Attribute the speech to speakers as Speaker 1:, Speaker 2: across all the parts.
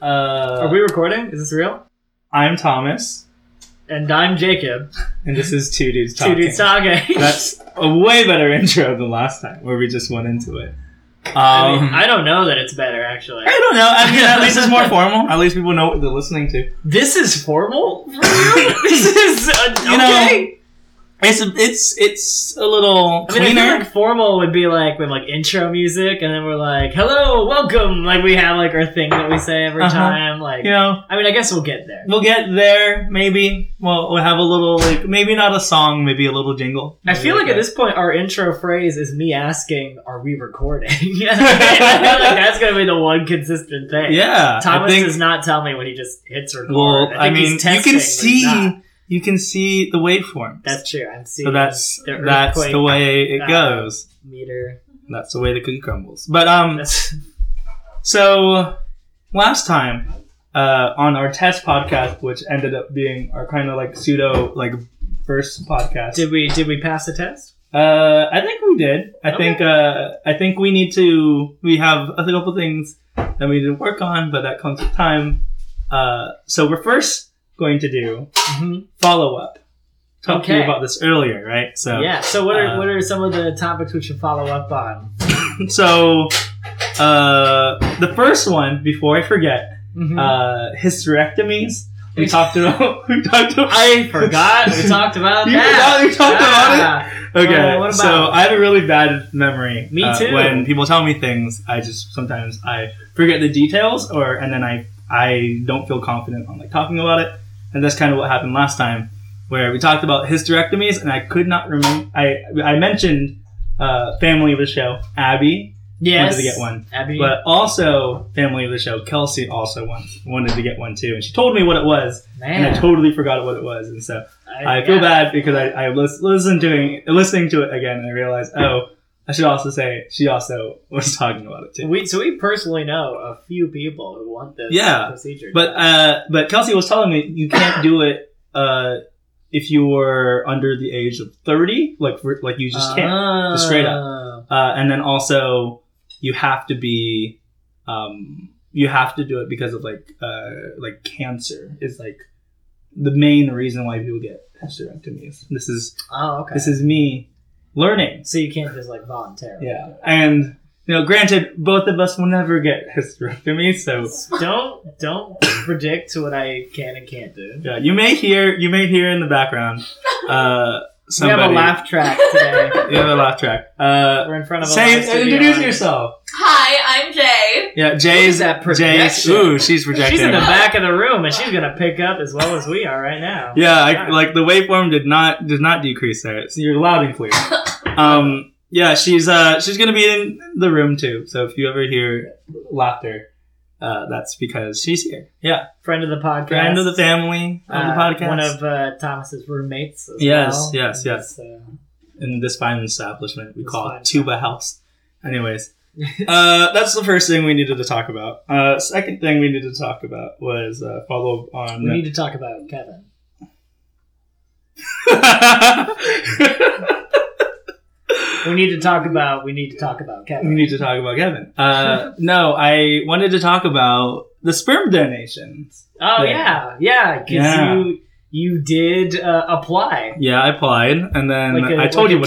Speaker 1: Uh,
Speaker 2: Are we recording? Is this real?
Speaker 1: I'm Thomas,
Speaker 2: And I'm Jacob.
Speaker 1: and this is Two Dudes
Speaker 2: Two
Speaker 1: Talking.
Speaker 2: dudes talking.
Speaker 1: That's a way better intro than last time, where we just went into it. Um,
Speaker 2: I,
Speaker 1: I,
Speaker 2: mean, I don't know that it's better actually.
Speaker 1: don't know. I mean, at least it's more formal. At least people know what they're listening to.
Speaker 2: This is formal. For real? this is uh,
Speaker 1: You know,
Speaker 2: okay.
Speaker 1: It's a, it's it's a little
Speaker 2: I mean, I feel
Speaker 1: cleaner.
Speaker 2: like formal would be like with like intro music, and then we're like, "Hello, welcome." Like we have like our thing that we say every
Speaker 1: Uh-huh.
Speaker 2: time. Like,
Speaker 1: you know,
Speaker 2: I mean, I guess we'll get there.
Speaker 1: we'll get there. Maybe we'll we'll have a little like maybe not a song, maybe a little jingle.
Speaker 2: I feel like at this point, our intro phrase is me asking, "Are we recording?" I feel like that's gonna be the one consistent thing.
Speaker 1: Yeah, I
Speaker 2: Thomas
Speaker 1: think
Speaker 2: does not tell me when he just hits record.
Speaker 1: Well,
Speaker 2: think
Speaker 1: I,
Speaker 2: he's
Speaker 1: mean, you
Speaker 2: testing,
Speaker 1: can
Speaker 2: but he's not.
Speaker 1: see you can see the waveform.
Speaker 2: That's true. I'm seeing
Speaker 1: so that's
Speaker 2: the
Speaker 1: that's
Speaker 2: earthquake
Speaker 1: the way it
Speaker 2: uh,
Speaker 1: goes.
Speaker 2: meter.
Speaker 1: That's the way the cookie crumbles. But um,
Speaker 2: That's,
Speaker 1: so last time uh, on our test podcast, which ended up being our kind of like pseudo like first podcast.
Speaker 2: did we did we pass the test?
Speaker 1: Uh, I think we did. I
Speaker 2: Okay.
Speaker 1: think uh, I think we need to. We have a couple things that we need to work on, but that comes with time. Uh, so we're first going to do
Speaker 2: Mm-hmm.
Speaker 1: follow up. Talked to you
Speaker 2: Okay.
Speaker 1: about this earlier, right? So
Speaker 2: yeah. So what are
Speaker 1: uh,
Speaker 2: what are some of the topics we should follow up on?
Speaker 1: so uh, the first one before I forget,
Speaker 2: Mhm.
Speaker 1: uh, hysterectomies. We talked about. We talked about.
Speaker 2: I forgot we talked about
Speaker 1: You
Speaker 2: that.
Speaker 1: forgot we talked about it?
Speaker 2: it.
Speaker 1: Okay,
Speaker 2: Uh, what
Speaker 1: so
Speaker 2: about-
Speaker 1: I have a really bad memory.
Speaker 2: Me
Speaker 1: Uh,
Speaker 2: too.
Speaker 1: When people tell me things, I just sometimes I forget the details, or and then I I don't feel confident on like talking about it, and that's kind of what happened last time, where we talked about hysterectomies, and I could not remember. I I mentioned uh, family of the show Abby
Speaker 2: Yes.
Speaker 1: wanted to get one,
Speaker 2: Abby.
Speaker 1: but also family of the show Kelsey also wanted wanted to get one too, and she told me what it was,
Speaker 2: Man.
Speaker 1: and I totally forgot what it was, and so I feel
Speaker 2: yeah.
Speaker 1: bad because I, I lis- listened to listening to it again and I realized oh I should also say she also was talking about it too.
Speaker 2: We so we personally know a few people who want this
Speaker 1: Yeah,
Speaker 2: procedure.
Speaker 1: But uh, but Kelsey was telling me you can't do it uh, if you were under the age of thirty like for, like you just can't just straight
Speaker 2: up.
Speaker 1: uh, and then also you have to be um, you have to do it because of like uh, like cancer is like the main reason why people get hysterectomies. This is
Speaker 2: Oh, okay.
Speaker 1: this is me learning
Speaker 2: so you can't just like voluntarily.
Speaker 1: Yeah, and you know, granted, both of us will never get hysterectomy, so
Speaker 2: don't don't predict what I can and can't do.
Speaker 1: yeah, you may hear you may hear in the background uh, somebody.
Speaker 2: We have a laugh track today.
Speaker 1: You have a laugh track. Uh,
Speaker 2: We're in front of a
Speaker 1: say
Speaker 2: live studio
Speaker 1: introduce
Speaker 2: audience.
Speaker 1: yourself.
Speaker 3: Hi, I'm Jay.
Speaker 1: Yeah, Jay's
Speaker 2: Look at that
Speaker 1: Jay's.
Speaker 2: projection.
Speaker 1: Ooh, she's projecting.
Speaker 2: She's in the back of the room and she's gonna pick up as well as we are right now.
Speaker 1: Yeah, I, like the waveform did not did not decrease there. It's, you're loud and clear. Um, yeah, she's uh she's gonna be in the room too. So if you ever hear laughter, uh, that's because she's here. Yeah.
Speaker 2: Friend of the podcast.
Speaker 1: friend of the family um, of the
Speaker 2: Uh,
Speaker 1: podcast.
Speaker 2: One of uh, Thomas's roommates. As
Speaker 1: Yes,
Speaker 2: well. uh,
Speaker 1: yes, yes.
Speaker 2: So,
Speaker 1: in this fine establishment we
Speaker 2: This
Speaker 1: call
Speaker 2: fine
Speaker 1: it Tuba House. Anyways, uh, that's the first thing we needed to talk about. Uh, second thing we needed to talk about was uh, follow up on.
Speaker 2: we need to talk about Kevin. We need to talk about. We need to talk about
Speaker 1: we
Speaker 2: Kevin.
Speaker 1: need to talk about Kevin. Uh, no, I wanted to talk about the sperm donations.
Speaker 2: Oh
Speaker 1: thing.
Speaker 2: yeah, yeah. Because
Speaker 1: Yeah.
Speaker 2: you you did uh, apply.
Speaker 1: Yeah, I applied, and then
Speaker 2: Like a-
Speaker 1: I told
Speaker 2: like
Speaker 1: you
Speaker 2: a
Speaker 1: what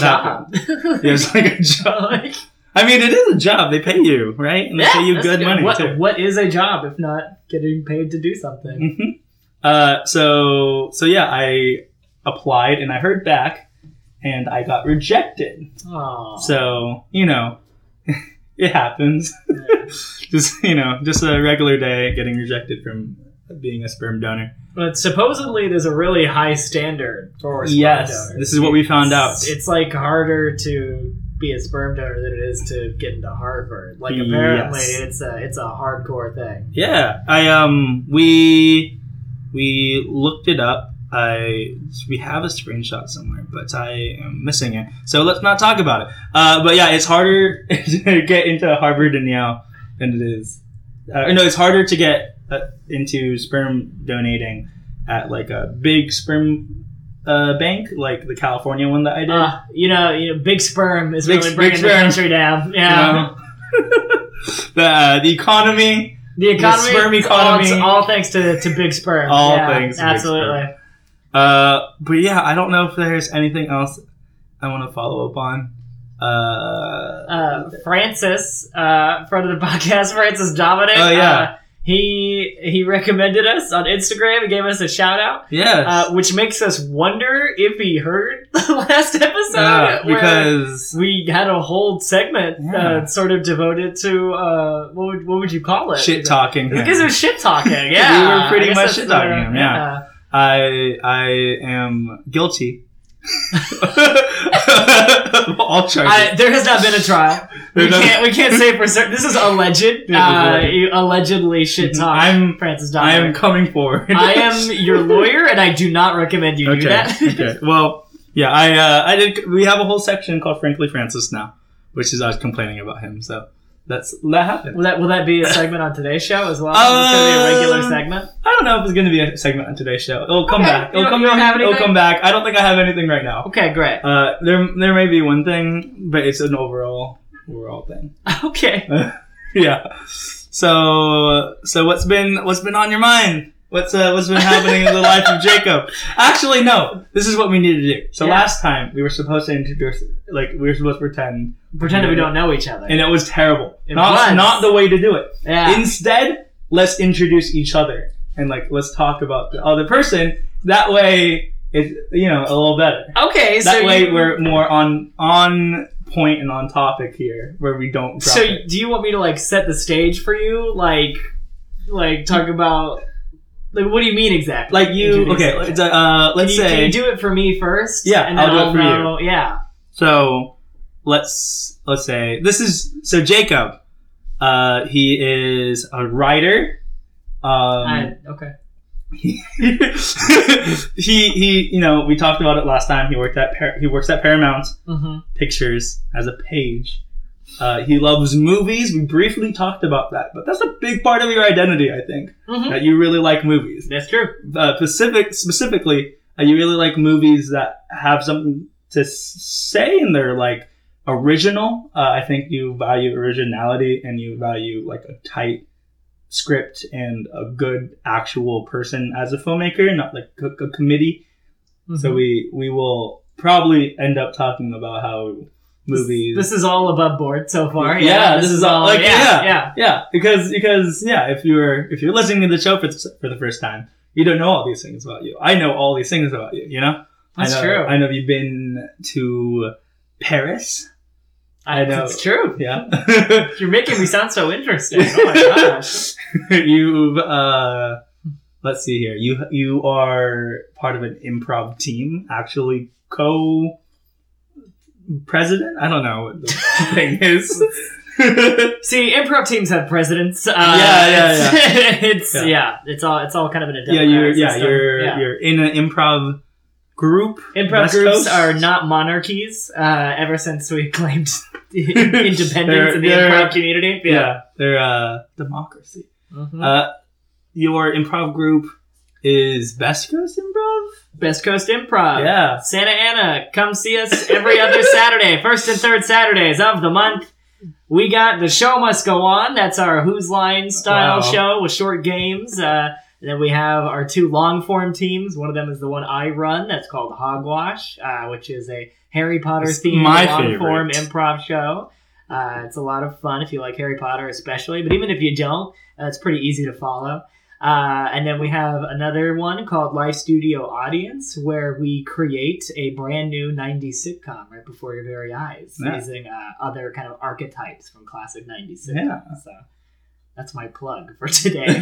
Speaker 2: job.
Speaker 1: happened. It was like a job.
Speaker 2: Like,
Speaker 1: I mean, it is a job. They pay you, right? And they pay you
Speaker 2: that's
Speaker 1: good, money
Speaker 2: What-
Speaker 1: too.
Speaker 2: what is a job if not getting paid to do something?
Speaker 1: Mhm. Uh, so so yeah, I applied and I heard back, and I got rejected.
Speaker 2: Aw.
Speaker 1: Mm. So you know, it happens.
Speaker 2: Yeah.
Speaker 1: just you know, just a regular day getting rejected from being a sperm donor.
Speaker 2: but supposedly there's a really high standard for sperm
Speaker 1: yes,
Speaker 2: donors.
Speaker 1: this is what we found out.
Speaker 2: It's like harder to be a sperm donor than it is to get into Harvard. Like apparently
Speaker 1: Yes.
Speaker 2: it's a it's a hardcore thing.
Speaker 1: Yeah, I um we we looked it up. I we have a screenshot somewhere, but I am missing it. So let's not talk about it. Uh, but yeah, it's harder to get into Harvard and Yale than it is. Uh, no, it's harder to get uh, into sperm donating at like a big sperm uh, bank, like the California one that I did.
Speaker 2: Uh, you know, you know, big sperm is
Speaker 1: Big-
Speaker 2: really
Speaker 1: big
Speaker 2: bringing the
Speaker 1: sperm.
Speaker 2: country down.
Speaker 1: you
Speaker 2: Yeah.
Speaker 1: know? the the uh, economy
Speaker 2: The economy,
Speaker 1: sperm
Speaker 2: all-
Speaker 1: economy.
Speaker 2: all, thanks to, to big sperm.
Speaker 1: All
Speaker 2: Yeah,
Speaker 1: thanks to Big
Speaker 2: absolutely.
Speaker 1: Uh, but yeah, I don't know if there's anything else I want to follow up on. Uh,
Speaker 2: uh, Francis, uh, friend of the podcast, Francis Dominic.
Speaker 1: Oh, yeah.
Speaker 2: uh, he he recommended us on Instagram and gave us a shout out,
Speaker 1: yes.
Speaker 2: uh, which makes us wonder if he heard the last episode.
Speaker 1: Yeah, Uh,
Speaker 2: where
Speaker 1: because
Speaker 2: we had a whole segment
Speaker 1: Yeah.
Speaker 2: uh, sort of devoted to uh, what would what would you call it?
Speaker 1: shit talking.
Speaker 2: Because it was shit talking. Yeah,
Speaker 1: We were pretty
Speaker 2: I guess
Speaker 1: much
Speaker 2: that's
Speaker 1: shit talking him,
Speaker 2: the-
Speaker 1: yeah. I I am guilty. of all charges.
Speaker 2: I, there has not been a trial.
Speaker 1: There
Speaker 2: We
Speaker 1: doesn't-
Speaker 2: can't, we can't say for certain. This is alleged.
Speaker 1: Yeah,
Speaker 2: Uh,
Speaker 1: alleged.
Speaker 2: you allegedly shit talk.
Speaker 1: I'm-
Speaker 2: Francis
Speaker 1: I am
Speaker 2: Dominic.
Speaker 1: coming forward.
Speaker 2: I am your lawyer, and I do not recommend you
Speaker 1: okay.
Speaker 2: do that.
Speaker 1: okay. Well, yeah. I uh, I did. We have a whole section called "Frankly Francis" now, which is us complaining about him. So that's that happened.
Speaker 2: will that will that be a segment on today's show as well? Is this gonna be a regular
Speaker 1: Um,
Speaker 2: segment.
Speaker 1: I don't know if it's going to be a segment on today's show. It'll come
Speaker 3: Okay.
Speaker 1: back.
Speaker 2: You
Speaker 1: It'll
Speaker 2: don't-
Speaker 1: come.
Speaker 2: you don't have
Speaker 1: It'll
Speaker 2: anything?
Speaker 1: come back. I don't think I have anything right now.
Speaker 2: Okay, great.
Speaker 1: Uh, there there may be one thing, but it's an overall overall thing.
Speaker 2: Okay.
Speaker 1: yeah. So so what's been what's been on your mind? What's uh, what's been happening in the life of Jacob? Actually, no. This is what we need to do. So
Speaker 2: Yeah.
Speaker 1: last time we were supposed to introduce, like we were supposed to pretend,
Speaker 2: Pretend that we don't know each other.
Speaker 1: and it was terrible.
Speaker 2: It
Speaker 1: not
Speaker 2: was.
Speaker 1: not the way to do it.
Speaker 2: yeah.
Speaker 1: Instead, let's introduce each other and like let's talk about the other person. That way, it's you know a little better.
Speaker 2: okay. So
Speaker 1: that way
Speaker 2: you-
Speaker 1: we're more on on point and on topic here, where we don't. Drop
Speaker 2: So
Speaker 1: it.
Speaker 2: do you want me to like set the stage for you? Like, like talk about like what do you mean exactly?
Speaker 1: like you
Speaker 2: Introduce
Speaker 1: okay
Speaker 2: it.
Speaker 1: let's, uh, let's
Speaker 2: can you,
Speaker 1: say
Speaker 2: can you do it for me first?
Speaker 1: Yeah,
Speaker 2: and then
Speaker 1: I'll do it for you.
Speaker 2: know, Yeah,
Speaker 1: so let's let's say this is so jacob uh he is a writer um
Speaker 2: I, okay.
Speaker 1: he he you know we talked about it last time he worked at Par- he works at paramount
Speaker 2: hmm
Speaker 1: pictures as a page uh, he loves movies. We briefly talked about that, but that's a big part of your identity, I think,
Speaker 2: hmm
Speaker 1: that you really like movies.
Speaker 2: That's true.
Speaker 1: uh, specific specifically, uh, you really like movies that have something to s- say and they're like original. Uh, I think you value originality and you value like a tight script and a good actual person as a filmmaker, not like a, a committee.
Speaker 2: Mm-hmm.
Speaker 1: So we we will probably end up talking about how movies.
Speaker 2: This is all above board so far. Yeah,
Speaker 1: Yeah, this is all- like,
Speaker 2: yeah,
Speaker 1: yeah.
Speaker 2: yeah.
Speaker 1: yeah, because because yeah, if you're if you're listening to the show for the, for the first time, you don't know all these things about you. I know all these things about you. You know.
Speaker 2: That's
Speaker 1: I know,
Speaker 2: true.
Speaker 1: I know you've been to Paris. I know.
Speaker 2: It's true.
Speaker 1: Yeah.
Speaker 2: You're making me sound so interesting. Oh my gosh.
Speaker 1: you've uh let's see here. You you are part of an improv team, actually co president? I don't know what the thing is.
Speaker 2: See, improv teams have presidents. Uh,
Speaker 1: Yeah, yeah,
Speaker 2: It's, it's yeah.
Speaker 1: Yeah.
Speaker 2: It's all it's all kind of an
Speaker 1: yeah, you're
Speaker 2: democratic
Speaker 1: yeah,
Speaker 2: system.
Speaker 1: you're
Speaker 2: Yeah.
Speaker 1: you're in an improv group.
Speaker 2: Improv
Speaker 1: West
Speaker 2: groups
Speaker 1: Coast?
Speaker 2: are not monarchies. Uh, ever since we claimed independence
Speaker 1: They're-
Speaker 2: in the
Speaker 1: they're-
Speaker 2: improv community,
Speaker 1: Yeah. They're uh democracy.
Speaker 2: Mhm.
Speaker 1: Uh your improv group is Best Coast Improv?
Speaker 2: Best Coast Improv.
Speaker 1: yeah.
Speaker 2: Santa Ana, come see us every other Saturday, first and third Saturdays of the month. We got the show must go on. That's our Who's Line style
Speaker 1: Wow.
Speaker 2: show with short games. Uh, and then we have our two long form teams. One of them is the one I run. That's called Hogwash, uh, which is a Harry Potter
Speaker 1: It's
Speaker 2: themed
Speaker 1: my
Speaker 2: long form
Speaker 1: favorite.
Speaker 2: improv show. Uh, it's a lot of fun if you like Harry Potter, especially. But even if you don't, uh, it's pretty easy to follow. Uh, and then we have another one called Live Studio Audience, where we create a brand new 90s sitcom right before your very eyes
Speaker 1: Yeah.
Speaker 2: using uh, other kind of archetypes from classic 90s sitcoms.
Speaker 1: Yeah.
Speaker 2: So that's my plug for today.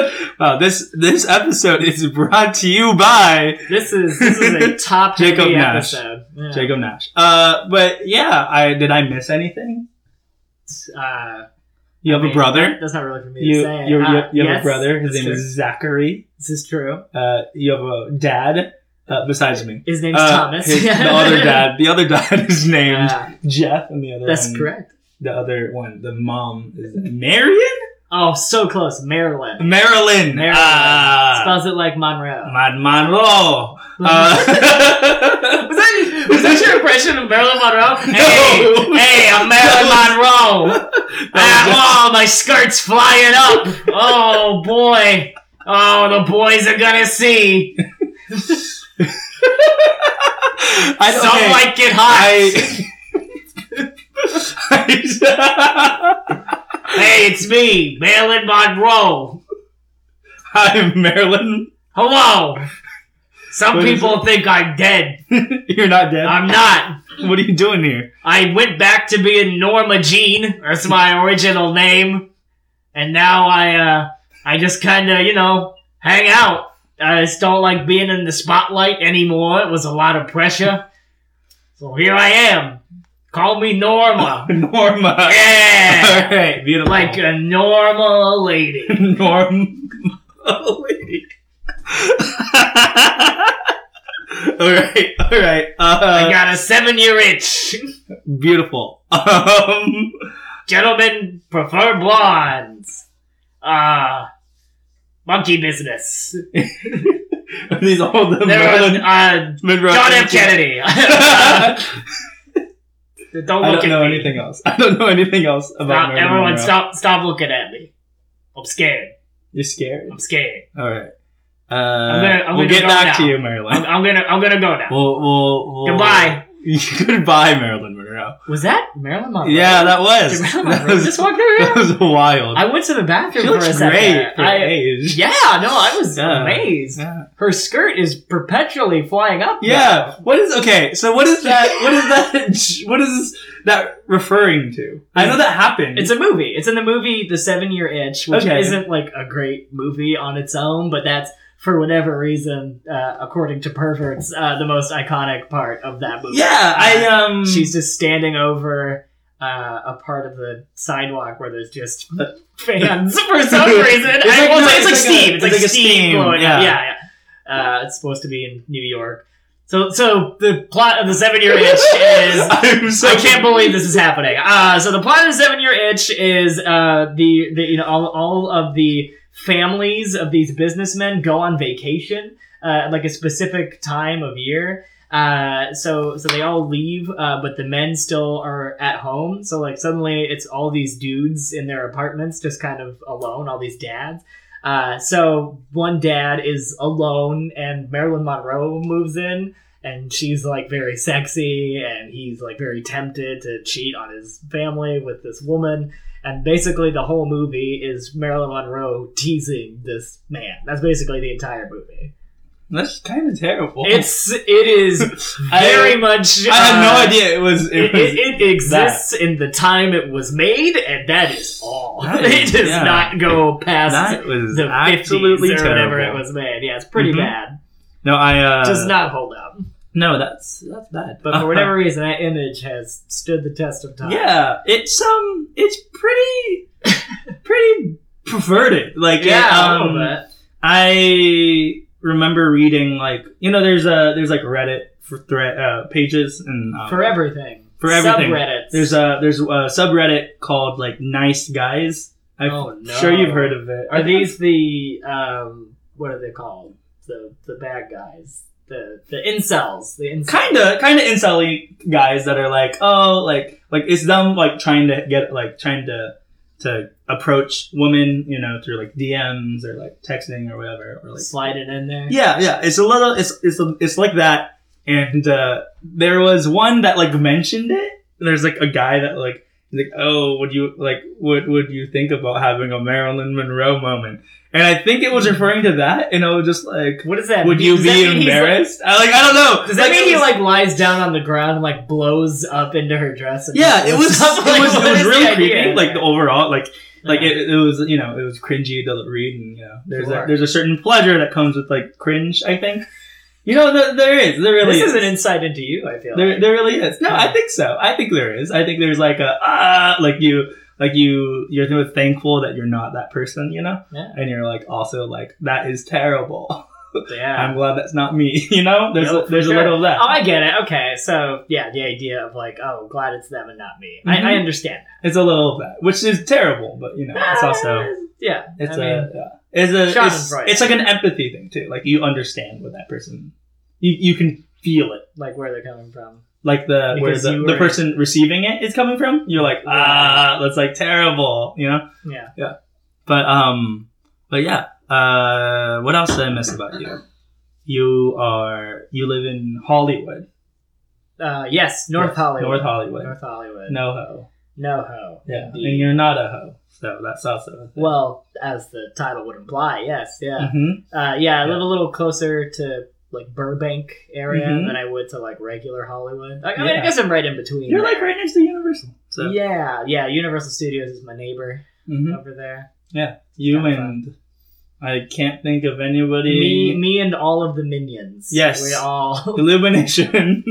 Speaker 1: wow, this this episode is brought to you by
Speaker 2: this is this is a top
Speaker 1: Jacob
Speaker 2: heavy
Speaker 1: Nash.
Speaker 2: episode. Yeah.
Speaker 1: Jacob Nash. Uh, but yeah, I did I miss anything?
Speaker 2: Uh,
Speaker 1: You have
Speaker 2: I mean,
Speaker 1: a brother.
Speaker 2: That's not really for me to
Speaker 1: You
Speaker 2: say.
Speaker 1: you're- you
Speaker 2: Uh,
Speaker 1: you have
Speaker 2: yes,
Speaker 1: a brother. His
Speaker 2: that's
Speaker 1: name
Speaker 2: true.
Speaker 1: is Zachary.
Speaker 2: This is true.
Speaker 1: Uh, you have a dad uh, besides me.
Speaker 2: His name's
Speaker 1: Uh,
Speaker 2: Thomas.
Speaker 1: his- the other dad. The other dad is named
Speaker 2: Yeah,
Speaker 1: Jeff, and the other
Speaker 2: that's
Speaker 1: one,
Speaker 2: correct.
Speaker 1: The other one, the mom is Marion.
Speaker 2: Oh, so close. Maryland.
Speaker 1: Marilyn.
Speaker 2: Marilyn.
Speaker 1: Ah,
Speaker 2: Spells it like Monroe.
Speaker 1: Mad Monroe. Uh,
Speaker 2: Was that- Was that your impression of Marilyn Monroe?
Speaker 1: No.
Speaker 2: Hey, hey, I'm Marilyn Monroe. Ah, oh, my skirt's flying up. Oh boy. Oh, the boys are gonna see.
Speaker 1: I,
Speaker 2: Some
Speaker 1: okay,
Speaker 2: like it hot.
Speaker 1: I. I-
Speaker 2: hey, it's me, Marilyn Monroe.
Speaker 1: I'm Marilyn.
Speaker 2: Hello. Some
Speaker 1: What is
Speaker 2: people think I'm dead.
Speaker 1: You're not dead.
Speaker 2: I'm not.
Speaker 1: what are you doing here?
Speaker 2: I went back to being Norma Jean. That's my original name. And now I, uh, I just kind of, you know, hang out. I just don't like being in the spotlight anymore. It was a lot of pressure. So here I am. Call me Norma.
Speaker 1: Norma.
Speaker 2: Yeah.
Speaker 1: All right, beautiful.
Speaker 2: Like uh, a normal lady.
Speaker 1: Uh, Norm. Oh, lady. all right, all right.
Speaker 2: I
Speaker 1: Uh,
Speaker 2: got a seven year itch.
Speaker 1: beautiful. Um,
Speaker 2: Gentlemen prefer blondes. Uh, monkey business.
Speaker 1: these all the
Speaker 2: There was,
Speaker 1: Marilyn
Speaker 2: uh,
Speaker 1: Monroe.
Speaker 2: John F. Kennedy.
Speaker 1: I
Speaker 2: don't look
Speaker 1: don't
Speaker 2: at
Speaker 1: know
Speaker 2: me.
Speaker 1: anything else. I don't know anything else about
Speaker 2: Stop,
Speaker 1: Marilyn
Speaker 2: everyone,
Speaker 1: Monroe.
Speaker 2: stop! Stop looking at me. I'm scared.
Speaker 1: You're scared.
Speaker 2: I'm scared.
Speaker 1: All right. Uh,
Speaker 2: gonna- I'm
Speaker 1: we'll
Speaker 2: gonna
Speaker 1: get
Speaker 2: go
Speaker 1: back to
Speaker 2: now.
Speaker 1: you, Marilyn.
Speaker 2: I'm, I'm gonna. I'm gonna go now.
Speaker 1: We'll, we'll, we'll-
Speaker 2: Goodbye.
Speaker 1: Goodbye, Marilyn Monroe.
Speaker 2: Was that Marilyn Monroe?
Speaker 1: Yeah, that was.
Speaker 2: Did Marilyn
Speaker 1: That
Speaker 2: Monroe
Speaker 1: was,
Speaker 2: just walk through
Speaker 1: that
Speaker 2: here?
Speaker 1: was wild.
Speaker 2: I went to the bathroom
Speaker 1: she
Speaker 2: for a
Speaker 1: looks
Speaker 2: second.
Speaker 1: great for
Speaker 2: I-
Speaker 1: age.
Speaker 2: yeah, no, I was
Speaker 1: Yeah.
Speaker 2: amazed.
Speaker 1: Yeah.
Speaker 2: Her skirt is perpetually flying up. now.
Speaker 1: Yeah. What is okay? So what is that? What is that? What is that referring to? I know that happened.
Speaker 2: It's a movie. It's in the movie The Seven Year Itch, which
Speaker 1: Okay.
Speaker 2: isn't like a great movie on its own, but that's for whatever reason, uh, according to perverts, uh, the most iconic part of that movie. Uh,
Speaker 1: yeah. I um.
Speaker 2: Ah, she's just standing over uh, a part of the sidewalk where there's just fans for some reason.
Speaker 1: It's
Speaker 2: I-
Speaker 1: like-
Speaker 2: well,
Speaker 1: no,
Speaker 2: it's,
Speaker 1: it's like
Speaker 2: like
Speaker 1: a-
Speaker 2: steam.
Speaker 1: it's
Speaker 2: it's like,
Speaker 1: like a
Speaker 2: steam.
Speaker 1: steam,
Speaker 2: blowing
Speaker 1: yeah.
Speaker 2: up. yeah, yeah. Uh, it's supposed to be in New York. So, so the plot of the Seven Year Itch is
Speaker 1: I'm so
Speaker 2: I can't believe this is happening. Uh, so the plot of the Seven Year Itch is uh, the, the you know all, all of the families of these businessmen go on vacation uh, at like a specific time of year. Uh, so so they all leave, uh, but the men still are at home. So like suddenly it's all these dudes in their apartments, just kind of alone. All these dads. Uh, so one dad is alone, and Marilyn Monroe moves in and she's like very sexy and he's like very tempted to cheat on his family with this woman and basically the whole movie is marilyn monroe teasing this man that's basically the entire movie
Speaker 1: That's kind of terrible.
Speaker 2: it's it is very much
Speaker 1: Oh. I had
Speaker 2: uh,
Speaker 1: no idea it was. It,
Speaker 2: it,
Speaker 1: was
Speaker 2: it, it exists in the time it was made and that is all
Speaker 1: That
Speaker 2: it
Speaker 1: is-
Speaker 2: does
Speaker 1: yeah.
Speaker 2: not go past
Speaker 1: that was
Speaker 2: the 50s
Speaker 1: absolutely
Speaker 2: or whatever it
Speaker 1: terrible.
Speaker 2: was made yeah it's pretty
Speaker 1: Mhm.
Speaker 2: bad
Speaker 1: No, I uh,
Speaker 2: does not hold up
Speaker 1: No, that's that's bad.
Speaker 2: but for whatever reason that image has stood the test of time
Speaker 1: Yeah, it's um, it's pretty, pretty perverted. Like
Speaker 2: yeah,
Speaker 1: it,
Speaker 2: a
Speaker 1: um,
Speaker 2: little bit.
Speaker 1: I remember reading like you know there's a there's like Reddit for thread uh, pages and um,
Speaker 2: for everything.
Speaker 1: for everything.
Speaker 2: Subreddits.
Speaker 1: There's a there's a subreddit called like nice guys. I'm
Speaker 2: Oh, no.
Speaker 1: sure you've heard of it.
Speaker 2: Are these the um? What are they called? The the bad guys. The the incels. The incels.
Speaker 1: kind of kind of insulty guys that are like oh like like it's them like trying to get like trying to to approach women you know through like DMs or like texting or whatever or like
Speaker 2: slide it in there.
Speaker 1: Yeah, yeah. It's a little. It's it's it's like that. And uh, there was one that like mentioned it. There's like a guy that like he's like oh would you like what would you think about having a Marilyn Monroe moment? And I think it was referring to that. And I was just like,
Speaker 2: What does that?
Speaker 1: would
Speaker 2: mean?
Speaker 1: you
Speaker 2: Does that
Speaker 1: be
Speaker 2: mean he's, like-
Speaker 1: embarrassed? I like I don't know.
Speaker 2: does that
Speaker 1: Like,
Speaker 2: mean
Speaker 1: it
Speaker 2: he
Speaker 1: was-
Speaker 2: like lies down on the ground and like blows up into her dress? And
Speaker 1: Yeah, it was. it was,
Speaker 2: Like, what
Speaker 1: it was
Speaker 2: is the
Speaker 1: really
Speaker 2: idea?
Speaker 1: creepy. Like the overall, like like
Speaker 2: Yeah.
Speaker 1: it, it was you know it was cringy to read and you know there's
Speaker 2: Sure.
Speaker 1: a, there's a certain pleasure that comes with like cringe. I think you know there, there is there really
Speaker 2: this
Speaker 1: is.
Speaker 2: is an insight into you. I feel.
Speaker 1: There,
Speaker 2: like.
Speaker 1: there really is. No, I think so. I think there is. I think there's like a ah, like you, like you, you're thankful that you're not that person, you know,
Speaker 2: Yeah.
Speaker 1: and you're like also like that is terrible.
Speaker 2: yeah.
Speaker 1: I'm glad that's not me, you know. There's
Speaker 2: No,
Speaker 1: a, there's
Speaker 2: sure.
Speaker 1: a little of that.
Speaker 2: Oh, I get it. Okay, so yeah, the idea of like, oh, glad it's them and not me.
Speaker 1: Mhm.
Speaker 2: I, I understand that.
Speaker 1: It's a little of that, which is terrible, but you know, it's also
Speaker 2: yeah.
Speaker 1: it's
Speaker 2: I mean,
Speaker 1: a yeah. it's a it's,
Speaker 2: Schadenfreude.
Speaker 1: it's like an empathy thing too. Like you understand what that person, you you can feel it.
Speaker 2: like where they're coming from.
Speaker 1: Like the
Speaker 2: Because
Speaker 1: where the,
Speaker 2: you
Speaker 1: the
Speaker 2: were-
Speaker 1: person receiving it is coming from. You're like, ah, that's like terrible, you know?
Speaker 2: Yeah.
Speaker 1: But um but yeah. Uh what else did I miss about you? You are you live in Hollywood.
Speaker 2: Uh, yes, North
Speaker 1: Yes,
Speaker 2: Hollywood.
Speaker 1: North Hollywood.
Speaker 2: North Hollywood.
Speaker 1: No ho.
Speaker 2: No ho.
Speaker 1: Yeah.
Speaker 2: indeed.
Speaker 1: And you're not a ho. So that's also a thing.
Speaker 2: Well, as the title would imply, yes, yeah.
Speaker 1: Mhm.
Speaker 2: Uh, yeah, I
Speaker 1: Yeah.
Speaker 2: live a little closer to like Burbank area
Speaker 1: Mhm.
Speaker 2: than I would to like regular Hollywood. Like, I mean, I
Speaker 1: Yeah.
Speaker 2: guess I'm right in between.
Speaker 1: You're like
Speaker 2: there.
Speaker 1: right next to Universal. So
Speaker 2: Yeah, yeah. Universal Studios is my neighbor
Speaker 1: mhm.
Speaker 2: over there.
Speaker 1: you
Speaker 2: Kinda
Speaker 1: and I can't think of anybody
Speaker 2: Me, me, and all of the minions.
Speaker 1: Yes.
Speaker 2: we all.
Speaker 1: Illumination.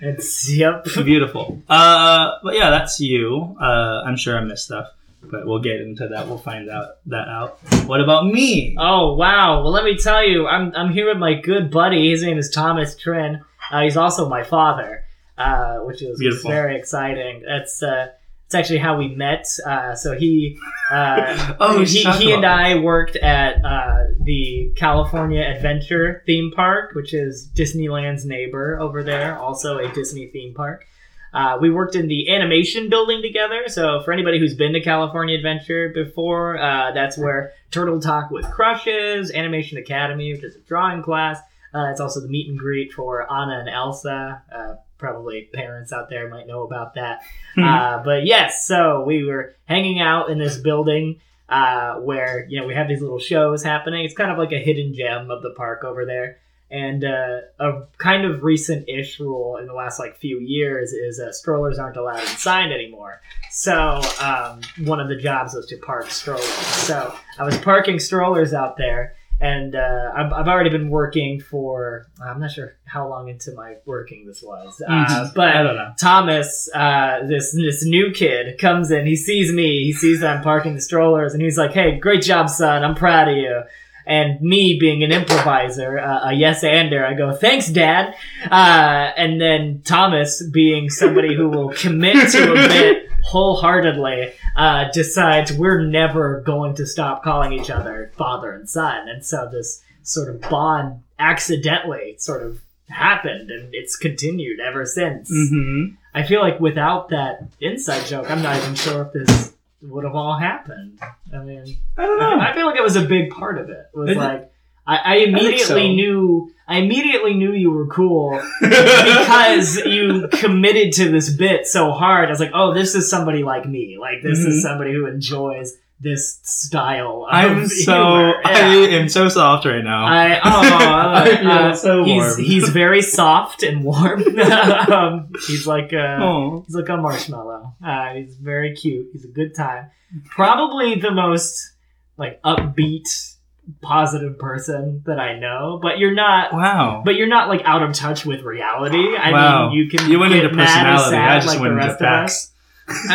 Speaker 2: it's yep.
Speaker 1: Beautiful. Uh, but yeah, that's you. Uh, I'm sure I missed stuff, but we'll get into that. We'll find out that out. What about me?
Speaker 2: Oh wow! Well, let me tell you, I'm I'm here with my good buddy. His name is Thomas Trin. Uh, he's also my father, uh, which is
Speaker 1: Beautiful.
Speaker 2: very exciting. That's uh, it's actually how we met. Uh, so he, uh,
Speaker 1: Oh,
Speaker 2: he,
Speaker 1: shock
Speaker 2: he and
Speaker 1: horror.
Speaker 2: I worked at uh, the California Adventure theme park, which is Disneyland's neighbor over there, also a Disney theme park. Uh, we worked in the animation building together. So for anybody who's been to California Adventure before, uh, that's where Turtle Talk with Crush is, Animation Academy, which is a drawing class. Uh, it's also the meet and greet for Anna and Elsa. Uh, probably parents out there might know about that. uh, but yes, so we were hanging out in this building uh, where you know we have these little shows happening. It's kind of like a hidden gem of the park over there. And uh, a kind of recent-ish rule in the last like few years is uh, strollers aren't allowed inside anymore. So um, one of the jobs was to park strollers. So I was parking strollers out there, and uh, I've, I've already been working for I'm not sure how long into my working this was, uh,
Speaker 1: Mhm. I
Speaker 2: but
Speaker 1: don't know.
Speaker 2: Thomas, uh, this this new kid comes in. He sees me. He sees that I'm parking the strollers, and he's like, "Hey, great job, son. I'm proud of you." And me being an improviser, uh, a yes ander, I go, "Thanks, Dad." Uh, and then Thomas, being somebody who will commit to a bit wholeheartedly, uh, decides we're never going to stop calling each other father and son, and so this sort of bond accidentally sort of happened, and it's continued ever since.
Speaker 1: Mhm.
Speaker 2: I feel like without that inside joke, I'm not even sure if this would have all happened. I mean,
Speaker 1: I don't know.
Speaker 2: I feel like it was a big part of it. It was
Speaker 1: Is it?
Speaker 2: like I, I
Speaker 1: think
Speaker 2: immediately
Speaker 1: so.
Speaker 2: knew I immediately knew you were cool because you committed to this bit so hard. I was like, oh, this is somebody like me. Like this
Speaker 1: Mhm.
Speaker 2: is somebody who enjoys this style. Of
Speaker 1: I'm so
Speaker 2: humor.
Speaker 1: I
Speaker 2: Yeah.
Speaker 1: am so soft right now.
Speaker 2: I oh,
Speaker 1: I feel
Speaker 2: uh,
Speaker 1: so
Speaker 2: he's
Speaker 1: warm.
Speaker 2: he's very soft and warm. um, he's like uh,
Speaker 1: oh.
Speaker 2: He's like a marshmallow. Uh, he's very cute. He's a good time. Probably the most like upbeat, positive person that I know. But you're not.
Speaker 1: Wow.
Speaker 2: But you're not like out of touch with reality. I
Speaker 1: Wow.
Speaker 2: mean, you can
Speaker 1: you went
Speaker 2: get
Speaker 1: into
Speaker 2: mad or
Speaker 1: personality.
Speaker 2: sad
Speaker 1: I just
Speaker 2: like
Speaker 1: went
Speaker 2: the
Speaker 1: into
Speaker 2: rest of us.
Speaker 1: facts.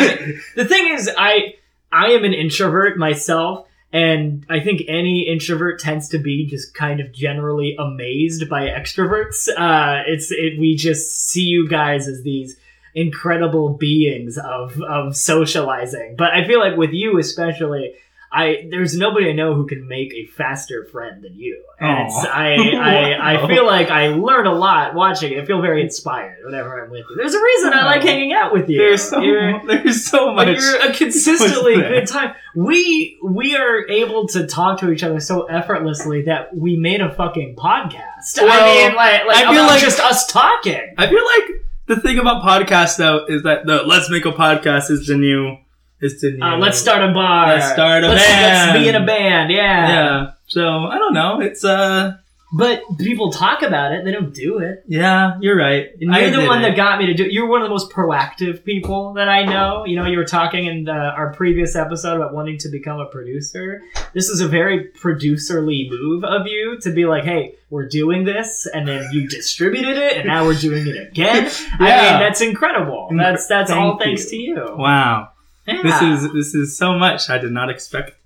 Speaker 2: I The thing is, I I am an introvert myself, and I think any introvert tends to be just kind of generally amazed by extroverts. Uh, it's it, we just see you guys as these incredible beings of of socializing. But I feel like with you especially. I there's nobody I know who can make a faster friend than you. And it's,
Speaker 1: Aw.
Speaker 2: I, I I
Speaker 1: Wow.
Speaker 2: feel like I learn a lot watching. it. I feel very inspired whenever I'm with you. There's a reason I like
Speaker 1: Wow.
Speaker 2: hanging out with you.
Speaker 1: There's so
Speaker 2: You're-
Speaker 1: mu- there's so
Speaker 2: but
Speaker 1: much.
Speaker 2: you're a consistently
Speaker 1: was there.
Speaker 2: good time. We we are able to talk to each other so effortlessly that we made a fucking podcast. I
Speaker 1: Well,
Speaker 2: mean, like, like
Speaker 1: I feel
Speaker 2: about
Speaker 1: like-
Speaker 2: just us talking.
Speaker 1: I feel like the thing about podcasts though is that the let's make a podcast is the new is the new
Speaker 2: Uh, let's start a bar.
Speaker 1: Let's start a
Speaker 2: let's,
Speaker 1: band.
Speaker 2: Let's be in a band. Yeah.
Speaker 1: yeah. So I don't know. It's uh
Speaker 2: But people talk about it. They don't do it.
Speaker 1: yeah, you're right.
Speaker 2: And you're the one that got me to do. You're one of the most proactive people that I know. You know, you were talking in the, our previous episode about wanting to become a producer. This is a very producerly move of you to be like, "Hey, we're doing this," and then you distributed it, and now we're doing it again. I
Speaker 1: Yeah.
Speaker 2: mean, that's incredible.
Speaker 1: Incre-
Speaker 2: That's that's all
Speaker 1: thank
Speaker 2: thanks
Speaker 1: you.
Speaker 2: to you.
Speaker 1: Wow.
Speaker 2: Yeah.
Speaker 1: This is this is so much I did not expect.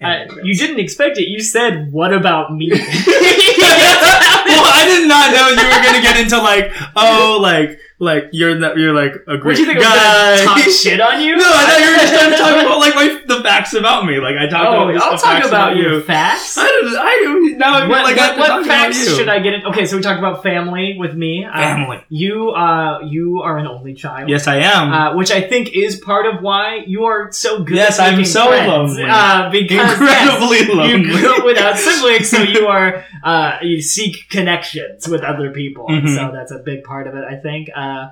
Speaker 2: I-
Speaker 1: any of
Speaker 2: Uh, you
Speaker 1: this.
Speaker 2: didn't expect it. You said, "What about me?"
Speaker 1: well, I did not know you were gonna get into like, oh, like like you're in that you're like a
Speaker 2: What
Speaker 1: great
Speaker 2: do you think
Speaker 1: guy.
Speaker 2: I was gonna talk shit on you?
Speaker 1: no, I thought you were just trying to talk about like my, the facts about me. Like I talked
Speaker 2: Oh,
Speaker 1: about.
Speaker 2: I'll
Speaker 1: the
Speaker 2: talk
Speaker 1: facts
Speaker 2: about
Speaker 1: you.
Speaker 2: your facts.
Speaker 1: I don't. I don't. Now I'm
Speaker 2: what,
Speaker 1: like I have
Speaker 2: what,
Speaker 1: to
Speaker 2: what
Speaker 1: talk about
Speaker 2: facts
Speaker 1: you.
Speaker 2: should I get? In? Okay, so we talked about family with me. Uh,
Speaker 1: Family.
Speaker 2: you, uh, you are an only child.
Speaker 1: Yes, I am.
Speaker 2: Uh, which I think is part of why you are so good.
Speaker 1: Yes,
Speaker 2: at
Speaker 1: I'm
Speaker 2: making
Speaker 1: so
Speaker 2: friends.
Speaker 1: lonely.
Speaker 2: Uh, because yes,
Speaker 1: Incredibly
Speaker 2: you grew up
Speaker 1: lonely.
Speaker 2: without siblings, so you are uh, you seek connections with other people. and
Speaker 1: Mhm.
Speaker 2: So that's a big part of it, I think. Uh,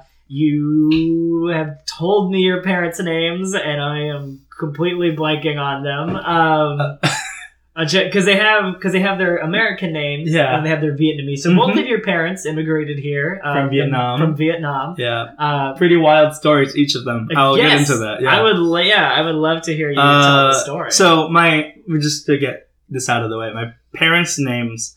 Speaker 2: you have told me your parents' names, and I am completely blanking on them. Um, because they have because they have their American names,
Speaker 1: Uh, Yeah.
Speaker 2: and they have their Vietnamese. So both
Speaker 1: Mhm.
Speaker 2: of your parents immigrated here uh,
Speaker 1: From Vietnam.
Speaker 2: From Vietnam.
Speaker 1: Yeah,
Speaker 2: Uh,
Speaker 1: pretty wild stories. Each of them. I'll get
Speaker 2: Yes,
Speaker 1: into that. Yeah.
Speaker 2: I would, lo- yeah, I would love to hear you tell
Speaker 1: Uh,
Speaker 2: the story.
Speaker 1: So my just to get this out of the way, my parents' names,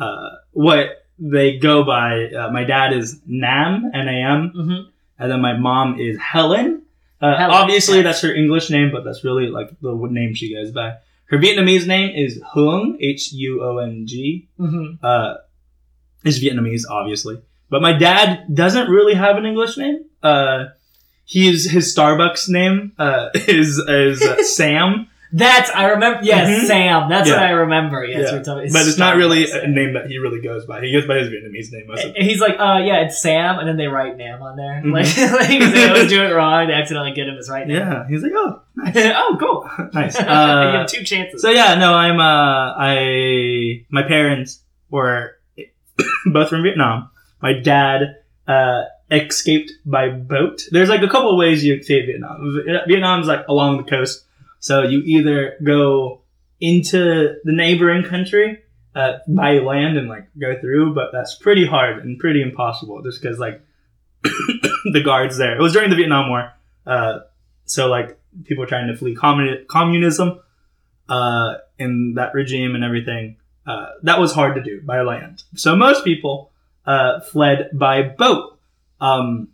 Speaker 1: uh, what they go by. Uh, my dad is Nam N A M,
Speaker 2: Mhm.
Speaker 1: and then my mom is Helen. Uh,
Speaker 2: Helen,
Speaker 1: obviously,
Speaker 2: yeah.
Speaker 1: that's her English name, but that's really like the w- name she goes by. Her Vietnamese name is Hung H U O N G.
Speaker 2: Mhm.
Speaker 1: Uh, is Vietnamese, obviously, but my dad doesn't really have an English name. Uh, he is his Starbucks name uh, is is uh, Sam.
Speaker 2: That's I remember. Yes,
Speaker 1: Mhm.
Speaker 2: Sam. That's what
Speaker 1: Yeah.
Speaker 2: I remember. Yes,
Speaker 1: Yeah.
Speaker 2: you're telling-
Speaker 1: but it's not
Speaker 2: Starbucks.
Speaker 1: really a name that he really goes by. He goes by his Vietnamese name most of
Speaker 2: And He's like, uh, yeah, it's Sam, and then they write Nam on there.
Speaker 1: Mhm.
Speaker 2: Like, like they always do it wrong. They accidentally get him as right name.
Speaker 1: Yeah, he's like, oh,
Speaker 2: oh, cool.
Speaker 1: nice.
Speaker 2: you
Speaker 1: Uh,
Speaker 2: have two chances.
Speaker 1: so yeah, no, I'm uh, I my parents were both from Vietnam. My dad uh, escaped by boat. There's like a couple of ways you escape Vietnam. uh, Vietnam's like along the coast, so you either go into the neighboring country. Uh, by land and like go through, but that's pretty hard and pretty impossible just because like the guards there. It was during the Vietnam War, uh, so like people were trying to flee commun- communism uh, in that regime and everything. Uh, that was hard to do by land. So most people uh, fled by boat. Um,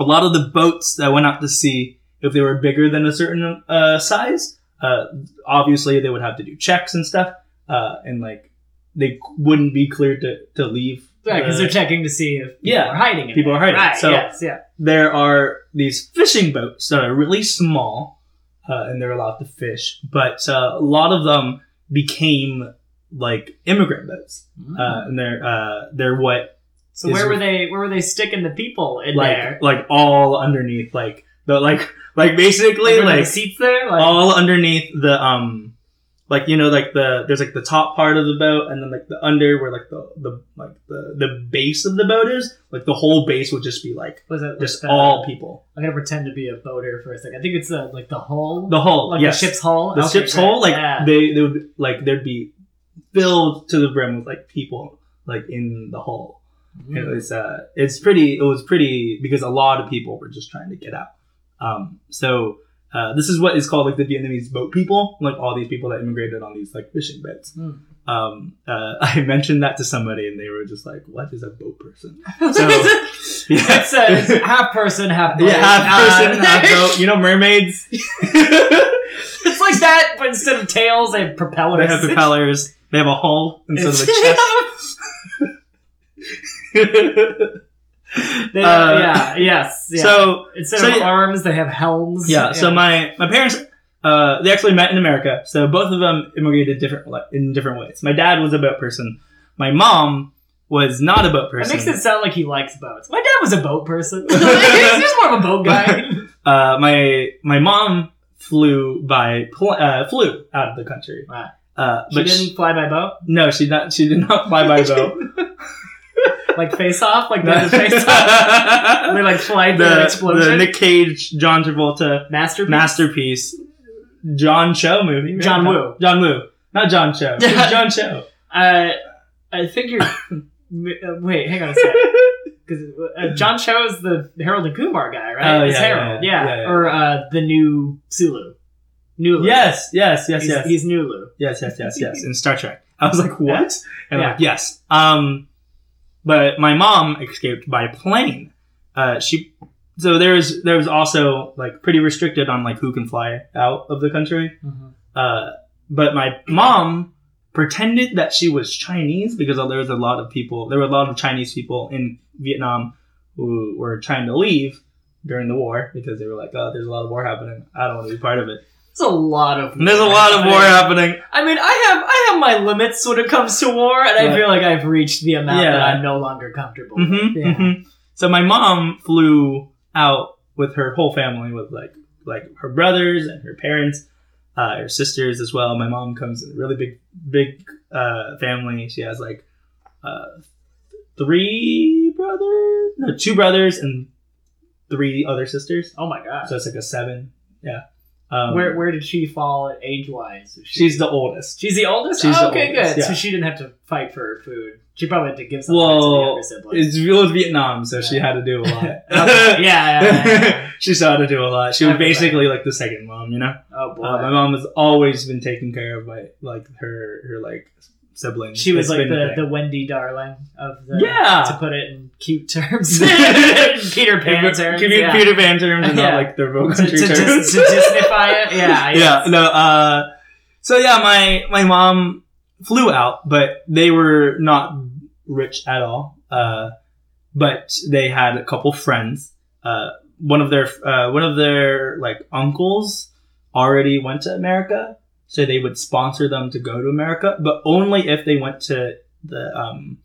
Speaker 1: a lot of the boats that went out to sea, if they were bigger than a certain uh, size, uh, obviously they would have to do checks and stuff, uh, and like they wouldn't be cleared to, to leave.
Speaker 2: yeah, because
Speaker 1: the-
Speaker 2: they're checking to see if people
Speaker 1: uh, Yeah.
Speaker 2: are hiding it.
Speaker 1: People are hiding.
Speaker 2: Right.
Speaker 1: So- uh,
Speaker 2: yes. Yeah.
Speaker 1: there are these fishing boats that are really small uh, and they're allowed to fish but uh, a lot of them became like immigrant boats uh, and they're uh, they're what
Speaker 2: Mm-hmm.
Speaker 1: is-
Speaker 2: so where were they? Where were they sticking the people in
Speaker 1: like
Speaker 2: there?
Speaker 1: like all underneath like the like like basically
Speaker 2: Were there
Speaker 1: like
Speaker 2: seats there? Like,
Speaker 1: all underneath the um like you know like the there's like the top part of the boat and then like the under where like the the like the the base of the boat is like the whole base would just be like
Speaker 2: was it
Speaker 1: just
Speaker 2: like the-
Speaker 1: all people
Speaker 2: I'm gonna pretend to be a boater for a second. I think it's uh, like the hull,
Speaker 1: the whole
Speaker 2: like
Speaker 1: yes.
Speaker 2: the ship's hull.
Speaker 1: the
Speaker 2: Okay,
Speaker 1: ship's
Speaker 2: great.
Speaker 1: hole, like
Speaker 2: yeah.
Speaker 1: they they would like there'd be filled to the brim with like people like in the hole. It
Speaker 2: Mm.
Speaker 1: was uh, it's pretty. It was pretty because a lot of people were just trying to get out. Um, so uh, this is what is called like the Vietnamese boat people, like all these people that immigrated on these like fishing boats.
Speaker 2: Hmm.
Speaker 1: Um, uh, I mentioned that to somebody, and they were just like, "What is a boat person?" Yeah.
Speaker 2: it's, uh, it's half person, half boat.
Speaker 1: Yeah, half person,
Speaker 2: Uh,
Speaker 1: half boat. You know, mermaids.
Speaker 2: It's like that, but instead of tails, they have propellers.
Speaker 1: They have propellers. They have a hull instead of a chest. Uh,
Speaker 2: They have- yeah. Yes. Yeah.
Speaker 1: So
Speaker 2: instead
Speaker 1: so
Speaker 2: of
Speaker 1: yeah.
Speaker 2: arms, they have helms.
Speaker 1: yeah, so my my parents uh, they actually met in America. So both of them immigrated different like, in different ways. My dad was a boat person. My mom was not a boat
Speaker 2: That
Speaker 1: person.
Speaker 2: makes it sound like he likes boats. My dad was a boat person. He's more of a boat guy.
Speaker 1: uh, my my mom flew by pl- uh, flew out of the country.
Speaker 2: Wow.
Speaker 1: Uh,
Speaker 2: She
Speaker 1: but
Speaker 2: didn't
Speaker 1: she-
Speaker 2: fly by boat,
Speaker 1: no, she not she did not fly by boat.
Speaker 2: like face off, like
Speaker 1: No.
Speaker 2: the face off. They like fly through an
Speaker 1: the,
Speaker 2: explosion.
Speaker 1: the Nick Cage, John Travolta
Speaker 2: Masterpiece.
Speaker 1: masterpiece, John Cho movie. right?
Speaker 2: John Woo.
Speaker 1: John Woo. Not John Cho. It was John Cho.
Speaker 2: Uh, I think you're. m- uh, wait, hang on a second. Because uh, John Cho is the Harold and Kumar guy, right?
Speaker 1: Oh,
Speaker 2: It's
Speaker 1: yeah, yeah,
Speaker 2: Harold,
Speaker 1: yeah, yeah, yeah.
Speaker 2: Or uh, the new Sulu. Nulu.
Speaker 1: Yes, yes, yes,
Speaker 2: he's,
Speaker 1: yes.
Speaker 2: He's Nulu.
Speaker 1: yes, yes, yes, yes. In Star Trek. I was like, what? And I'm like, yes. Um, but my mom escaped by plane. Uh, she, so there's, there was also like pretty restricted on like who can fly out of the country. Uh, but my mom pretended that she was Chinese because there was a lot of people, there were a lot of Chinese people in Vietnam who were trying to leave during the war because they were like, "Oh, there's a lot of war happening. I don't want to be part of it."
Speaker 2: It's a lot of.
Speaker 1: And there's a lot of war happening.
Speaker 2: I mean, I have I have my limits when it comes to war, and I
Speaker 1: Right.
Speaker 2: feel like I've reached the amount that
Speaker 1: Yeah.
Speaker 2: I'm no longer comfortable.
Speaker 1: hmm
Speaker 2: with. Yeah.
Speaker 1: hmm So my mom flew out with her whole family, with like like her brothers and her parents, uh, her sisters as well. My mom comes in a really big big uh, family. She has like uh, three brothers, no, two brothers and three other sisters.
Speaker 2: Oh my god.
Speaker 1: So it's like a seven. Yeah. Um,
Speaker 2: where where did she fall age wise?
Speaker 1: she's the oldest.
Speaker 2: she's the oldest.
Speaker 1: she's
Speaker 2: oh,
Speaker 1: the
Speaker 2: okay,
Speaker 1: oldest,
Speaker 2: good.
Speaker 1: yeah.
Speaker 2: So she didn't have to fight for her food. She probably had to give some
Speaker 1: Well,
Speaker 2: well, to the younger siblings.
Speaker 1: It's, it was Vietnam, so she had to do a
Speaker 2: Okay,
Speaker 1: lot.
Speaker 2: yeah, yeah, yeah, yeah.
Speaker 1: she saw how to do a lot. She was
Speaker 2: Okay.
Speaker 1: basically like the second mom, you know.
Speaker 2: Oh boy.
Speaker 1: Uh, my mom has always been taking care of my like her her like siblings.
Speaker 2: she was
Speaker 1: It's
Speaker 2: like
Speaker 1: been
Speaker 2: the,
Speaker 1: a
Speaker 2: the
Speaker 1: thing.
Speaker 2: Wendy darling of the to
Speaker 1: yeah.
Speaker 2: put it in cute terms. Peter Pan terms.
Speaker 1: Commu-
Speaker 2: yeah.
Speaker 1: Peter Pan terms and
Speaker 2: Yeah.
Speaker 1: not like their vocal
Speaker 2: to, to,
Speaker 1: country
Speaker 2: to, to
Speaker 1: terms.
Speaker 2: Disneyfy it. Yeah.
Speaker 1: yeah no uh so yeah my my mom flew out but they were not rich at all uh but they had a couple friends uh one of their uh one of their like uncles already went to america so they would sponsor them to go to america but only if they went to the um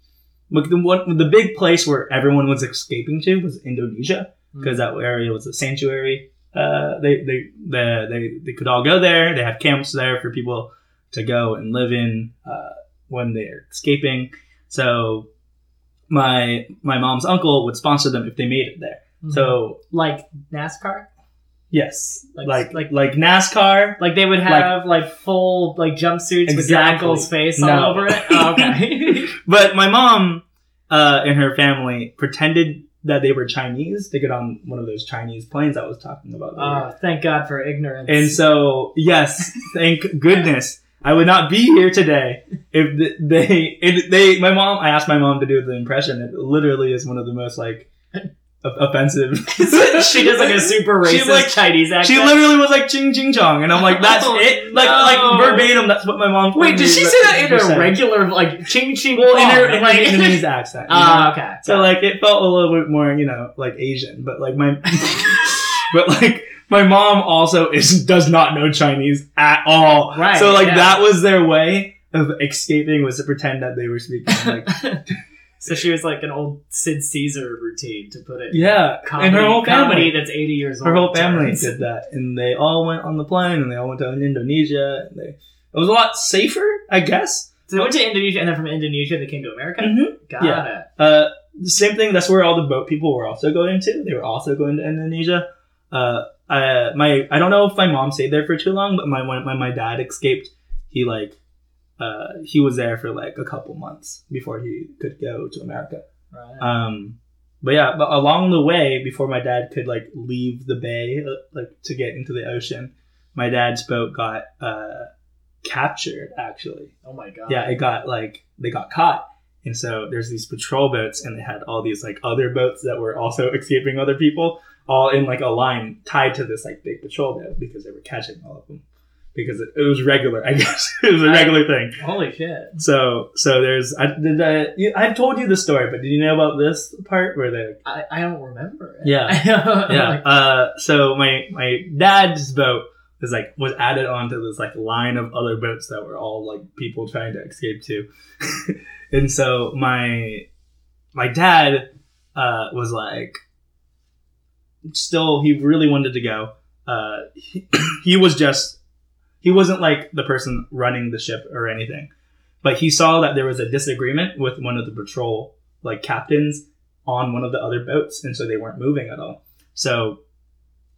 Speaker 1: like the one the big place where everyone was escaping to was indonesia because that area was a sanctuary. Uh, they, they, the they, they could all go there. They have camps there for people to go and live in uh, when they're escaping. So my my mom's uncle would sponsor them if they made it there.
Speaker 2: Mhm.
Speaker 1: So
Speaker 2: like NASCAR,
Speaker 1: yes,
Speaker 2: Like-
Speaker 1: like
Speaker 2: like-
Speaker 1: like like NASCAR.
Speaker 2: like they would have like, full like jumpsuits with your
Speaker 1: Exactly.
Speaker 2: uncle's face all
Speaker 1: No.
Speaker 2: over it. Oh, okay.
Speaker 1: But my mom uh, and her family pretended that they were Chinese to get on one of those Chinese planes I was talking about. earlier.
Speaker 2: oh, thank God for ignorance.
Speaker 1: And so, yes, thank goodness, I would not be here today if th- they, if they, my mom. I asked my mom to do the impression. It literally is one of the most like o- offensive.
Speaker 2: she does like a super
Speaker 1: She,
Speaker 2: racist
Speaker 1: like-
Speaker 2: Chinese accent.
Speaker 1: She literally was like ching ching chong, and I'm like, that's
Speaker 2: Oh,
Speaker 1: it, like
Speaker 2: no.
Speaker 1: like verbatim. That's what Oh, my mom.
Speaker 2: Wait, did
Speaker 1: told
Speaker 2: she
Speaker 1: me
Speaker 2: say that in her
Speaker 1: 100%.
Speaker 2: regular like ching ching?
Speaker 1: Well, in her,
Speaker 2: pong?
Speaker 1: in her
Speaker 2: like,
Speaker 1: Vietnamese accent. you know?
Speaker 2: Ah, okay.
Speaker 1: So like it felt a little bit more, you know, like Asian, but like my but like my mom also is does not know Chinese at all.
Speaker 2: Right,
Speaker 1: So like
Speaker 2: yeah.
Speaker 1: that was their way of escaping was to pretend that they were speaking like
Speaker 2: So she was like an old Sid Caesar routine to put it.
Speaker 1: Yeah.
Speaker 2: Comedy,
Speaker 1: and her whole
Speaker 2: comedy
Speaker 1: family
Speaker 2: that's eighty years old.
Speaker 1: her whole family
Speaker 2: turns.
Speaker 1: did that. And they all went on the plane and they all went to Indonesia and they it was a lot safer, I guess.
Speaker 2: So they went to Indonesia, and then from Indonesia they came to America.
Speaker 1: Mhm.
Speaker 2: Got
Speaker 1: Yeah.
Speaker 2: it.
Speaker 1: Uh, the same thing. That's where all the boat people were also going to. They were also going to Indonesia. Uh, I, my I don't know if my mom stayed there for too long, but my when my, my dad escaped, he like uh, he was there for like a couple months before he could go to America.
Speaker 2: Right.
Speaker 1: Um, but yeah, but along the way, before my dad could like leave the bay, uh, like to get into the ocean, my dad's boat got uh, captured actually
Speaker 2: oh my god.
Speaker 1: yeah, it got like they got caught. And so there's these patrol boats, and they had all these like other boats that were also escaping other people, all in like a line tied to this like big patrol boat because they were catching all of them because it, it was regular, I guess it was a regular thing.
Speaker 2: Holy shit.
Speaker 1: So so there's I did I, you, I've told you the story, but did you know about this part where they
Speaker 2: I, I don't remember it.
Speaker 1: Yeah. yeah.
Speaker 2: yeah.
Speaker 1: Uh, so my my dad's boat was like was added onto this like line of other boats that were all like people trying to escape to, and so my my dad uh, was like still he really wanted to go. Uh, he, he was just he wasn't like the person running the ship or anything, but he saw that there was a disagreement with one of the patrol like captains on one of the other boats, and so they weren't moving at all. So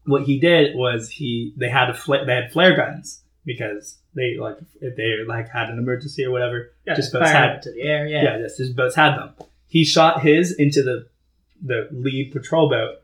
Speaker 1: what he did was he they had a fla- they had flare guns because they like if they like had an emergency or whatever. Just
Speaker 2: fire
Speaker 1: both had-
Speaker 2: up to the air. Yeah.
Speaker 1: Yeah, this his boats had them. He shot his into the the lead patrol boat,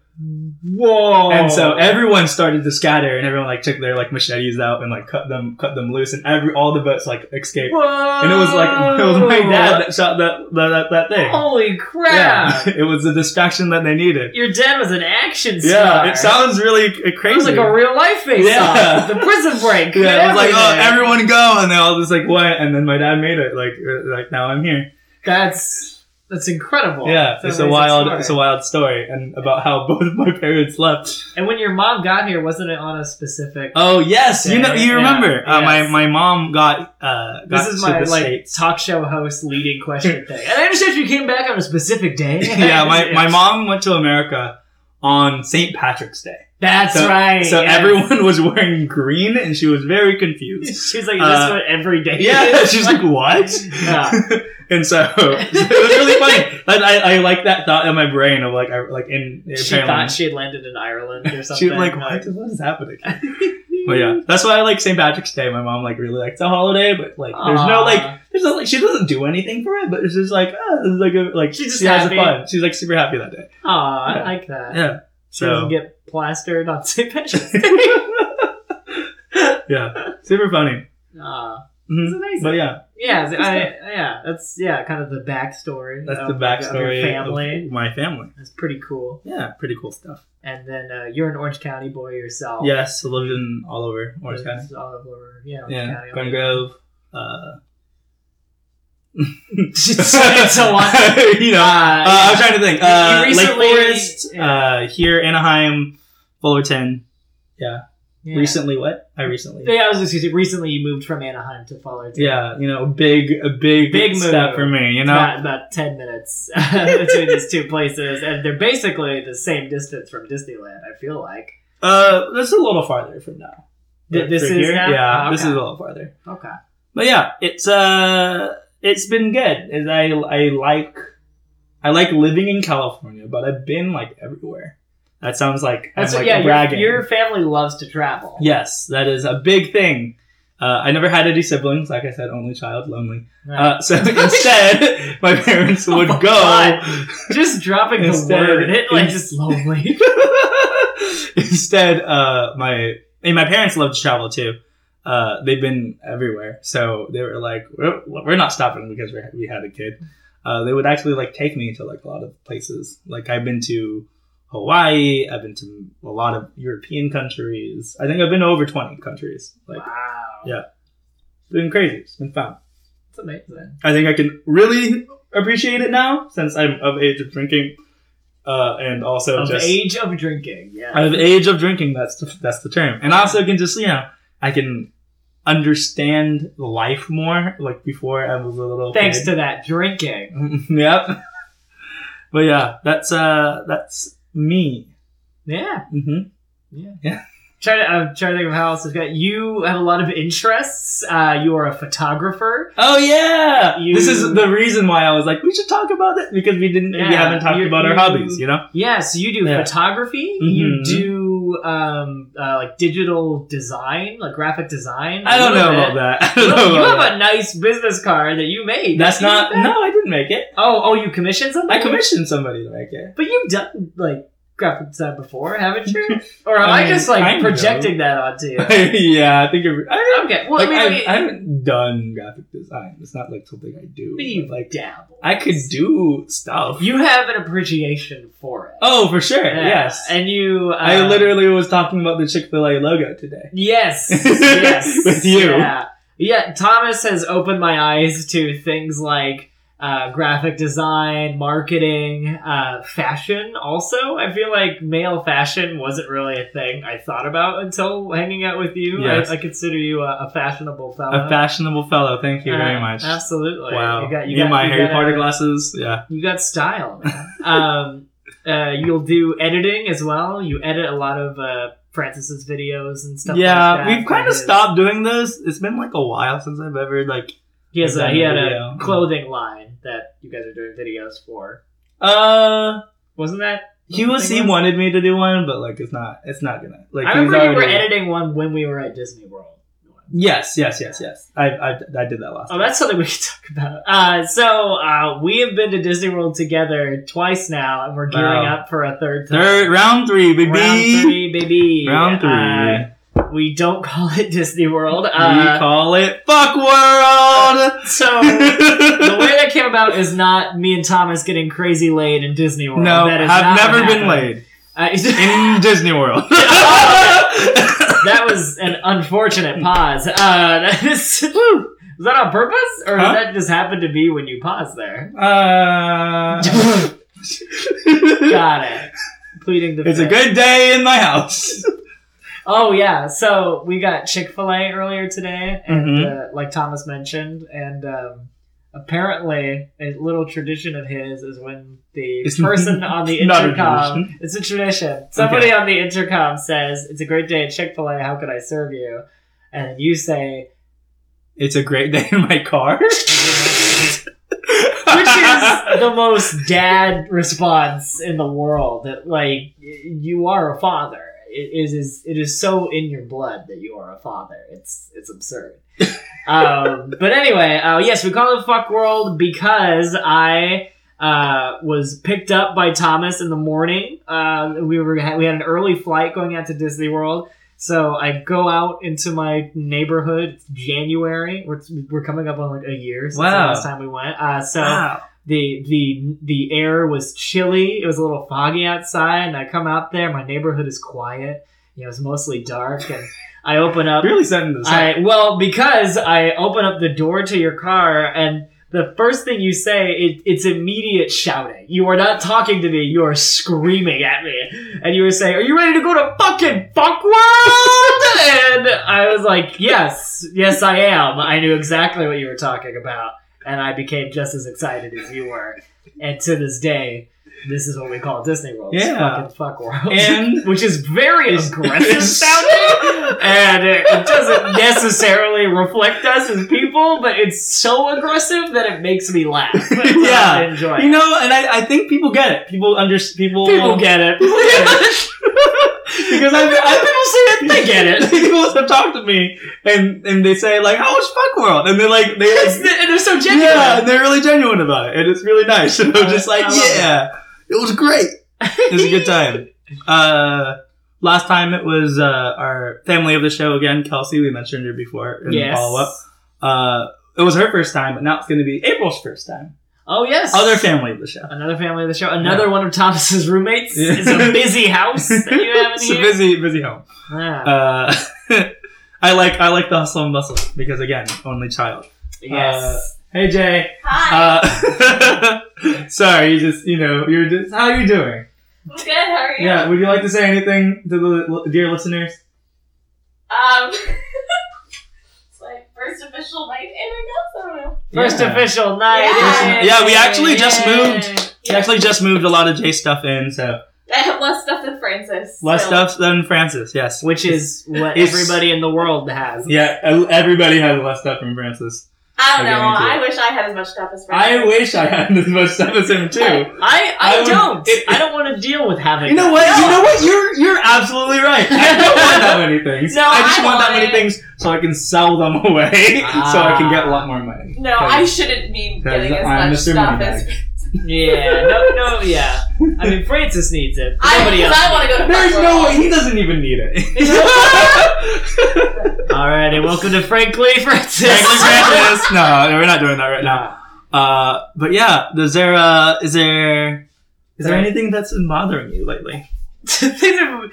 Speaker 2: Whoa.
Speaker 1: and so everyone started to scatter, and everyone like took their like machetes out and like cut them cut them loose, and every all the boats like escaped.
Speaker 2: Whoa.
Speaker 1: And it was like it was my dad that shot that that, that, that thing.
Speaker 2: Holy Oh, crap!
Speaker 1: it was the distraction that they needed.
Speaker 2: Your dad was an action star.
Speaker 1: Yeah, it sounds really c-
Speaker 2: It
Speaker 1: crazy.
Speaker 2: was like a real life face
Speaker 1: Yeah.
Speaker 2: off. The prison break.
Speaker 1: Yeah, it was like, oh,
Speaker 2: everything.
Speaker 1: everyone go, and they all just like went, and then my dad made it. Like, uh, like now I'm here.
Speaker 2: That's That's incredible.
Speaker 1: Yeah,
Speaker 2: That's
Speaker 1: it's a
Speaker 2: amazing
Speaker 1: wild,
Speaker 2: story.
Speaker 1: it's a wild story, and about how both of my parents left.
Speaker 2: And when your mom got here, wasn't it on a specific?
Speaker 1: Oh yes, you know,
Speaker 2: Okay,
Speaker 1: you
Speaker 2: yeah,
Speaker 1: remember? Uh, my
Speaker 2: yes.
Speaker 1: my mom got uh, got
Speaker 2: this is
Speaker 1: to
Speaker 2: my
Speaker 1: the
Speaker 2: like
Speaker 1: states.
Speaker 2: talk show host leading question thing. And I understand you came back on a specific day.
Speaker 1: yeah, my, my
Speaker 2: Yes.
Speaker 1: mom went to America on St. Patrick's Day,
Speaker 2: That's
Speaker 1: So-
Speaker 2: right.
Speaker 1: so
Speaker 2: yes.
Speaker 1: everyone was wearing green, and she was very confused.
Speaker 2: She's like, that's
Speaker 1: Uh,
Speaker 2: what every day.
Speaker 1: Yeah,
Speaker 2: is.
Speaker 1: she's like, what?
Speaker 2: Yeah.
Speaker 1: and so, so it was really funny. Like, I, I like that thought in my brain of like, I, like in
Speaker 2: she
Speaker 1: apparently-
Speaker 2: thought she had landed in Ireland or something.
Speaker 1: she was like, what, what is happening? But yeah, that's why I like St. Patrick's Day. My mom like really likes the holiday, but like there's no
Speaker 2: Aw.
Speaker 1: like there's no like she doesn't do anything for it, but it's just like oh, this is like a, like
Speaker 2: She's just
Speaker 1: she has
Speaker 2: happy.
Speaker 1: the fun. She's like super happy that day.
Speaker 2: Aw, I
Speaker 1: Yeah.
Speaker 2: like that.
Speaker 1: Yeah.
Speaker 2: She doesn't
Speaker 1: So
Speaker 2: get plastered on St. Patrick's Day.
Speaker 1: yeah, super funny.
Speaker 2: Aw,
Speaker 1: Mhm.
Speaker 2: it's amazing.
Speaker 1: But yeah,
Speaker 2: yeah,
Speaker 1: Good
Speaker 2: I, yeah, that's yeah, kind of the backstory.
Speaker 1: that's
Speaker 2: of-
Speaker 1: the backstory
Speaker 2: of your family.
Speaker 1: of my family.
Speaker 2: That's pretty cool.
Speaker 1: Yeah, pretty cool stuff.
Speaker 2: And then uh, you're an Orange County boy yourself.
Speaker 1: Yes, I lived in all over Orange County.
Speaker 2: It's All over, yeah, Orange
Speaker 1: Yeah,
Speaker 2: County.
Speaker 1: Glen Grove. Uh,
Speaker 2: it's a lot.
Speaker 1: you know,
Speaker 2: Uh,
Speaker 1: Uh, I'm trying to think.
Speaker 2: You- you
Speaker 1: Uh,
Speaker 2: recently-
Speaker 1: Lake Forest,
Speaker 2: yeah.
Speaker 1: uh, here, Anaheim, Fullerton.
Speaker 2: yeah.
Speaker 1: Recently, what? I recently.
Speaker 2: Yeah, I was just gonna say, recently you moved from Anaheim to Fullerton.
Speaker 1: yeah, you know, big, a big,
Speaker 2: Big
Speaker 1: step
Speaker 2: move.
Speaker 1: for me. You know,
Speaker 2: About, about 10 minutes between these two places, and they're basically the same distance from Disneyland, I feel like.
Speaker 1: uh, that's a little farther from now.
Speaker 2: Th- this
Speaker 1: For
Speaker 2: is now?
Speaker 1: yeah,
Speaker 2: Oh,
Speaker 1: this is a
Speaker 2: okay.
Speaker 1: little farther.
Speaker 2: Okay.
Speaker 1: But yeah, it's uh, it's been good. Is I I like, I like living in California, but I've been like everywhere. That sounds like
Speaker 2: That's
Speaker 1: I'm,
Speaker 2: what,
Speaker 1: like
Speaker 2: yeah, your-
Speaker 1: bragging.
Speaker 2: Your, family loves to travel.
Speaker 1: Yes, that is a big thing. Uh, I never had any siblings, like I said, only child, lonely.
Speaker 2: Right.
Speaker 1: Uh, so instead, my parents would
Speaker 2: Oh my
Speaker 1: go.
Speaker 2: just dropping the
Speaker 1: instead-
Speaker 2: word, it like
Speaker 1: in-
Speaker 2: just lonely.
Speaker 1: instead, uh, my and my parents love to travel too. Uh, they've been everywhere, so they were like, "We're, we're not stopping because we're, we had a kid." Uh, they would actually like take me to like a lot of places. Like I've been to Hawaii. I've been to a lot of European countries. I think I've been to over twenty countries. Like
Speaker 2: wow,
Speaker 1: Yeah. It's been crazy. It's been fun.
Speaker 2: it's amazing.
Speaker 1: I think I can really appreciate it now since I'm of age of drinking, uh, and also
Speaker 2: of
Speaker 1: just
Speaker 2: age of drinking, yeah.
Speaker 1: of age of drinking. That's the, that's the term. And also can just you know I can understand life more. Like before, I was a little
Speaker 2: Thanks to that drinking.
Speaker 1: to yep. But yeah, that's uh that's me.
Speaker 2: Yeah,
Speaker 1: hmm
Speaker 2: yeah.
Speaker 1: Yeah.
Speaker 2: Try to, I'm trying to think of how else I've got. You have a lot of interests. Uh, you are a photographer.
Speaker 1: Oh yeah,
Speaker 2: You-
Speaker 1: this is the reason why I was like, we should talk about it because we didn't,
Speaker 2: Yeah,
Speaker 1: we haven't talked
Speaker 2: you-
Speaker 1: about our
Speaker 2: you-
Speaker 1: hobbies, you know.
Speaker 2: Yeah, so you do
Speaker 1: Yeah.
Speaker 2: photography. You
Speaker 1: Mhm.
Speaker 2: do um, uh, like digital design, like graphic design.
Speaker 1: I
Speaker 2: a
Speaker 1: don't
Speaker 2: little
Speaker 1: know
Speaker 2: bit.
Speaker 1: about that. I
Speaker 2: You
Speaker 1: don't know
Speaker 2: you
Speaker 1: about
Speaker 2: have
Speaker 1: that.
Speaker 2: a nice business card that you made.
Speaker 1: That's
Speaker 2: You
Speaker 1: not.
Speaker 2: made that?
Speaker 1: No, I didn't make it.
Speaker 2: Oh, oh, you commissioned something.
Speaker 1: I commissioned somebody to make it.
Speaker 2: But you've done like graphic design before, haven't you? Or am I,
Speaker 1: I mean,
Speaker 2: just like
Speaker 1: kind of.
Speaker 2: projecting that onto you?
Speaker 1: yeah, I think you're. I,
Speaker 2: Okay. Well,
Speaker 1: like,
Speaker 2: I mean,
Speaker 1: I,
Speaker 2: like,
Speaker 1: I haven't done graphic design. It's not like something I do.
Speaker 2: but you
Speaker 1: but, like
Speaker 2: dabble.
Speaker 1: I could do stuff.
Speaker 2: You have an appreciation for it.
Speaker 1: Oh, for sure.
Speaker 2: Yeah.
Speaker 1: Yes.
Speaker 2: And you. Uh,
Speaker 1: I literally was talking about the Chick Fil A logo today.
Speaker 2: Yes. Yes.
Speaker 1: With you.
Speaker 2: Yeah. Yeah. Thomas has opened my eyes to things like. Uh, graphic design, marketing, uh, fashion. Also, I feel like male fashion wasn't really a thing I thought about until hanging out with you.
Speaker 1: Yes.
Speaker 2: I, I consider you a, a fashionable fellow.
Speaker 1: A fashionable fellow. Thank you very
Speaker 2: Uh,
Speaker 1: much.
Speaker 2: Uh-huh. Absolutely.
Speaker 1: Wow.
Speaker 2: You got, you
Speaker 1: Me
Speaker 2: got,
Speaker 1: and my
Speaker 2: you
Speaker 1: Harry
Speaker 2: got,
Speaker 1: Potter glasses. Yeah.
Speaker 2: You got style, man. um, uh, you'll do editing as well. You edit a lot of uh, Francis's videos and stuff.
Speaker 1: yeah.
Speaker 2: like that
Speaker 1: we've kind
Speaker 2: for
Speaker 1: of
Speaker 2: his-
Speaker 1: stopped doing this. It's been like a while since I've ever like.
Speaker 2: He has a, he had a
Speaker 1: Video.
Speaker 2: clothing line that you guys are doing videos for.
Speaker 1: Uh.
Speaker 2: Wasn't that?
Speaker 1: He was. He wanted me to do one, but like it's not. It's not gonna. Like
Speaker 2: I
Speaker 1: he's
Speaker 2: remember you were
Speaker 1: already-
Speaker 2: editing one when we were at Disney World.
Speaker 1: Yes, yes, yes, yes. I I, I did that last.
Speaker 2: Oh, that's something we could talk about. Uh, so uh, we have been to Disney World together twice now, and we're gearing
Speaker 1: Wow.
Speaker 2: up for a third time.
Speaker 1: third round three, baby.
Speaker 2: Round three, baby.
Speaker 1: Round three.
Speaker 2: Uh, we don't call it Disney World.
Speaker 1: we
Speaker 2: Uh,
Speaker 1: call it fuck world.
Speaker 2: so the way that came about is not me and Thomas getting crazy laid in Disney World.
Speaker 1: no,
Speaker 2: that is
Speaker 1: I've
Speaker 2: not what
Speaker 1: never been
Speaker 2: happened.
Speaker 1: laid
Speaker 2: Uh,
Speaker 1: in Disney World.
Speaker 2: that was an unfortunate pause. Uh, that is, it Was that on purpose, or
Speaker 1: Huh?
Speaker 2: did that just happen to be when you paused there?
Speaker 1: Uh,
Speaker 2: Got it. Pleading the
Speaker 1: it's a
Speaker 2: fifth.
Speaker 1: good day in my house.
Speaker 2: Oh yeah, so we got Chick Fil A earlier today, and
Speaker 1: Mm-hmm.
Speaker 2: uh, like Thomas mentioned, and um, apparently a little tradition of his is when the
Speaker 1: It's
Speaker 2: person on the
Speaker 1: not a
Speaker 2: intercom.
Speaker 1: tradition.
Speaker 2: it's a tradition. Somebody on the intercom says, "It's a great day at Chick Fil A. How could I serve you?" And you say,
Speaker 1: It's a great day in my car. Which is
Speaker 2: which is the most dad response in the world. That like y- you are a father. It is is it is so in your blood that you are a father. It's it's absurd. um, but anyway, uh, yes, we call it fuck world because I uh, was picked up by Thomas in the morning. Uh, we were we had an early flight going out to Disney World. So I go out into my neighborhood. It's January. We're, we're coming up on like a year since the
Speaker 1: Wow.
Speaker 2: last time we went. Uh, so
Speaker 1: wow.
Speaker 2: the the the air was chilly. It was a little foggy outside, and I come out there. My neighborhood is quiet. You know, it's mostly dark, and I open up.
Speaker 1: Really setting this up.
Speaker 2: I well because I open up the door to your car, and the first thing you say it, it's immediate shouting. You are not talking to me. You are screaming at me, and you were saying, "Are you ready to go to fucking fuck world?" and I was like, "Yes, yes, I am." I knew exactly what you were talking about, and I became just as excited as you were. And to this day. This is what we call Disney World. It's
Speaker 1: Yeah.
Speaker 2: Fucking fuck world.
Speaker 1: And-
Speaker 2: which is very aggressive
Speaker 1: it's-
Speaker 2: sounding, and it it doesn't necessarily reflect us as people, but it's so aggressive that it makes me laugh.
Speaker 1: Yeah.
Speaker 2: I enjoy.
Speaker 1: you
Speaker 2: it.
Speaker 1: know, and I, I think people get it. People under people
Speaker 2: people get it. People get it.
Speaker 1: because I've, I've people say it.
Speaker 2: They get it.
Speaker 1: people have talked to me and and they say like, "How was Fuck World?" And they're like, they
Speaker 2: It's
Speaker 1: like,
Speaker 2: the- and they're so genuine.
Speaker 1: yeah, and they're really genuine about it, and it's really nice. And I'm
Speaker 2: I-
Speaker 1: just like,
Speaker 2: I love
Speaker 1: yeah, it was great. It was a good time. Uh, last time it was uh, our family of the show again, Kelsey. We mentioned her before in the
Speaker 2: Yes.
Speaker 1: follow up. Uh, it was her first time, but now it's going to be April's first time.
Speaker 2: Oh yes.
Speaker 1: Other family of the show.
Speaker 2: Another family of the show. Another one of Thomas's roommates.
Speaker 1: Yeah.
Speaker 2: It's a busy house that you have in
Speaker 1: it's a
Speaker 2: here. Ah,
Speaker 1: busy, busy home.
Speaker 2: Yeah.
Speaker 1: Uh, I like I like the hustle and bustle because again, only child.
Speaker 2: yes.
Speaker 1: Hey Jay.
Speaker 3: Hi.
Speaker 1: Uh, sorry, you just you know you're just how are you doing?
Speaker 3: I'm good. How are you?
Speaker 1: Yeah. Would you like to say anything to the li- dear listeners?
Speaker 3: Um. it's my first official night in. I guess I don't know.
Speaker 2: First
Speaker 1: Yeah.
Speaker 2: official night.
Speaker 3: Yeah.
Speaker 1: Yeah, we actually just
Speaker 2: Yay.
Speaker 1: moved. We
Speaker 3: Yeah.
Speaker 1: actually just moved a lot of Jay stuff in, so
Speaker 3: I have less stuff than Francis.
Speaker 1: less
Speaker 3: so-
Speaker 1: stuff than Francis. Yes.
Speaker 2: Which is what
Speaker 1: It's-
Speaker 2: everybody in the world has.
Speaker 1: Yeah. e- Everybody has less stuff than Francis.
Speaker 3: I don't
Speaker 1: We're
Speaker 3: know.
Speaker 1: getting into
Speaker 3: I
Speaker 1: it.
Speaker 3: wish I had as much stuff as
Speaker 1: I
Speaker 3: Francis.
Speaker 1: wish I had as much stuff as him too.
Speaker 2: I, I,
Speaker 1: I would-
Speaker 2: don't.
Speaker 1: it-
Speaker 2: I don't want to deal with having.
Speaker 1: You know what?
Speaker 2: that.
Speaker 1: You know what? You're you're absolutely right. I don't want that many things.
Speaker 3: No,
Speaker 1: I just
Speaker 3: I
Speaker 1: want that
Speaker 3: want
Speaker 1: many
Speaker 3: it.
Speaker 1: things so I can sell them away, so I can get a lot more money.
Speaker 3: No, I
Speaker 1: 'Cause-
Speaker 3: shouldn't be
Speaker 1: Because
Speaker 3: getting as
Speaker 1: I'm
Speaker 3: much
Speaker 1: Mr.
Speaker 3: stuff
Speaker 1: Moneybag.
Speaker 3: as.
Speaker 2: Yeah. No. No. Yeah. I mean, Francis needs it. but
Speaker 3: I-
Speaker 2: Nobody else.
Speaker 3: I wanna go to-
Speaker 1: There's no way he doesn't even need it.
Speaker 2: All right, and welcome to Frankly Francis.
Speaker 1: Frankly, Francis. No, no, we're not doing that right now. Uh, but yeah, is there uh, is there is there anything that's been bothering you lately?
Speaker 2: These are-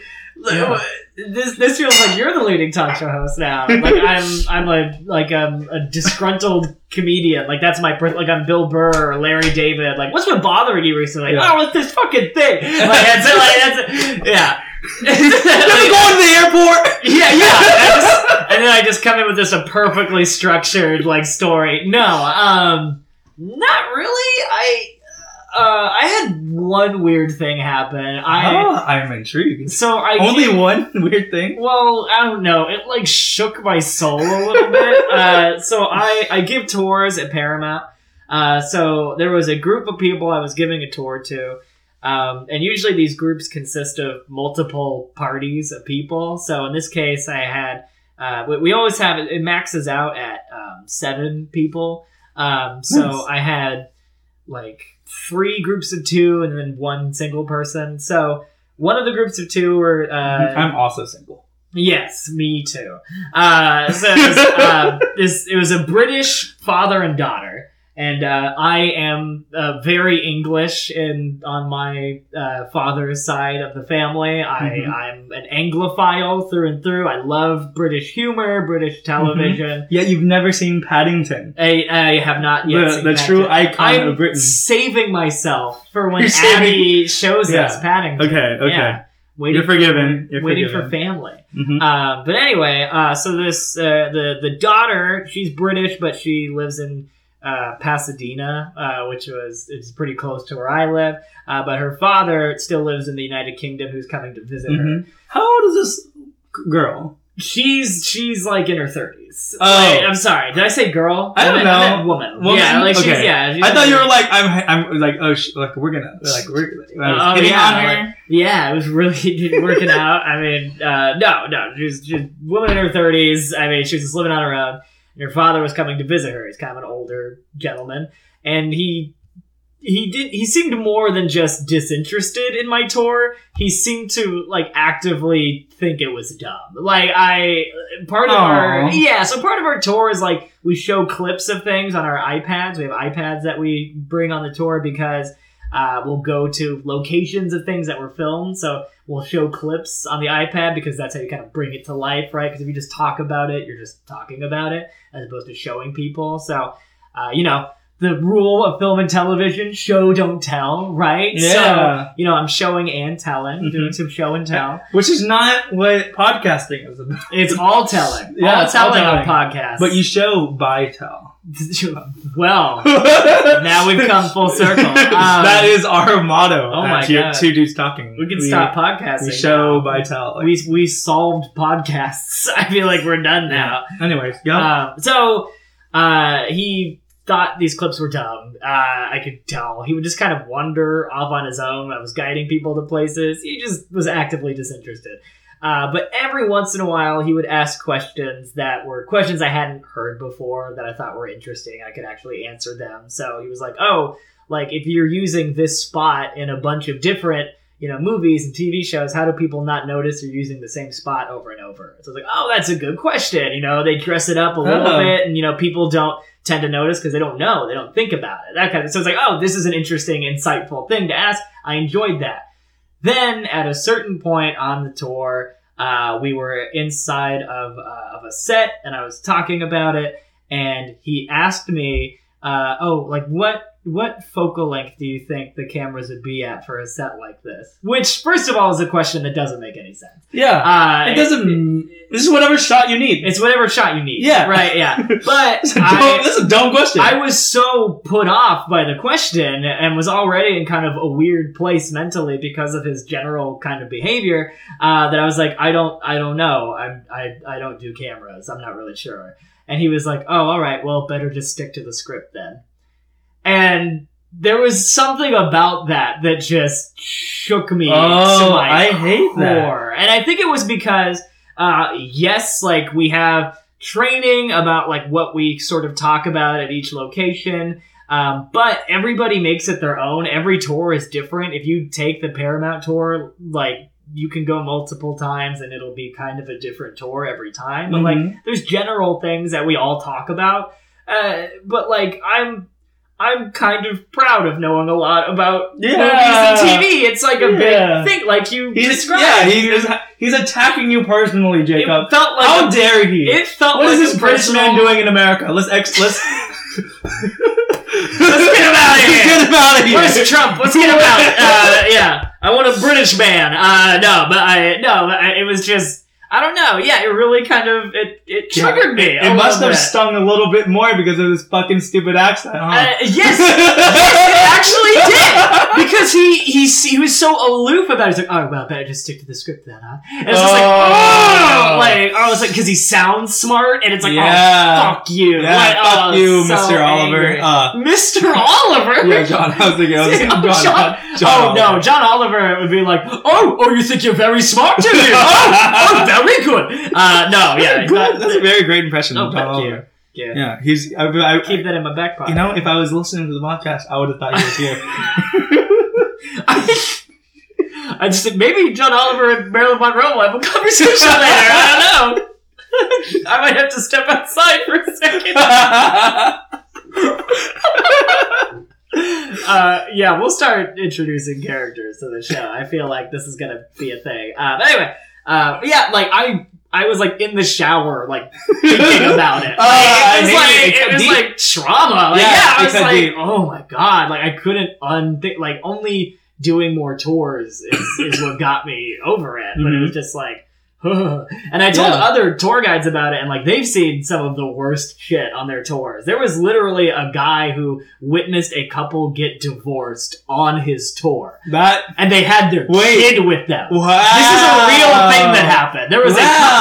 Speaker 1: Yeah.
Speaker 2: This this feels like you're the leading talk show host now. Like I'm I'm a like um a disgruntled comedian. Like that's my per- like I'm Bill Burr or Larry David. Like what's been bothering you recently?
Speaker 1: Yeah.
Speaker 2: Oh, it's this fucking thing. Like that's it. Like that's it. Yeah.
Speaker 1: You're going to the airport.
Speaker 2: Yeah, yeah. I just- and then I just come in with this a perfectly structured like story. No, um, not really. I uh, I had one weird thing happen. I
Speaker 1: Ah, I'm intrigued.
Speaker 2: so I
Speaker 1: Only one weird thing.
Speaker 2: well, I don't know. It like shook my soul a little bit. Uh, so I I give tours at Paramount. Uh, so there was a group of people I was giving a tour to. Um, and usually these groups consist of multiple parties of people. So in this case, I had uh, we, we always have it, it maxes out at um, seven people. Um, so
Speaker 1: Nice.
Speaker 2: I had like three groups of two and then one single person. So one of the groups of two were uh,
Speaker 1: I'm also single.
Speaker 2: Yes, me uh, too. Uh, so it was, um, this it was a British father and daughter, And uh, I am uh, very English in on my uh, father's side of the family. I,
Speaker 1: Mhm.
Speaker 2: I'm an Anglophile through and through. I love British humor,
Speaker 1: Mm-hmm.
Speaker 2: British television.
Speaker 1: Yet you've never seen Paddington,
Speaker 2: I, I have not yet.
Speaker 1: the,
Speaker 2: seen
Speaker 1: the
Speaker 2: that
Speaker 1: true
Speaker 2: yet.
Speaker 1: icon
Speaker 2: I'm
Speaker 1: of Britain.
Speaker 2: saving myself for when
Speaker 1: You're saving-
Speaker 2: Abby shows
Speaker 1: Yeah.
Speaker 2: us Paddington.
Speaker 1: Okay, okay.
Speaker 2: Yeah. Waiting
Speaker 1: You're forgiven.
Speaker 2: For,
Speaker 1: You're
Speaker 2: waiting for
Speaker 1: forgiven.
Speaker 2: family.
Speaker 1: Mhm.
Speaker 2: Um, but anyway, uh, so this uh, the the daughter, she's British, but she lives in uh, Pasadena, uh, which was it's pretty close to where I live. Uh, but her father still lives in the United Kingdom, who's coming to visit her.
Speaker 1: Mhm. How old is this g- girl?
Speaker 2: She's she's like in her thirties.
Speaker 1: Oh.
Speaker 2: I'm sorry, did I say girl?
Speaker 1: I don't
Speaker 2: meant-
Speaker 1: know.
Speaker 2: meant woman.
Speaker 1: Woman?
Speaker 2: Yeah, like she's
Speaker 1: Okay.
Speaker 2: yeah. she's
Speaker 1: I
Speaker 2: in
Speaker 1: thought
Speaker 2: her-
Speaker 1: you were like I'm. I'm like oh sh- like we're gonna like we're I was
Speaker 2: Oh,
Speaker 1: hitting
Speaker 2: yeah,
Speaker 1: on her.
Speaker 2: Yeah, it was really working out. I mean, uh, no, no, she was, she was a woman in her thirties. I mean, she was just living on her own, and her father was coming to visit her. He's kind of an older gentleman, and he he did he seemed more than just disinterested in my tour. He seemed to like actively think it was dumb. Like I part of our
Speaker 1: Aw.
Speaker 2: yeah, so part of our tour is like we show clips of things on our iPads. We have iPads that we bring on the tour because uh, we'll go to locations of things that were filmed. So we'll show clips on the iPad because that's how you kind of bring it to life, right? Because if you just talk about it, you're just talking about it as opposed to showing people. So, uh, you know, the rule of film and television show, don't tell, right? So,
Speaker 1: Yeah, Mm-hmm.
Speaker 2: you know, I'm showing and telling, doing some show and tell.
Speaker 1: which is not what podcasting is about.
Speaker 2: It's all telling.
Speaker 1: Yeah,
Speaker 2: all
Speaker 1: it's all
Speaker 2: telling on
Speaker 1: telling.
Speaker 2: podcasts.
Speaker 1: But you show by tell.
Speaker 2: well,
Speaker 1: now
Speaker 2: we've come full circle. Um,
Speaker 1: that is our motto.
Speaker 2: oh my
Speaker 1: at Two-
Speaker 2: God.
Speaker 1: Two dudes talking.
Speaker 2: Um, we can stop podcasting.
Speaker 1: We show
Speaker 2: now.
Speaker 1: by tell. Like,
Speaker 2: we, we solved podcasts. I feel like we're done now.
Speaker 1: anyways, yeah.
Speaker 2: Um, so uh, he thought these clips were dumb. Uh, I could tell. He would just kind of wander off on his own. I was guiding people to places. He just was actively disinterested. Uh, but every once in a while, he would ask questions that were questions I hadn't heard before that I thought were interesting. I could actually answer them. So he was like, "Oh, like if you're using this spot in a bunch of different you know movies and tv shows how do people not notice you're using the same spot over and over so it's like oh that's a good question you know they dress it up a little
Speaker 1: Oh.
Speaker 2: bit and you know people don't tend to notice because they don't know they don't think about it that kind of so it's like oh this is an interesting insightful thing to ask i enjoyed that then at a certain point on the tour uh, we were inside of, uh, of a set and i was talking about it and he asked me uh, oh like what what focal length do you think the cameras would be at for a set like this? Which, first of all, is a question that doesn't make any sense.
Speaker 1: yeah.
Speaker 2: Uh,
Speaker 1: it doesn't. this is whatever shot you need.
Speaker 2: It's whatever shot you need.
Speaker 1: Yeah.
Speaker 2: Right. Yeah. But
Speaker 1: It's a dumb,
Speaker 2: I,
Speaker 1: this is a dumb question.
Speaker 2: I was so put off by the question and was already in kind of a weird place mentally because of his general kind of behavior uh, that I was like, I don't, I don't know. I'm, I, I don't do cameras. I'm not really sure. And he was like, Oh, all right. Well, better just stick to the script then. And there was something about that that just shook me. to
Speaker 1: Oh,
Speaker 2: my
Speaker 1: I hate that.
Speaker 2: core. And I think it was because, uh, yes, like we have training about like what we sort of talk about at each location. Um, but everybody makes it their own. Every tour is different. If you take the Paramount tour, like you can go multiple times and it'll be kind of a different tour every time. But like
Speaker 1: Mhm.
Speaker 2: there's general things that we all talk about uh, but like i'm i'm kind of proud of knowing a lot about movies and tv it's like a
Speaker 1: Yeah.
Speaker 2: big thing like you
Speaker 1: He's,
Speaker 2: described
Speaker 1: Yeah, he is, he's attacking you personally,
Speaker 2: it
Speaker 1: Jacob.
Speaker 2: felt like
Speaker 1: How
Speaker 2: a-
Speaker 1: dare he?
Speaker 2: it felt
Speaker 1: what
Speaker 2: like
Speaker 1: is
Speaker 2: a
Speaker 1: this British
Speaker 2: personal-
Speaker 1: man doing in America? Let's ex. Let's.
Speaker 2: Let's get him out of here.
Speaker 1: Let's get him out of here.
Speaker 2: Where's Trump? Let's get him out. Uh, yeah, I want a British man. Uh, no, but I no, but I, it was just I don't know. Yeah, it really kind of it it
Speaker 1: Yeah.
Speaker 2: triggered me. a
Speaker 1: it must
Speaker 2: little
Speaker 1: have
Speaker 2: bit.
Speaker 1: stung a little bit more because of this fucking stupid accent. Huh?
Speaker 2: Uh, yes, it actually because he he he was so aloof about it. He's like, oh well, better just stick to the script then, huh? And it's just like,
Speaker 1: Oh.
Speaker 2: oh, like I was like, because he sounds smart, and it's like, oh,
Speaker 1: yeah.
Speaker 2: fuck you,
Speaker 1: Yeah,
Speaker 2: Like,
Speaker 1: fuck
Speaker 2: oh,
Speaker 1: you,
Speaker 2: so
Speaker 1: Mr. Oliver.
Speaker 2: angry.
Speaker 1: Uh,
Speaker 2: Mr. Oliver.
Speaker 1: yeah, John. I was thinking, I was thinking
Speaker 2: Oh,
Speaker 1: John,
Speaker 2: John.
Speaker 1: John
Speaker 2: oh no,
Speaker 1: Oliver.
Speaker 2: John Oliver would be like, oh, oh, you think you're very smart, do you? oh, oh, very good. Uh, no, yeah,
Speaker 1: Good. That's a very great impression
Speaker 2: Oh,
Speaker 1: of John
Speaker 2: thank you.
Speaker 1: Oliver.
Speaker 2: Yeah.
Speaker 1: Yeah, he's. I, I,
Speaker 2: keep that in my back pocket.
Speaker 1: you know, if I was listening to the podcast, I would have thought he was here.
Speaker 2: I just maybe John Oliver and Marilyn Monroe will have a conversation later. I don't know. I might have to step outside for a second.
Speaker 1: oh
Speaker 2: uh, yeah, we'll start introducing characters to the show. I feel like this is gonna be a thing. Uh, but anyway, uh, but yeah, like I, I was like in the shower, like thinking about it. Like,
Speaker 1: Uh,
Speaker 2: it was
Speaker 1: maybe
Speaker 2: like
Speaker 1: it
Speaker 2: it
Speaker 1: could
Speaker 2: was
Speaker 1: be.
Speaker 2: like trauma. Like,
Speaker 1: Yeah,
Speaker 2: yeah, I
Speaker 1: it
Speaker 2: was
Speaker 1: could
Speaker 2: like,
Speaker 1: be.
Speaker 2: oh my god, like I couldn't unthink. Like only doing more tours is, is what got me over it. But it was just like. And I told
Speaker 1: Mm-hmm. Yeah.
Speaker 2: other tour guides about it, and like they've seen some of the worst shit on their tours. There was literally a guy who witnessed a couple get divorced on his tour,
Speaker 1: That
Speaker 2: and they had their
Speaker 1: Wait.
Speaker 2: kid with them.
Speaker 1: wow.
Speaker 2: This is a real thing that happened. There was
Speaker 1: Wow.
Speaker 2: a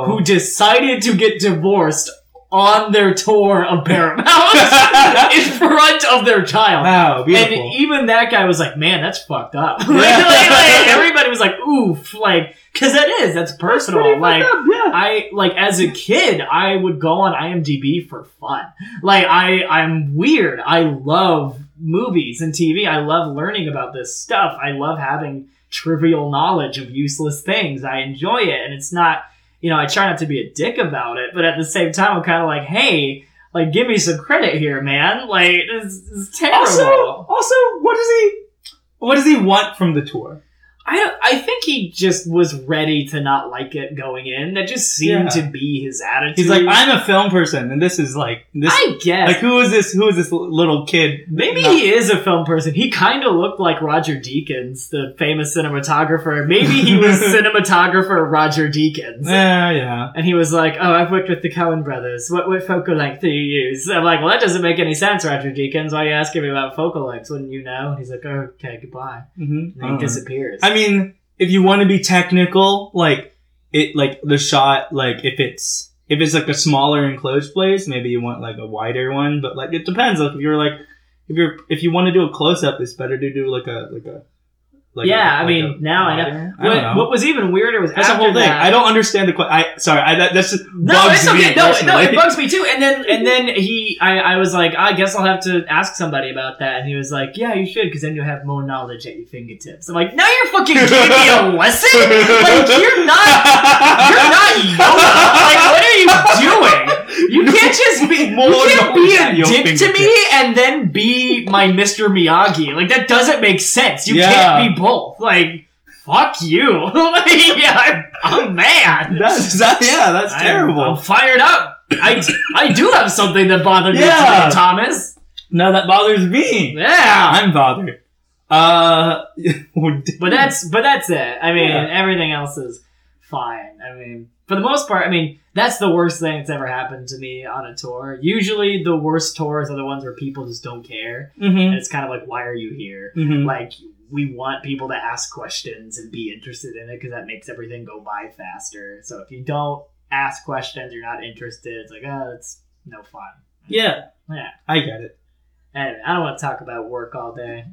Speaker 2: couple who decided to get divorced on their tour of Paramount in front of their child.
Speaker 1: Wow, beautiful.
Speaker 2: And even that guy was like, "Man, that's fucked up." Like,
Speaker 1: Yeah.
Speaker 2: like, like, everybody was like, "Oof!" Like, because that is that's personal. like, I like as a kid, I would go on IMDb for fun. Like I, I'm weird. I love movies and TV. I love learning about this stuff. I love having trivial knowledge of useless things. I enjoy it, and it's not, you know, I try not to be a dick about it, but at the same time, I'm kind of like, hey, like give me some credit here, man. Like this is terrible.
Speaker 1: also, also, what does he, what does he want from the tour?
Speaker 2: I don't, I think he just was ready to not like it going in. That just seemed
Speaker 1: Yeah.
Speaker 2: to be his attitude.
Speaker 1: He's like, I'm a film person, and this is like this.
Speaker 2: I guess.
Speaker 1: like, who is this? Who is this little kid?
Speaker 2: Maybe
Speaker 1: No.
Speaker 2: he is a film person. He kind of looked like Roger Deakins, the famous cinematographer. Maybe he was cinematographer Roger Deakins.
Speaker 1: Yeah, yeah.
Speaker 2: And he was like, "Oh, I've worked with the Coen Brothers. What what focal length do you use?" I'm like, "Well, that doesn't make any sense, Roger Deakins. Why are you asking me about focal lengths? Wouldn't you know?" And he's like, "Oh, "Okay, goodbye."
Speaker 1: Mm-hmm.
Speaker 2: And he disappears.
Speaker 1: I mean, if you want to be technical, like it, like the shot, like if it's if it's like a smaller enclosed place, maybe you want like a wider one. But like it depends. Like if you're like if you're if you want to do a close up, it's better to do like a like a. Like
Speaker 2: Yeah,
Speaker 1: I
Speaker 2: I mean, now I know.
Speaker 1: I don't
Speaker 2: what,
Speaker 1: know.
Speaker 2: what was even weirder was
Speaker 1: That's the
Speaker 2: after
Speaker 1: whole thing.
Speaker 2: that-
Speaker 1: I don't understand the question. I sorry. I that, that's just
Speaker 2: No,
Speaker 1: bugs
Speaker 2: it's
Speaker 1: me
Speaker 2: okay. No, no, it
Speaker 1: personally.
Speaker 2: bugs me too. And then, and then he, I, I was like, I guess I'll have to ask somebody about that. And he was like, Yeah, you should, because then you'll have more knowledge at your fingertips. I'm like, Now you're fucking giving me a lesson. Like you're not, you're not Yoda. Like what are you doing? You can't just be,
Speaker 1: More
Speaker 2: you can't be
Speaker 1: knowledge Oh, at
Speaker 2: a
Speaker 1: your
Speaker 2: dick to me and then be my Mr. Miyagi. Like that doesn't make sense. You
Speaker 1: Yeah.
Speaker 2: can't be both. Like. Fuck you! like, yeah, I'm, I'm mad.
Speaker 1: That's that, yeah. That's
Speaker 2: I'm-
Speaker 1: terrible.
Speaker 2: I'm fired up. I, I do have something that bothered me
Speaker 1: Yeah.
Speaker 2: today, Thomas.
Speaker 1: No, that bothers me.
Speaker 2: Yeah.
Speaker 1: I'm bothered. Uh,
Speaker 2: But that's but that's it. I mean,
Speaker 1: Hmm. Yeah.
Speaker 2: everything else is fine. I mean, for the most part, I mean, that's the worst thing that's ever happened to me on a tour. Usually the worst tours are the ones where people just don't care.
Speaker 1: hmm
Speaker 2: And it's kind of like, why are you here?
Speaker 1: hmm
Speaker 2: Like we want people to ask questions and be interested in it because that makes everything go by faster. So if you don't ask questions, you're not interested. It's like, oh, it's no fun.
Speaker 1: Yeah.
Speaker 2: Yeah.
Speaker 1: I get it.
Speaker 2: Anyway, I don't want to talk about work all day.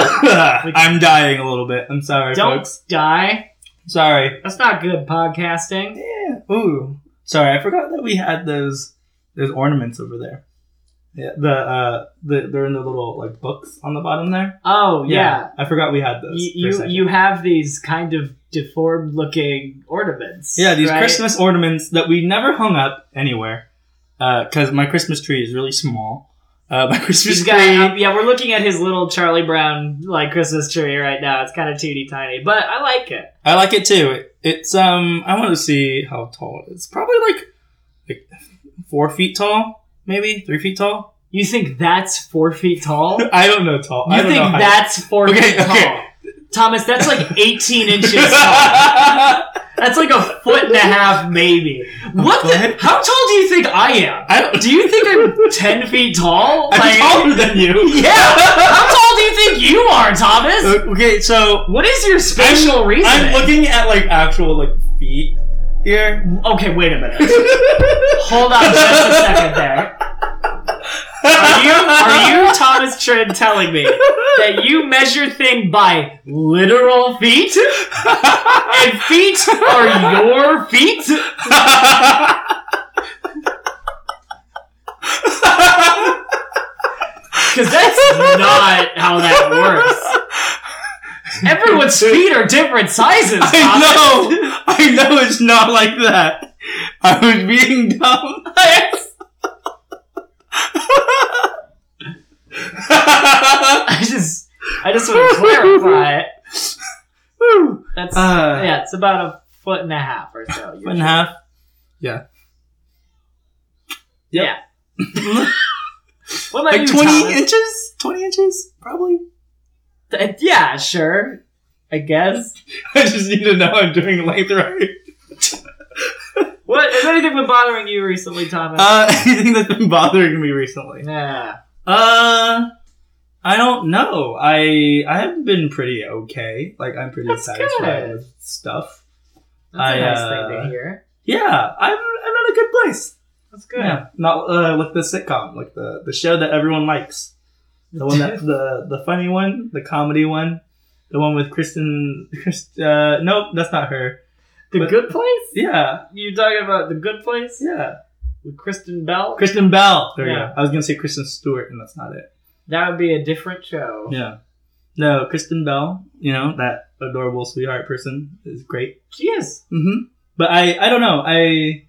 Speaker 1: I'm dying a little bit. I'm sorry,
Speaker 2: Don't
Speaker 1: folks.
Speaker 2: die.
Speaker 1: Sorry.
Speaker 2: That's not good podcasting.
Speaker 1: Yeah. Ooh. Sorry, I forgot that we had those those ornaments over there. Yeah. The uh, the they're in the little like books on the bottom there.
Speaker 2: Oh yeah,
Speaker 1: I forgot we had those. for
Speaker 2: Y-
Speaker 1: a
Speaker 2: you
Speaker 1: second.
Speaker 2: you have these kind of deformed looking ornaments.
Speaker 1: Yeah, these
Speaker 2: right?
Speaker 1: Christmas ornaments that we never hung up anywhere because my Christmas tree is really small. Uh, my Christmas
Speaker 2: This
Speaker 1: tree.
Speaker 2: guy, um, yeah, we're looking at his little Charlie Brown like Christmas tree right now. It's kind of teeny tiny, but I like it.
Speaker 1: I like it too. It, it's um. I want to see how tall it is. Probably like like four feet tall, maybe three feet tall.
Speaker 2: You think that's four feet tall? You
Speaker 1: I don't know tall. I don't
Speaker 2: think
Speaker 1: know height.
Speaker 2: that's four
Speaker 1: Okay,
Speaker 2: feet
Speaker 1: okay.
Speaker 2: tall? Thomas, that's like eighteen inches tall. That's like a foot and a half, maybe.
Speaker 1: Oh,
Speaker 2: What? The,
Speaker 1: foot?
Speaker 2: how tall do you think I am?
Speaker 1: I don't,
Speaker 2: Do you think I'm ten feet tall?
Speaker 1: I'm
Speaker 2: Like,
Speaker 1: taller than you.
Speaker 2: yeah. How tall do you think you are, Thomas?
Speaker 1: Okay, so
Speaker 2: What is your spatial reason?
Speaker 1: I'm looking at like actual like feet here.
Speaker 2: Okay, wait a minute. Hold on just a second there. Are you, are you Thomas Trent telling me that you measure thing by literal feet? And feet are your feet? Because that's not how that works. Everyone's feet are different sizes.
Speaker 1: I know. I know it's not like that. I was being dumb.
Speaker 2: Thomas. I just want to clarify it.
Speaker 1: Woo!
Speaker 2: That's
Speaker 1: Uh,
Speaker 2: yeah, it's about a foot and a half or so.
Speaker 1: Foot and a half. Yeah. Yep. Yeah.
Speaker 2: What about
Speaker 1: like
Speaker 2: you,
Speaker 1: 20
Speaker 2: Thomas?
Speaker 1: inches? 20 inches? Probably.
Speaker 2: Uh, Yeah, sure. I guess.
Speaker 1: I just need to know I'm doing length right.
Speaker 2: What has anything been bothering you recently, Thomas?
Speaker 1: Uh, anything that's been bothering me recently?
Speaker 2: yeah.
Speaker 1: Uh, I don't know. I I have been pretty okay. Like I'm pretty
Speaker 2: That's
Speaker 1: satisfied
Speaker 2: good.
Speaker 1: with stuff.
Speaker 2: That's a
Speaker 1: I,
Speaker 2: nice
Speaker 1: uh,
Speaker 2: thing to hear.
Speaker 1: Yeah, I'm I'm in a good place.
Speaker 2: That's good.
Speaker 1: Yeah, not uh, like the sitcom, like the the show that everyone likes. The one that the the funny one, the comedy one, the one with Kristen. Krist, uh, nope, that's not her.
Speaker 2: the good place?
Speaker 1: Yeah,
Speaker 2: You talking about the good place
Speaker 1: yeah.
Speaker 2: with Kristen Bell?
Speaker 1: Kristen Bell. There
Speaker 2: Yeah.
Speaker 1: you go. I was gonna say Kristen Stewart, and that's not it.
Speaker 2: that would be a different show.
Speaker 1: Yeah. No, Kristen Bell, you know, that adorable sweetheart person is great.
Speaker 2: She is.
Speaker 1: Mm-hmm. But I, I don't know. I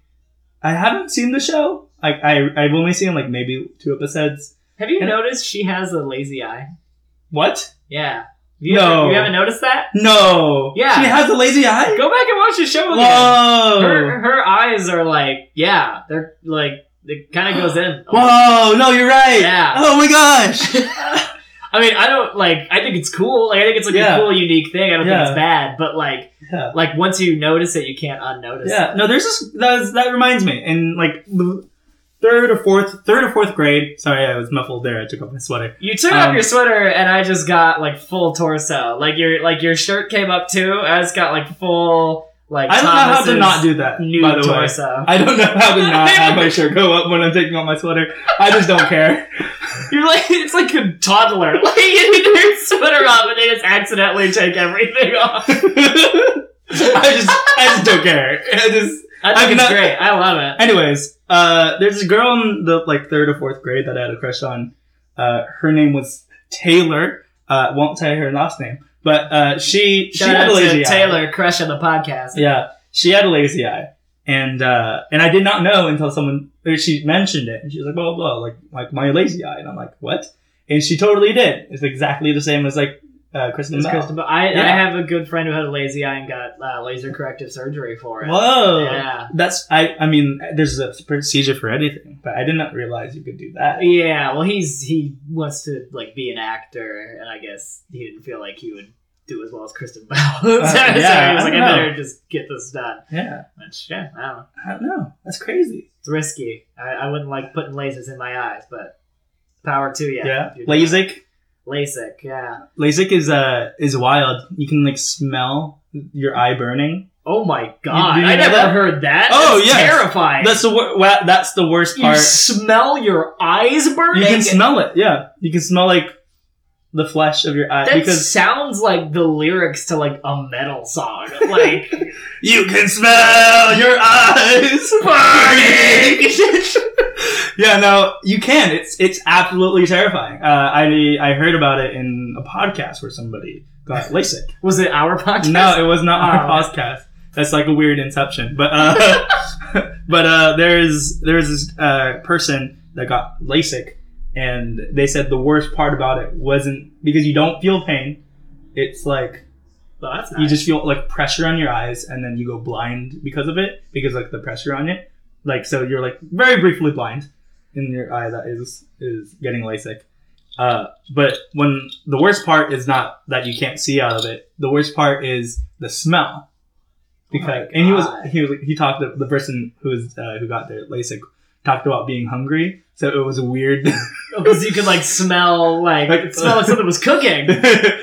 Speaker 1: I haven't seen the show. I, I, I've only seen like maybe two episodes.
Speaker 2: Have you
Speaker 1: And-
Speaker 2: noticed she has a lazy eye?
Speaker 1: What?
Speaker 2: Yeah. You,
Speaker 1: No.
Speaker 2: you haven't noticed that?
Speaker 1: No.
Speaker 2: Yeah.
Speaker 1: She has a lazy eye?
Speaker 2: Go back and watch the show again.
Speaker 1: Whoa.
Speaker 2: Her, her eyes are like, yeah, they're like, it kind of goes in.
Speaker 1: Whoa. No, you're right.
Speaker 2: Yeah.
Speaker 1: Oh my gosh.
Speaker 2: I mean, I don't like. I think it's cool. Like, I think it's like
Speaker 1: Yeah.
Speaker 2: a cool, unique thing. I don't
Speaker 1: Yeah.
Speaker 2: think it's bad, but like,
Speaker 1: Yeah.
Speaker 2: like once you notice it, you can't unnotice.
Speaker 1: Yeah, no, there's this that, is, that reminds me, in like the third or fourth, third or fourth grade. Sorry, I was muffled there. I took off my sweater.
Speaker 2: it. You took
Speaker 1: Um,
Speaker 2: off your sweater, and I just got like full torso. Like your like your shirt came up too. I just got like full like.
Speaker 1: I don't know how to
Speaker 2: Thomas's
Speaker 1: not do that.
Speaker 2: New
Speaker 1: by the way,
Speaker 2: torso.
Speaker 1: I don't know how to not have my shirt go up when I'm taking off my sweater. I just don't care.
Speaker 2: You're like it's like a toddler. Like you get your sweater off, and they just accidentally take everything off.
Speaker 1: I just, I just don't care. I just,
Speaker 2: I
Speaker 1: I'm
Speaker 2: think it's
Speaker 1: not-
Speaker 2: great. I love it.
Speaker 1: anyways, uh, there's this girl in the like third or fourth grade that I had a crush on. Uh, her name was Taylor. Uh, won't tell you her last name, but uh, she she
Speaker 2: Shout
Speaker 1: had
Speaker 2: out
Speaker 1: a lazy
Speaker 2: to
Speaker 1: eye.
Speaker 2: Taylor, crush of the podcast.
Speaker 1: Yeah, she had a lazy eye, and uh, and I did not know until someone or she mentioned it, and she was like, "Blah blah," blah, like like my lazy eye, and I'm like, "What?" And she totally did. It's exactly the same as like uh, Kristen
Speaker 2: It's
Speaker 1: Bell.
Speaker 2: Kristen Bell. I, I
Speaker 1: Yeah.
Speaker 2: have a good friend who had a lazy eye and got uh, laser corrective surgery for it.
Speaker 1: Whoa,
Speaker 2: Yeah.
Speaker 1: that's I. I mean, there's a procedure for anything, but I did not realize you could do that.
Speaker 2: Yeah, well, he's he wants to like be an actor, and I guess he didn't feel like he would do as well as Kristen Bell. so, so
Speaker 1: Uh, yeah,
Speaker 2: he
Speaker 1: I
Speaker 2: was like,
Speaker 1: don't
Speaker 2: I
Speaker 1: know.
Speaker 2: better just get this done.
Speaker 1: Yeah,
Speaker 2: Which, yeah, I don't know.
Speaker 1: I don't know. That's crazy.
Speaker 2: It's risky. I, I wouldn't like putting lasers in my eyes, but power to you.
Speaker 1: Yeah,
Speaker 2: You're doing-
Speaker 1: LASIK.
Speaker 2: LASIK, yeah.
Speaker 1: LASIK is uh is wild. You can like smell your eye burning.
Speaker 2: Oh my god,
Speaker 1: you
Speaker 2: I
Speaker 1: know
Speaker 2: never
Speaker 1: that?
Speaker 2: heard that.
Speaker 1: Oh,
Speaker 2: That's
Speaker 1: yes.
Speaker 2: terrifying.
Speaker 1: That's the wor- wa- that's the worst
Speaker 2: you
Speaker 1: part.
Speaker 2: smell your eyes burning.
Speaker 1: You can smell it. Yeah, you can smell like the flesh of your eye
Speaker 2: That
Speaker 1: because
Speaker 2: sounds like the lyrics to like a metal song. Like
Speaker 1: you can smell your eyes burning. yeah, no, you can. It's it's absolutely terrifying. Uh, I I heard about it in a podcast where somebody got LASIK.
Speaker 2: was it our podcast?
Speaker 1: No, it was not our
Speaker 2: Oh.
Speaker 1: podcast. That's like a weird inception. But uh, but uh, there is there is this uh, person that got LASIK, and they said the worst part about it wasn't because you don't feel pain. It's like
Speaker 2: Well, Oh, that's
Speaker 1: you
Speaker 2: nice.
Speaker 1: just feel like pressure on your eyes, and then you go blind because of it because like the pressure on it. Like so, you're like very briefly blind in your eye that is is getting LASIK. Uh, but when the worst part is not that you can't see out of it, the worst part is the smell. Because
Speaker 2: Oh my
Speaker 1: and he was
Speaker 2: God.
Speaker 1: he was he talked the person who was uh, who got their LASIK talked about being hungry, so it was weird.
Speaker 2: because you could like smell like,
Speaker 1: Like-
Speaker 2: it smell like something was cooking. You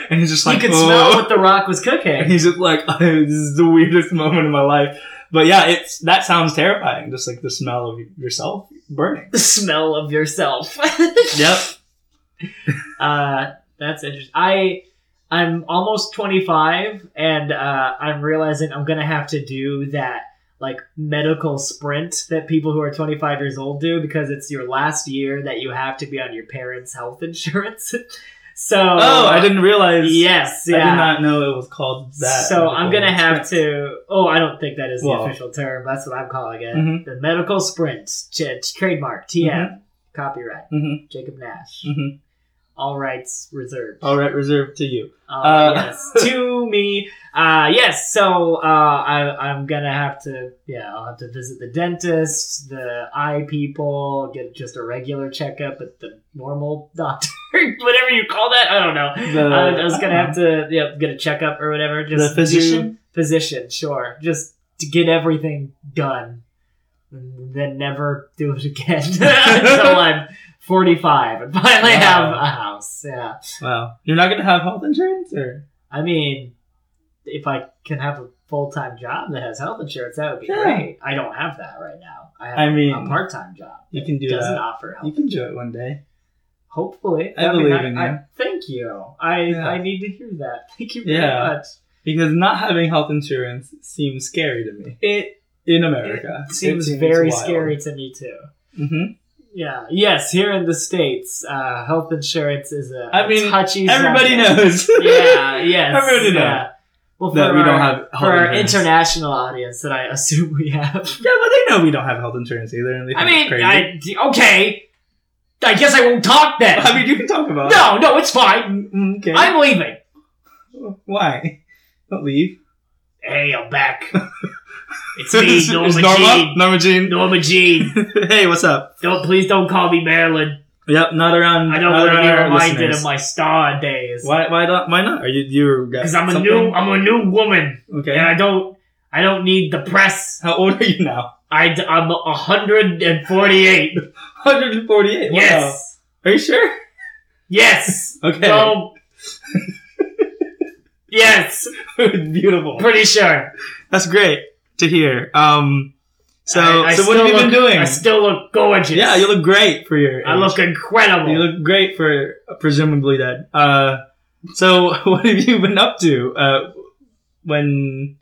Speaker 1: and he's just like
Speaker 2: could
Speaker 1: "Oh."
Speaker 2: smell what the rock was
Speaker 1: And
Speaker 2: cooking.
Speaker 1: he's just like, "Oh, this is the weirdest moment of my life. But yeah, it's that sounds terrifying. Just like the smell of yourself burning.
Speaker 2: the smell of yourself.
Speaker 1: Yep.
Speaker 2: uh, that's interesting. I I'm almost 25, and uh, I'm realizing I'm gonna have to do that like medical sprint that people who are 25 years old do because it's your last year that you have to be on your parents' health insurance. so
Speaker 1: Oh, I didn't realize.
Speaker 2: Yes, yeah.
Speaker 1: I did not know it was called that.
Speaker 2: so I'm gonna have
Speaker 1: Sprint.
Speaker 2: to. Oh, I don't think that is
Speaker 1: Well.
Speaker 2: the official term. That's what I'm calling it.
Speaker 1: Mhm.
Speaker 2: The medical
Speaker 1: Mm-hmm.
Speaker 2: sprint, t- trademark, TM, copyright,
Speaker 1: Mhm.
Speaker 2: Jacob Nash.
Speaker 1: Mhm.
Speaker 2: All rights reserved.
Speaker 1: All right, reserved to you.
Speaker 2: Uh,
Speaker 1: Uh,
Speaker 2: yes, to me. Uh, yes, so uh, I, I'm gonna have to, yeah, I'll have to visit the dentist, the eye people, get just a regular checkup at the normal doctor, whatever you call that. I don't know.
Speaker 1: The-
Speaker 2: I, I was gonna have to, yeah, get a checkup or whatever.
Speaker 1: The
Speaker 2: Just
Speaker 1: physician?
Speaker 2: do- physician, sure. Just to get everything done, and then never do it again until I'm 45 and finally
Speaker 1: Wow.
Speaker 2: have a house. Yeah.
Speaker 1: Wow, you're not gonna have health insurance, or
Speaker 2: I mean, if I can have a full time job that has health insurance, that would be
Speaker 1: Yeah.
Speaker 2: great. I don't have that right now. I have
Speaker 1: I mean,
Speaker 2: a part time job.
Speaker 1: you
Speaker 2: that
Speaker 1: can do
Speaker 2: doesn't
Speaker 1: that.
Speaker 2: offer
Speaker 1: you
Speaker 2: health.
Speaker 1: can do it one day.
Speaker 2: Hopefully,
Speaker 1: I
Speaker 2: mean,
Speaker 1: believe in
Speaker 2: I-
Speaker 1: you.
Speaker 2: thank you. I
Speaker 1: Yeah.
Speaker 2: I need to hear that. Thank you very
Speaker 1: Yeah.
Speaker 2: much.
Speaker 1: Because not having health insurance seems scary to me
Speaker 2: It
Speaker 1: in America.
Speaker 2: It seems very scary to me too.
Speaker 1: hmm
Speaker 2: Yeah. Yes, here in the states, uh, health insurance is a
Speaker 1: I mean,
Speaker 2: a touchy.
Speaker 1: Everybody
Speaker 2: subject.
Speaker 1: knows.
Speaker 2: Yeah. Yes.
Speaker 1: Everybody knows
Speaker 2: yeah. Well, for
Speaker 1: that we
Speaker 2: our-
Speaker 1: don't have health
Speaker 2: for our
Speaker 1: insurance.
Speaker 2: international audience that I assume we have.
Speaker 1: Yeah, but they know we don't have health insurance either, and they think
Speaker 2: I
Speaker 1: it's
Speaker 2: mean,
Speaker 1: crazy.
Speaker 2: I, okay. I guess I won't talk then.
Speaker 1: I mean, uh, you can talk about.
Speaker 2: no, no, it's fine.
Speaker 1: It. Mm, Okay.
Speaker 2: I'm leaving.
Speaker 1: Why? Don't leave.
Speaker 2: Hey, I'm back. It's me, Norma Jean.
Speaker 1: Norma Jean.
Speaker 2: Norma Jean.
Speaker 1: hey, what's up?
Speaker 2: Don't please don't call me Marilyn.
Speaker 1: Yep, not around.
Speaker 2: I don't
Speaker 1: not
Speaker 2: want to be
Speaker 1: around our
Speaker 2: reminded
Speaker 1: listeners.
Speaker 2: of my star days.
Speaker 1: Why? Why not? Why not? Are you? You got
Speaker 2: Because I'm a
Speaker 1: something?
Speaker 2: new, I'm a new woman,
Speaker 1: Okay.
Speaker 2: and I don't, I don't need the press.
Speaker 1: How old are you now?
Speaker 2: I, am 148.
Speaker 1: 148. Wow.
Speaker 2: yes,
Speaker 1: Are you sure?
Speaker 2: yes.
Speaker 1: Okay.
Speaker 2: No. yes,
Speaker 1: Beautiful.
Speaker 2: pretty sure.
Speaker 1: That's great to hear. Um. So,
Speaker 2: I- I
Speaker 1: so what have you
Speaker 2: still
Speaker 1: been
Speaker 2: look-
Speaker 1: doing?
Speaker 2: I still look gorgeous.
Speaker 1: yeah, you look great for your.
Speaker 2: I
Speaker 1: age.
Speaker 2: look incredible.
Speaker 1: You look great for presumably that. Uh, so what have you been up to? Uh, when,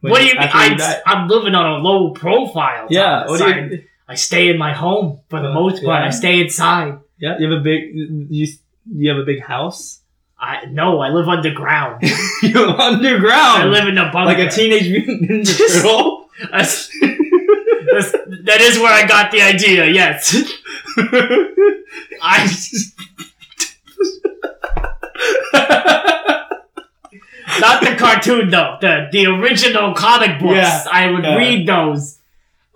Speaker 1: when
Speaker 2: what do you mean?
Speaker 1: after you
Speaker 2: I'm,
Speaker 1: died?
Speaker 2: I'm living on a low profile.
Speaker 1: Yeah.
Speaker 2: Thomas.
Speaker 1: What do you?
Speaker 2: I, I stay in my home for the
Speaker 1: Uh,
Speaker 2: most part.
Speaker 1: yeah.
Speaker 2: I stay inside.
Speaker 1: Yeah. You have a big. You you have a big house.
Speaker 2: I no, I live underground.
Speaker 1: you are underground.
Speaker 2: I live in a bunker.
Speaker 1: Oh, like a teenage mutant ninja turtle.
Speaker 2: That's- that's- that is where I got the idea. Yes, I not the cartoon though. The the original comic books.
Speaker 1: Yeah.
Speaker 2: I would
Speaker 1: Yeah.
Speaker 2: read those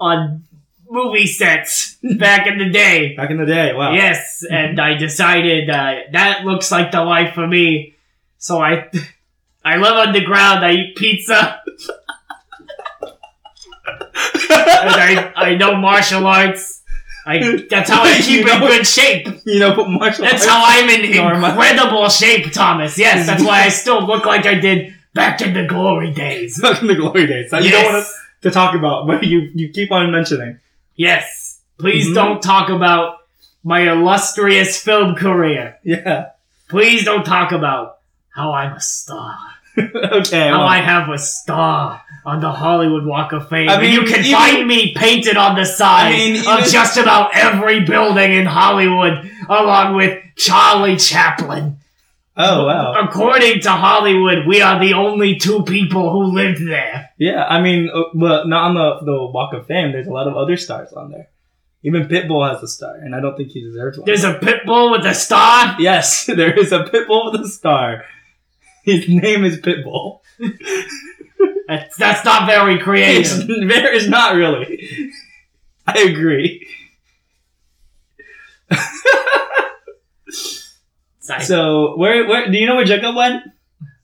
Speaker 2: on movie sets back in the day.
Speaker 1: Back in the day. Wow.
Speaker 2: Yes, and I decided uh, that looks like the life for me. So I, I live underground. I eat pizza. and I, I know martial arts. I that's how I keep in good shape.
Speaker 1: You know, but martial
Speaker 2: That's
Speaker 1: arts.
Speaker 2: how I'm in
Speaker 1: Norma.
Speaker 2: incredible shape, Thomas. Yes, that's why I still look like I did back in the glory
Speaker 1: It's
Speaker 2: days.
Speaker 1: back in the glory days. that You
Speaker 2: yes.
Speaker 1: don't want to talk about, but you you keep on mentioning.
Speaker 2: yes. Please
Speaker 1: Mhm.
Speaker 2: don't talk about my illustrious film career.
Speaker 1: Yeah.
Speaker 2: Please don't talk about how I'm a star.
Speaker 1: okay.
Speaker 2: How
Speaker 1: well.
Speaker 2: I have a star on the Hollywood Walk of Fame.
Speaker 1: I
Speaker 2: and
Speaker 1: mean,
Speaker 2: you can
Speaker 1: even-
Speaker 2: find me painted on the side
Speaker 1: I mean, even-
Speaker 2: of just about every building in Hollywood, along with Charlie Chaplin.
Speaker 1: oh wow.
Speaker 2: According to Hollywood, we are the only two people who lived there.
Speaker 1: Yeah, I mean, uh, well, not on the the Walk of Fame. There's a lot of other stars on there. Even Pitbull has a star, and I don't think he deserves one.
Speaker 2: There's a pit bull with a star.
Speaker 1: yes, there is a Pitbull with a star. His name is Pitbull.
Speaker 2: That's, that's not very
Speaker 1: It's,
Speaker 2: creative.
Speaker 1: there is not really. I agree. So where where do you know where Jacob went?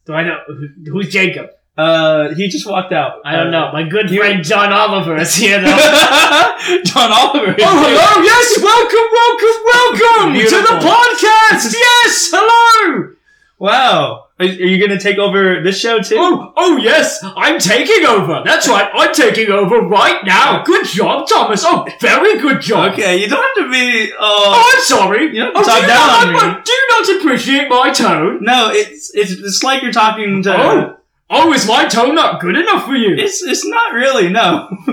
Speaker 2: do I know who, who's Jacob?
Speaker 1: Uh, he just walked out.
Speaker 2: I don't know. My good
Speaker 1: Uh, you-
Speaker 2: friend John Oliver is here though.
Speaker 1: Uh, John Oliver. is
Speaker 2: Oh,
Speaker 1: here.
Speaker 2: hello! Yes, welcome, welcome, welcome
Speaker 1: Beautiful.
Speaker 2: to the podcast. Yes, hello.
Speaker 1: Wow. Are, are you gonna take over this show too?
Speaker 2: Oh, oh, yes, I'm taking over. That's right, I'm taking over right now. Good job, Thomas. Oh, very good job.
Speaker 1: Okay, you don't have to be.
Speaker 2: Oh, I'm sorry.
Speaker 1: You don't have
Speaker 2: oh,
Speaker 1: to
Speaker 2: do,
Speaker 1: talk
Speaker 2: you
Speaker 1: down
Speaker 2: not,
Speaker 1: on me.
Speaker 2: do you not appreciate my tone?
Speaker 1: No, it's it's it's like you're talking to.
Speaker 2: Oh, oh, is my tone not good enough for you?
Speaker 1: It's it's not really no.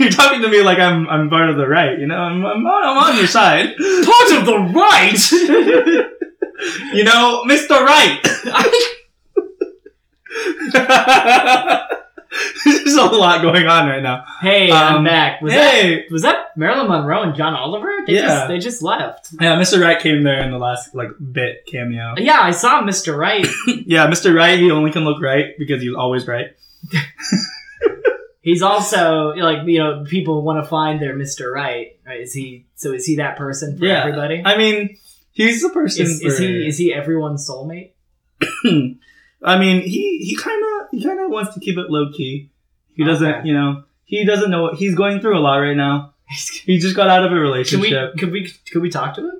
Speaker 1: you're talking to me like I'm I'm part of the right. You know, I'm I'm on, I'm on your side.
Speaker 2: Part of the right.
Speaker 1: you know, Mr. Right. There's a lot going on right now.
Speaker 2: Hey, I'm
Speaker 1: Um,
Speaker 2: back. Was
Speaker 1: hey,
Speaker 2: that was that Marilyn Monroe and John Oliver? They
Speaker 1: Yeah.
Speaker 2: just they just left.
Speaker 1: yeah, Mr. Wright came there in the last like bit cameo.
Speaker 2: Yeah, I saw Mr. Right.
Speaker 1: yeah, Mr. Wright, he only can look right because he's always right.
Speaker 2: He's also like you know people want to find their Mr. Right. right? Is he so? Is he that person for
Speaker 1: Yeah.
Speaker 2: everybody?
Speaker 1: I mean, he's the person.
Speaker 2: Is, is
Speaker 1: for-
Speaker 2: he is he everyone's soulmate?
Speaker 1: Hmm. I mean, he he kind of he kind of wants to keep it low key. He doesn't,
Speaker 2: Okay.
Speaker 1: you know, he doesn't know what he's going through a lot right now. He just got out of a
Speaker 2: Can we
Speaker 1: relationship.
Speaker 2: could we could we talk to him?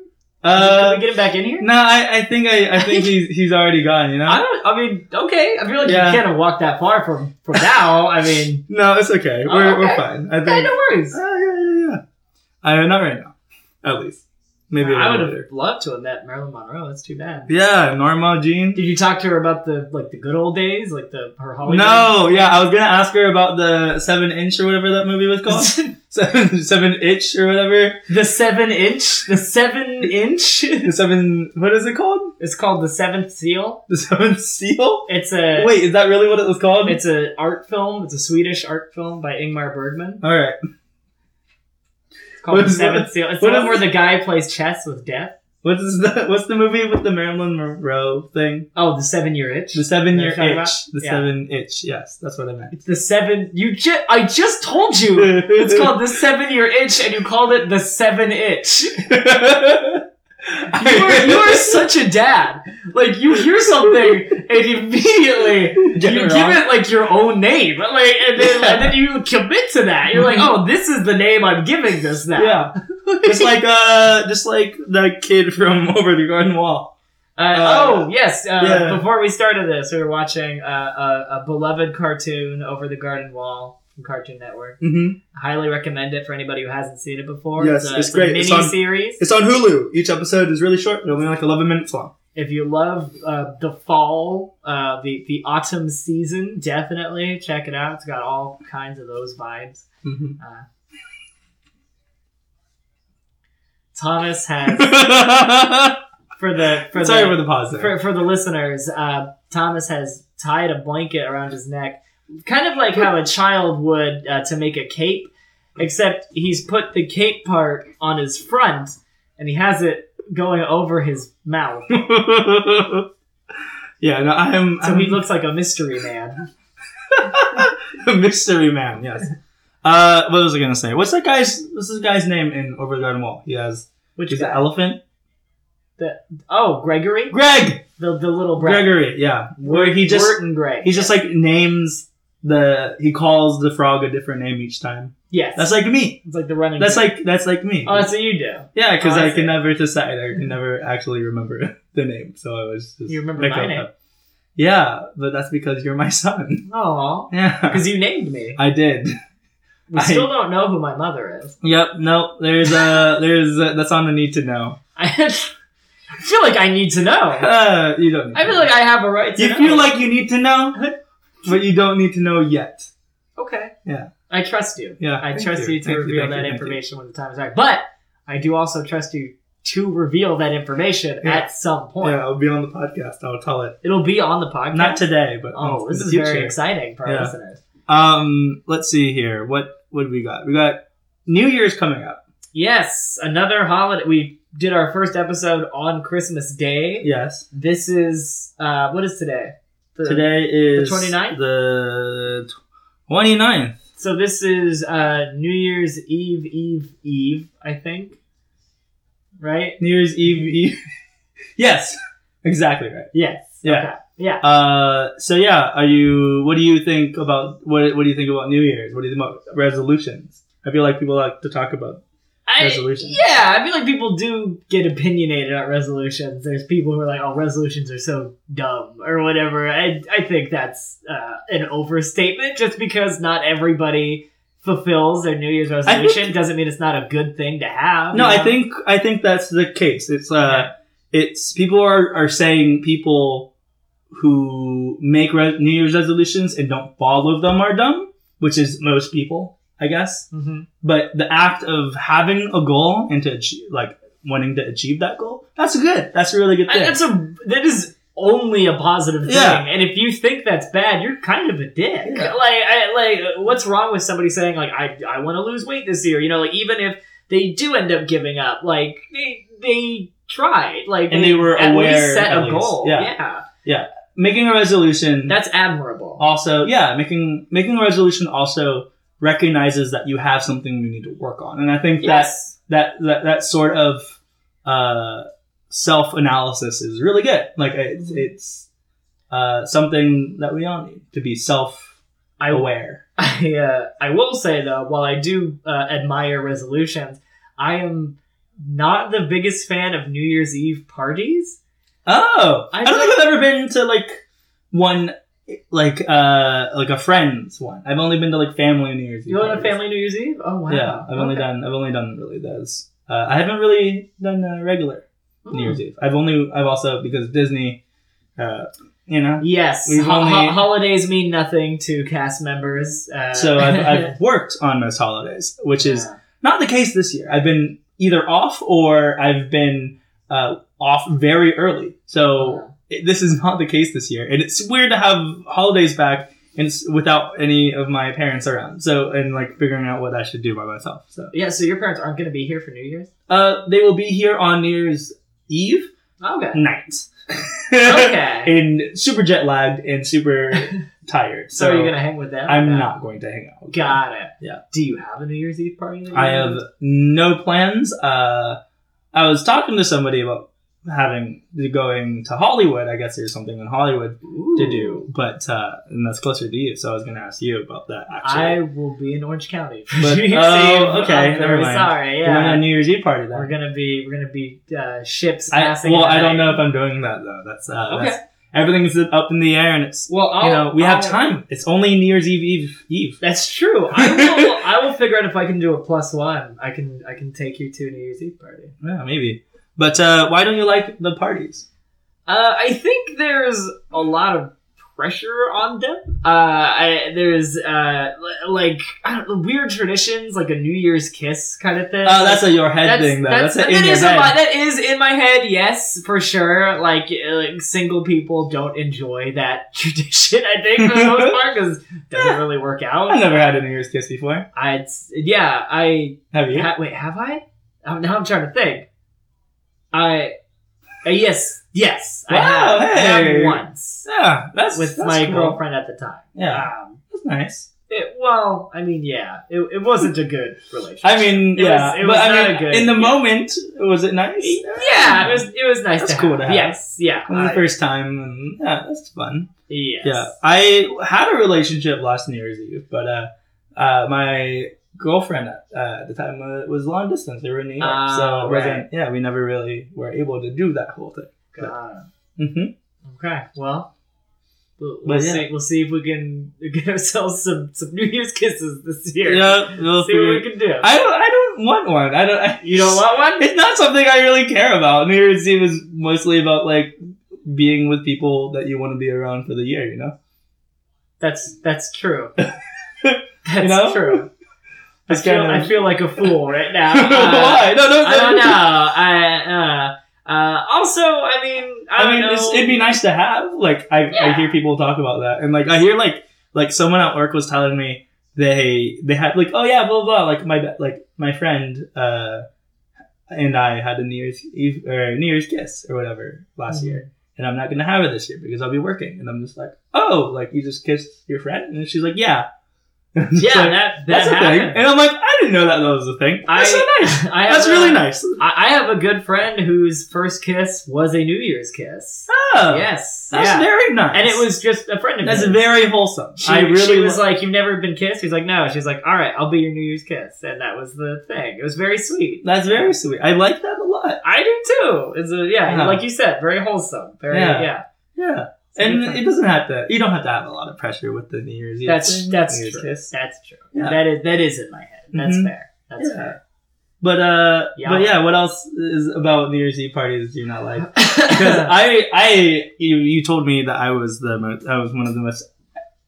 Speaker 1: uh,
Speaker 2: can we get him back in here?
Speaker 1: no, I, I think I, I think he's he's already gone. You know,
Speaker 2: I don't. I mean, okay. I feel like
Speaker 1: Yeah.
Speaker 2: you can't have walked that far from from now. I mean,
Speaker 1: no, it's okay.
Speaker 2: Oh,
Speaker 1: We're we're
Speaker 2: okay.
Speaker 1: fine. I
Speaker 2: hey,
Speaker 1: think.
Speaker 2: no worries.
Speaker 1: Oh yeah, yeah, yeah. I not right now, at least. Maybe
Speaker 2: I would have
Speaker 1: later.
Speaker 2: loved to have met Marilyn Monroe. That's too bad.
Speaker 1: Yeah, Norma Jean.
Speaker 2: Did you talk to her about the like the good old days, like the her Hollywood?
Speaker 1: No, yeah, I was gonna ask her about the seven inch or whatever that movie was called, seven seven itch or whatever.
Speaker 2: the seven inch, the seven inch.
Speaker 1: The seven, what is it called?
Speaker 2: It's called the Seventh Seal.
Speaker 1: The seventh seal.
Speaker 2: It's a
Speaker 1: Wait, is that really what it was called?
Speaker 2: It's an art film. It's a Swedish art film by Ingmar Bergman.
Speaker 1: all right.
Speaker 2: It's called
Speaker 1: What
Speaker 2: The
Speaker 1: is
Speaker 2: Seventh Seal. It's the
Speaker 1: what
Speaker 2: one
Speaker 1: is-
Speaker 2: where the guy plays chess with death.
Speaker 1: What's the what's the movie with the Marilyn Monroe thing?
Speaker 2: Oh, the seven year itch.
Speaker 1: The seven
Speaker 2: That
Speaker 1: year
Speaker 2: you're talking
Speaker 1: itch.
Speaker 2: about?
Speaker 1: The
Speaker 2: Yeah.
Speaker 1: seven itch. Yes, that's what I meant.
Speaker 2: It's the seven. You just. I just told you. It's called the seven year itch, and you called it the seven itch. You are, you are such a dad. Like you hear something and immediately
Speaker 1: Get
Speaker 2: you
Speaker 1: it
Speaker 2: give
Speaker 1: wrong.
Speaker 2: it like your own name, like and then,
Speaker 1: Yeah.
Speaker 2: and then you commit to that. You're like, oh, this is the name I'm giving this now.
Speaker 1: Yeah, just like uh, just like that kid from Over the Garden Wall.
Speaker 2: Uh,
Speaker 1: Uh,
Speaker 2: oh yes! Uh,
Speaker 1: yeah.
Speaker 2: Before we started this, we were watching uh, a, a beloved cartoon, Over the Garden Wall, from Cartoon Network.
Speaker 1: Mm-hmm.
Speaker 2: Highly recommend it for anybody who hasn't seen it before.
Speaker 1: Yes,
Speaker 2: it's, a,
Speaker 1: it's great.
Speaker 2: Mini
Speaker 1: It's on-
Speaker 2: series.
Speaker 1: It's on Hulu. Each episode is really short. They're only like eleven minutes long.
Speaker 2: If you love uh, the fall, uh, the the autumn season, definitely check it out. It's got all kinds of those vibes. Thomas has for the for
Speaker 1: Sorry
Speaker 2: the
Speaker 1: for the pause there.
Speaker 2: for, for the listeners, uh, Thomas has tied a blanket around his neck, kind of like how a child would uh, to make a cape, except he's put the cape part on his front and he has it going over his mouth.
Speaker 1: yeah, no, I am.
Speaker 2: So
Speaker 1: I'm
Speaker 2: he looks like a mystery man.
Speaker 1: a mystery man. Yes. Uh, what was I gonna say? What's that guy's? What's this guy's name in Over the Garden Wall? He has.
Speaker 2: Which
Speaker 1: He's
Speaker 2: is
Speaker 1: an elephant.
Speaker 2: oh Gregory,
Speaker 1: Greg.
Speaker 2: the the little brat.
Speaker 1: Gregory. Yeah. Where he just
Speaker 2: Wharton Gray.
Speaker 1: he just like names the he calls the frog a different name each time.
Speaker 2: yes,
Speaker 1: That's like me.
Speaker 2: it's like the running.
Speaker 1: That's
Speaker 2: joke.
Speaker 1: like that's like me.
Speaker 2: oh, that's what you do.
Speaker 1: Yeah, because
Speaker 2: Oh, I
Speaker 1: I
Speaker 2: see.
Speaker 1: can never decide. I can never actually remember the name, so I was just
Speaker 2: You remember
Speaker 1: make
Speaker 2: my
Speaker 1: up
Speaker 2: name.
Speaker 1: that. Yeah, but that's because you're my son.
Speaker 2: Oh,
Speaker 1: Yeah,
Speaker 2: because you named me.
Speaker 1: I did.
Speaker 2: We
Speaker 1: I-
Speaker 2: still don't know who my mother is.
Speaker 1: Yep. Nope. There's a there's a, that's on the need to know.
Speaker 2: I feel like I need to know.
Speaker 1: Uh, you don't. Need
Speaker 2: I
Speaker 1: to
Speaker 2: feel
Speaker 1: know.
Speaker 2: like I have a right to
Speaker 1: you
Speaker 2: know.
Speaker 1: feel like you need to know, but you don't need to know yet.
Speaker 2: okay.
Speaker 1: Yeah.
Speaker 2: I trust you.
Speaker 1: Yeah,
Speaker 2: I
Speaker 1: thank
Speaker 2: trust you, to
Speaker 1: Thank
Speaker 2: reveal
Speaker 1: thank
Speaker 2: that
Speaker 1: thank
Speaker 2: information when the time is right. But I do also trust you to reveal that information
Speaker 1: Yeah.
Speaker 2: at some point.
Speaker 1: Yeah, I'll be on the podcast. I'll tell it.
Speaker 2: It'll be on the podcast.
Speaker 1: Not today, but
Speaker 2: Oh,
Speaker 1: in
Speaker 2: this
Speaker 1: the
Speaker 2: is
Speaker 1: future.
Speaker 2: very exciting for our
Speaker 1: Yeah.
Speaker 2: listeners.
Speaker 1: Um, let's see here. What what do we got? We got New Year's coming up.
Speaker 2: Yes, another holiday. We did our first episode on Christmas Day.
Speaker 1: Yes.
Speaker 2: This is uh what is today? The-
Speaker 1: Today is
Speaker 2: 29th?
Speaker 1: The 29th.
Speaker 2: So this is uh New Year's Eve, Eve, Eve. I think, right?
Speaker 1: New Year's Eve. Eve. yes, exactly right.
Speaker 2: Yes.
Speaker 1: Yeah.
Speaker 2: Okay. Yeah.
Speaker 1: Uh, so yeah, are you? What do you think about what? What do you think about New Year's? What do you think about resolutions? I feel like people like to talk about.
Speaker 2: I,
Speaker 1: Resolutions.
Speaker 2: Yeah, I feel like people do get opinionated about resolutions. There's people who are like, "Oh, resolutions are so dumb" or whatever. I I think that's uh, an overstatement. Just because not everybody fulfills their New Year's resolution doesn't mean it's not a good thing to have.
Speaker 1: No,
Speaker 2: you
Speaker 1: I
Speaker 2: know?
Speaker 1: think I think that's the case. It's uh,
Speaker 2: Yeah.
Speaker 1: it's people are are saying people who make re- New Year's resolutions and don't follow them are dumb, which is most people, I guess.
Speaker 2: Mhm.
Speaker 1: but the act of having a goal and to achieve, like wanting to achieve that goal that's good that's a really good
Speaker 2: I-
Speaker 1: thing
Speaker 2: that's a that is only a positive thing.
Speaker 1: Yeah.
Speaker 2: And if you think that's bad, you're kind of a dick.
Speaker 1: Yeah.
Speaker 2: Like, I, like, what's wrong with somebody saying like, I, I want to lose weight this year? You know, like even if they do end up giving up, like they, they tried, like,
Speaker 1: And they were
Speaker 2: at
Speaker 1: aware,
Speaker 2: least set
Speaker 1: at
Speaker 2: a
Speaker 1: least.
Speaker 2: goal.
Speaker 1: Yeah. Making a resolution
Speaker 2: that's admirable.
Speaker 1: also yeah making making a resolution also recognizes that you have something you need to work on and i think
Speaker 2: yes,
Speaker 1: that, that that that sort of uh self-analysis is really good like it's it's uh something that we all need to be self-aware
Speaker 2: I I, uh, I will say though, while I do uh, admire resolutions, I am not the biggest fan of New Year's Eve parties.
Speaker 1: oh
Speaker 2: I
Speaker 1: i, don't
Speaker 2: think-
Speaker 1: think i've ever been to like one like uh like a friend's one i've only been to like family new year's Eve
Speaker 2: You want a
Speaker 1: parties.
Speaker 2: family New Year's Eve? Oh wow!
Speaker 1: yeah i've only
Speaker 2: Okay.
Speaker 1: done i've only done really those uh, i haven't really done uh, regular New Year's Eve. I've only I've also because Disney, uh, you know.
Speaker 2: Hmm. Yes,
Speaker 1: We've
Speaker 2: ho- ho-
Speaker 1: only-
Speaker 2: holidays mean nothing to cast members. Uh,
Speaker 1: So I've, I've worked on most holidays, which is
Speaker 2: Yeah.
Speaker 1: not the case this year. I've been either off or I've been uh, off very early.
Speaker 2: Hmm.
Speaker 1: So
Speaker 2: Oh,
Speaker 1: it, this is not the case this year, and it's weird to have holidays back and it's without any of my parents around. So and like figuring out what I should do by myself. So
Speaker 2: yeah. So your parents aren't going to be here for New Year's.
Speaker 1: uh, they will be here on New Year's Eve
Speaker 2: Okay.
Speaker 1: night.
Speaker 2: Oh, Okay.
Speaker 1: and super jet lagged and super tired.
Speaker 2: so,
Speaker 1: So,
Speaker 2: are you going to hang with them?
Speaker 1: I'm
Speaker 2: No.
Speaker 1: not going to hang out. with them.
Speaker 2: Got it.
Speaker 1: Yeah.
Speaker 2: Do you have a New Year's Eve party? that you
Speaker 1: I have no plans. Uh, I was talking to somebody about having going to Hollywood, I guess, or something in Hollywood
Speaker 2: Ooh.
Speaker 1: to do, but uh, and that's closer to you, so I was going to ask you about that. Actually,
Speaker 2: I will be in Orange County. for
Speaker 1: But-
Speaker 2: New Year's
Speaker 1: oh,
Speaker 2: Eve.
Speaker 1: okay,
Speaker 2: I'm
Speaker 1: never
Speaker 2: very
Speaker 1: mind.
Speaker 2: Sorry.
Speaker 1: You're going to a
Speaker 2: Yeah.
Speaker 1: New Year's Eve party
Speaker 2: We're
Speaker 1: then.
Speaker 2: gonna be we're gonna be uh, ships
Speaker 1: I,
Speaker 2: passing.
Speaker 1: well,
Speaker 2: in the
Speaker 1: I don't
Speaker 2: night.
Speaker 1: know if I'm doing that though. That's uh,
Speaker 2: Okay. Oh,
Speaker 1: that's, everything's up in the air, and it's
Speaker 2: Well, I'll,
Speaker 1: you know we have
Speaker 2: I'll-
Speaker 1: time. It's only New Year's Eve Eve Eve.
Speaker 2: That's true. I will. I will figure out if I can do a plus one. I can. I can take you to a New Year's Eve party.
Speaker 1: Yeah, maybe. But uh, why don't you like the parties?
Speaker 2: Uh, I think there's a lot of pressure on them. Uh, I, there's uh, li- like I don't know, weird traditions, like a New Year's kiss kind of thing.
Speaker 1: Oh, that's a your head
Speaker 2: That's-
Speaker 1: thing, though.
Speaker 2: that's-
Speaker 1: That's, a
Speaker 2: that
Speaker 1: in your
Speaker 2: is in
Speaker 1: head.
Speaker 2: my- that is in my head. Yes, for sure. Like, uh, like single people don't enjoy that tradition. I think for the most part because it doesn't really work
Speaker 1: I've
Speaker 2: out.
Speaker 1: never had a New Year's kiss before.
Speaker 2: I, it's, yeah, I
Speaker 1: Have you?
Speaker 2: Ha- wait, have I? Um, now I'm trying to think. I uh, yes, yes, I
Speaker 1: Wow,
Speaker 2: have, I have
Speaker 1: hey.
Speaker 2: once
Speaker 1: Yeah, that's
Speaker 2: with
Speaker 1: that's
Speaker 2: my
Speaker 1: cool.
Speaker 2: girlfriend at the time.
Speaker 1: Yeah,
Speaker 2: Um,
Speaker 1: that's nice.
Speaker 2: it, well, I mean, yeah, it, it wasn't a good relationship.
Speaker 1: I mean,
Speaker 2: It
Speaker 1: yeah,
Speaker 2: was- it
Speaker 1: but
Speaker 2: was
Speaker 1: I
Speaker 2: not
Speaker 1: mean,
Speaker 2: a good-
Speaker 1: in the
Speaker 2: yeah.
Speaker 1: moment, was it nice?
Speaker 2: yeah, it was it was nice.
Speaker 1: That's
Speaker 2: to
Speaker 1: cool
Speaker 2: have.
Speaker 1: to have.
Speaker 2: Yes, yeah,
Speaker 1: It was the
Speaker 2: I-
Speaker 1: first time, and yeah, that's fun.
Speaker 2: yes.
Speaker 1: Yeah, I had a relationship last New Year's Eve, but uh, uh, my girlfriend at, uh, at the time uh, was long distance. They were in New York,
Speaker 2: Ah,
Speaker 1: so it wasn't.
Speaker 2: right.
Speaker 1: Yeah, we never really were able to do that whole thing.
Speaker 2: God.
Speaker 1: hmm
Speaker 2: Okay, well. We'll,
Speaker 1: But
Speaker 2: we'll
Speaker 1: yeah.
Speaker 2: see. We'll see if we can get ourselves some, some New Year's kisses this year.
Speaker 1: Yeah, we'll
Speaker 2: see what
Speaker 1: figure-
Speaker 2: we can do.
Speaker 1: I don't. I don't want one. I don't. I,
Speaker 2: you don't want one?
Speaker 1: It's not something I really care about. New Year's Eve is mostly about like being with people that you want to be around for the year. You know,
Speaker 2: That's that's true. That's
Speaker 1: know?
Speaker 2: true. I
Speaker 1: It's
Speaker 2: feel,
Speaker 1: kind of-
Speaker 2: I feel like a fool right now. Uh,
Speaker 1: why? No, no, no.
Speaker 2: I don't know. I uh, uh, also, I mean, I,
Speaker 1: I,
Speaker 2: don't
Speaker 1: mean,
Speaker 2: know.
Speaker 1: it's, it'd be nice to have. Like, I, I
Speaker 3: Yeah.
Speaker 1: hear people talk about that, and like I hear like like someone at work was telling me they they had like oh yeah blah blah like my like my friend uh and I had a New Year's Eve or New Year's kiss or whatever last
Speaker 2: Mhm.
Speaker 1: year, and I'm not gonna have it this year because I'll be working, and I'm just like oh like you just kissed your friend, and she's like yeah, And it's
Speaker 2: yeah,
Speaker 1: like,
Speaker 2: that, that
Speaker 1: that's a thing,
Speaker 2: happened.
Speaker 1: and I'm like I didn't know that that was a thing.
Speaker 2: I-
Speaker 1: That's so nice.
Speaker 2: I have
Speaker 1: That's
Speaker 2: a-
Speaker 1: really nice.
Speaker 2: I, I have a good friend whose first kiss was a New Year's kiss.
Speaker 1: Oh,
Speaker 2: yes,
Speaker 1: that's
Speaker 2: yeah.
Speaker 1: very nice.
Speaker 2: and it was just a friend of
Speaker 1: That's
Speaker 2: his.
Speaker 1: very wholesome.
Speaker 2: She,
Speaker 1: I really
Speaker 2: she was
Speaker 1: lo-
Speaker 2: like, "You've never been kissed." He's like, "No." She's like, "All right, I'll be your New Year's kiss," and that was the thing. It was very sweet.
Speaker 1: that's very sweet. I like that a lot.
Speaker 2: I do too. It's a, yeah,
Speaker 1: Yeah.
Speaker 2: like you said, very wholesome. Very
Speaker 1: Yeah.
Speaker 2: yeah.
Speaker 1: Yeah,
Speaker 2: It's a
Speaker 1: and
Speaker 2: good time.
Speaker 1: it doesn't have to. You don't have to have a lot of pressure with the New Year's. Eve
Speaker 2: that's
Speaker 1: thing,
Speaker 2: that's
Speaker 1: New Year's
Speaker 2: true.
Speaker 1: kiss.
Speaker 2: That's true.
Speaker 1: Yeah.
Speaker 2: That is that is in my head. That's
Speaker 1: Mhm.
Speaker 2: fair. That's
Speaker 1: Yeah.
Speaker 2: fair.
Speaker 1: But uh,
Speaker 2: Yeah.
Speaker 1: but yeah, what else is about New Year's Eve parties do you not like? Because I I you you told me that I was the most I was one of the most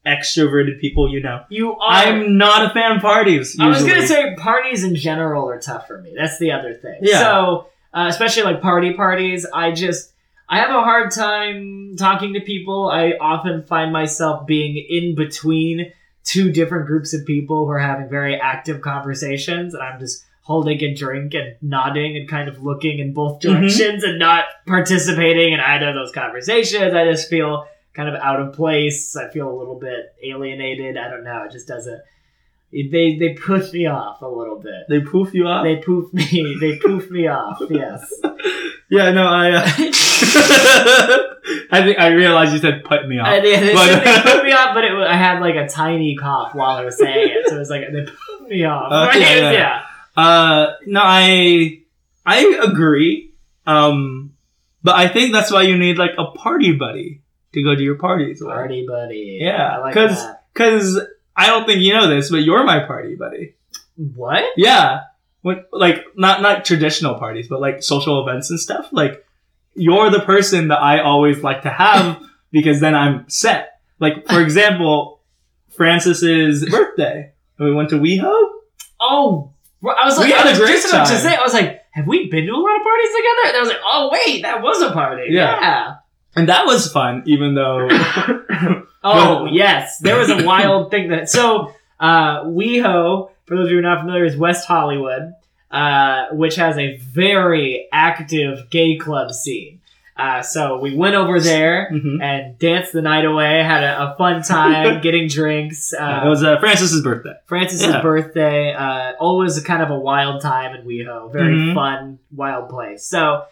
Speaker 1: extroverted people you know.
Speaker 2: you are.
Speaker 1: I'm not a fan of parties.
Speaker 2: I was gonna
Speaker 1: usually.
Speaker 2: say parties in general are tough for me. That's the other thing.
Speaker 1: Yeah.
Speaker 2: So uh, especially like party parties, I just I have a hard time talking to people. I often find myself being in between two different groups of people who are having very active conversations, and I'm just holding a drink and nodding and kind of looking in both
Speaker 1: Mm-hmm.
Speaker 2: directions and not participating in either of those conversations. I just feel kind of out of place. I feel a little bit alienated. I don't know. It just doesn't. it- They they push me off a little bit.
Speaker 1: They poof you up.
Speaker 2: They poof me. They poof me off. Yes.
Speaker 1: yeah, no, I. Uh, I think I realized you said put me off.
Speaker 2: I did. They,
Speaker 1: But-
Speaker 2: they put me off, but it, wa- I had like a tiny cough while I was saying it, so it was like they put me off.
Speaker 1: Okay,
Speaker 2: Right?
Speaker 1: yeah. Uh, no, I I agree. Um, but I think that's why you need like a party buddy to go to your parties. with.
Speaker 2: party buddy.
Speaker 1: Yeah,
Speaker 2: I like
Speaker 1: 'cause-
Speaker 2: that.
Speaker 1: Cause I don't think you know this, but you're my party buddy.
Speaker 2: What?
Speaker 1: Yeah. When, like not not traditional parties, but like social events and stuff. Like you're the person that I always like to have because then I'm set. Like for example, Francis's birthday. We went to WeHo.
Speaker 2: Oh, well, I was like,
Speaker 1: We had
Speaker 2: I was
Speaker 1: a great
Speaker 2: just about to
Speaker 1: time.
Speaker 2: say, I was like, have we been to a lot of parties together? And I was like, oh wait, that was a party.
Speaker 1: Yeah.
Speaker 2: Yeah.
Speaker 1: And that was fun, even though
Speaker 2: Oh
Speaker 1: Well-
Speaker 2: yes, there was a wild thing that so uh, WeHo. For those of you who are not familiar, is West Hollywood, uh, which has a very active gay club scene. Uh, so we went over there
Speaker 1: Mhm.
Speaker 2: and danced the night away, had a, a fun time getting drinks.
Speaker 1: Yeah, it
Speaker 2: Uh,
Speaker 1: was uh, Francis's birthday.
Speaker 2: Francis's
Speaker 1: yeah.
Speaker 2: birthday, uh, always a kind of a wild time in WeHo, very
Speaker 1: Mhm.
Speaker 2: fun, wild place. So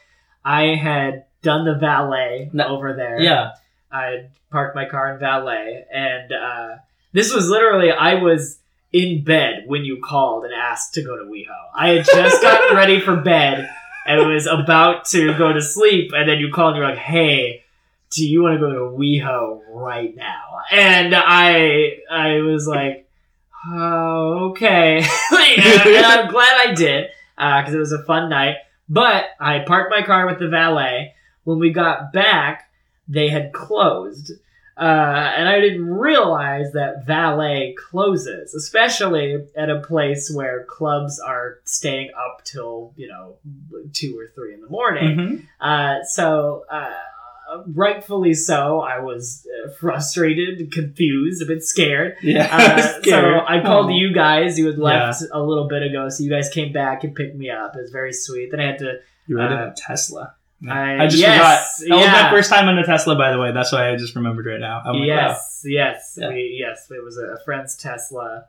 Speaker 2: I had done the valet
Speaker 1: No.
Speaker 2: over there.
Speaker 1: Yeah.
Speaker 2: I had parked my car in valet, and uh, this was literally I was in bed when you called and asked to go to WeHo. I had just gotten ready for bed and was about to go to sleep, and then you called and you're like, "Hey, do you want to go to WeHo right now?" And I I was like, "Oh, okay," and I'm glad I did because it was a fun night. But I parked my car with the valet. When we got back, they had closed. Uh, and I didn't realize that valet closes, especially at a place where clubs are staying up till, you know, two or three in the morning.
Speaker 1: Mhm.
Speaker 2: Uh, so, uh, rightfully so, I was uh, frustrated, confused, a bit scared.
Speaker 1: Yeah.
Speaker 2: Uh, so
Speaker 1: Scared.
Speaker 2: I called
Speaker 1: Aw.
Speaker 2: you guys. You had left a little bit ago, so you guys came back and picked me up. It was very sweet. Then I had to
Speaker 1: You rode in
Speaker 2: uh,
Speaker 1: a Tesla.
Speaker 2: I-
Speaker 1: I just
Speaker 2: yes,
Speaker 1: forgot. That was my
Speaker 2: yeah.
Speaker 1: first time in a Tesla, by the way. That's why I just remembered right now. I'm like, wow.
Speaker 2: yes, yes,
Speaker 1: Yeah.
Speaker 2: we, yes. It was a a friend's Tesla.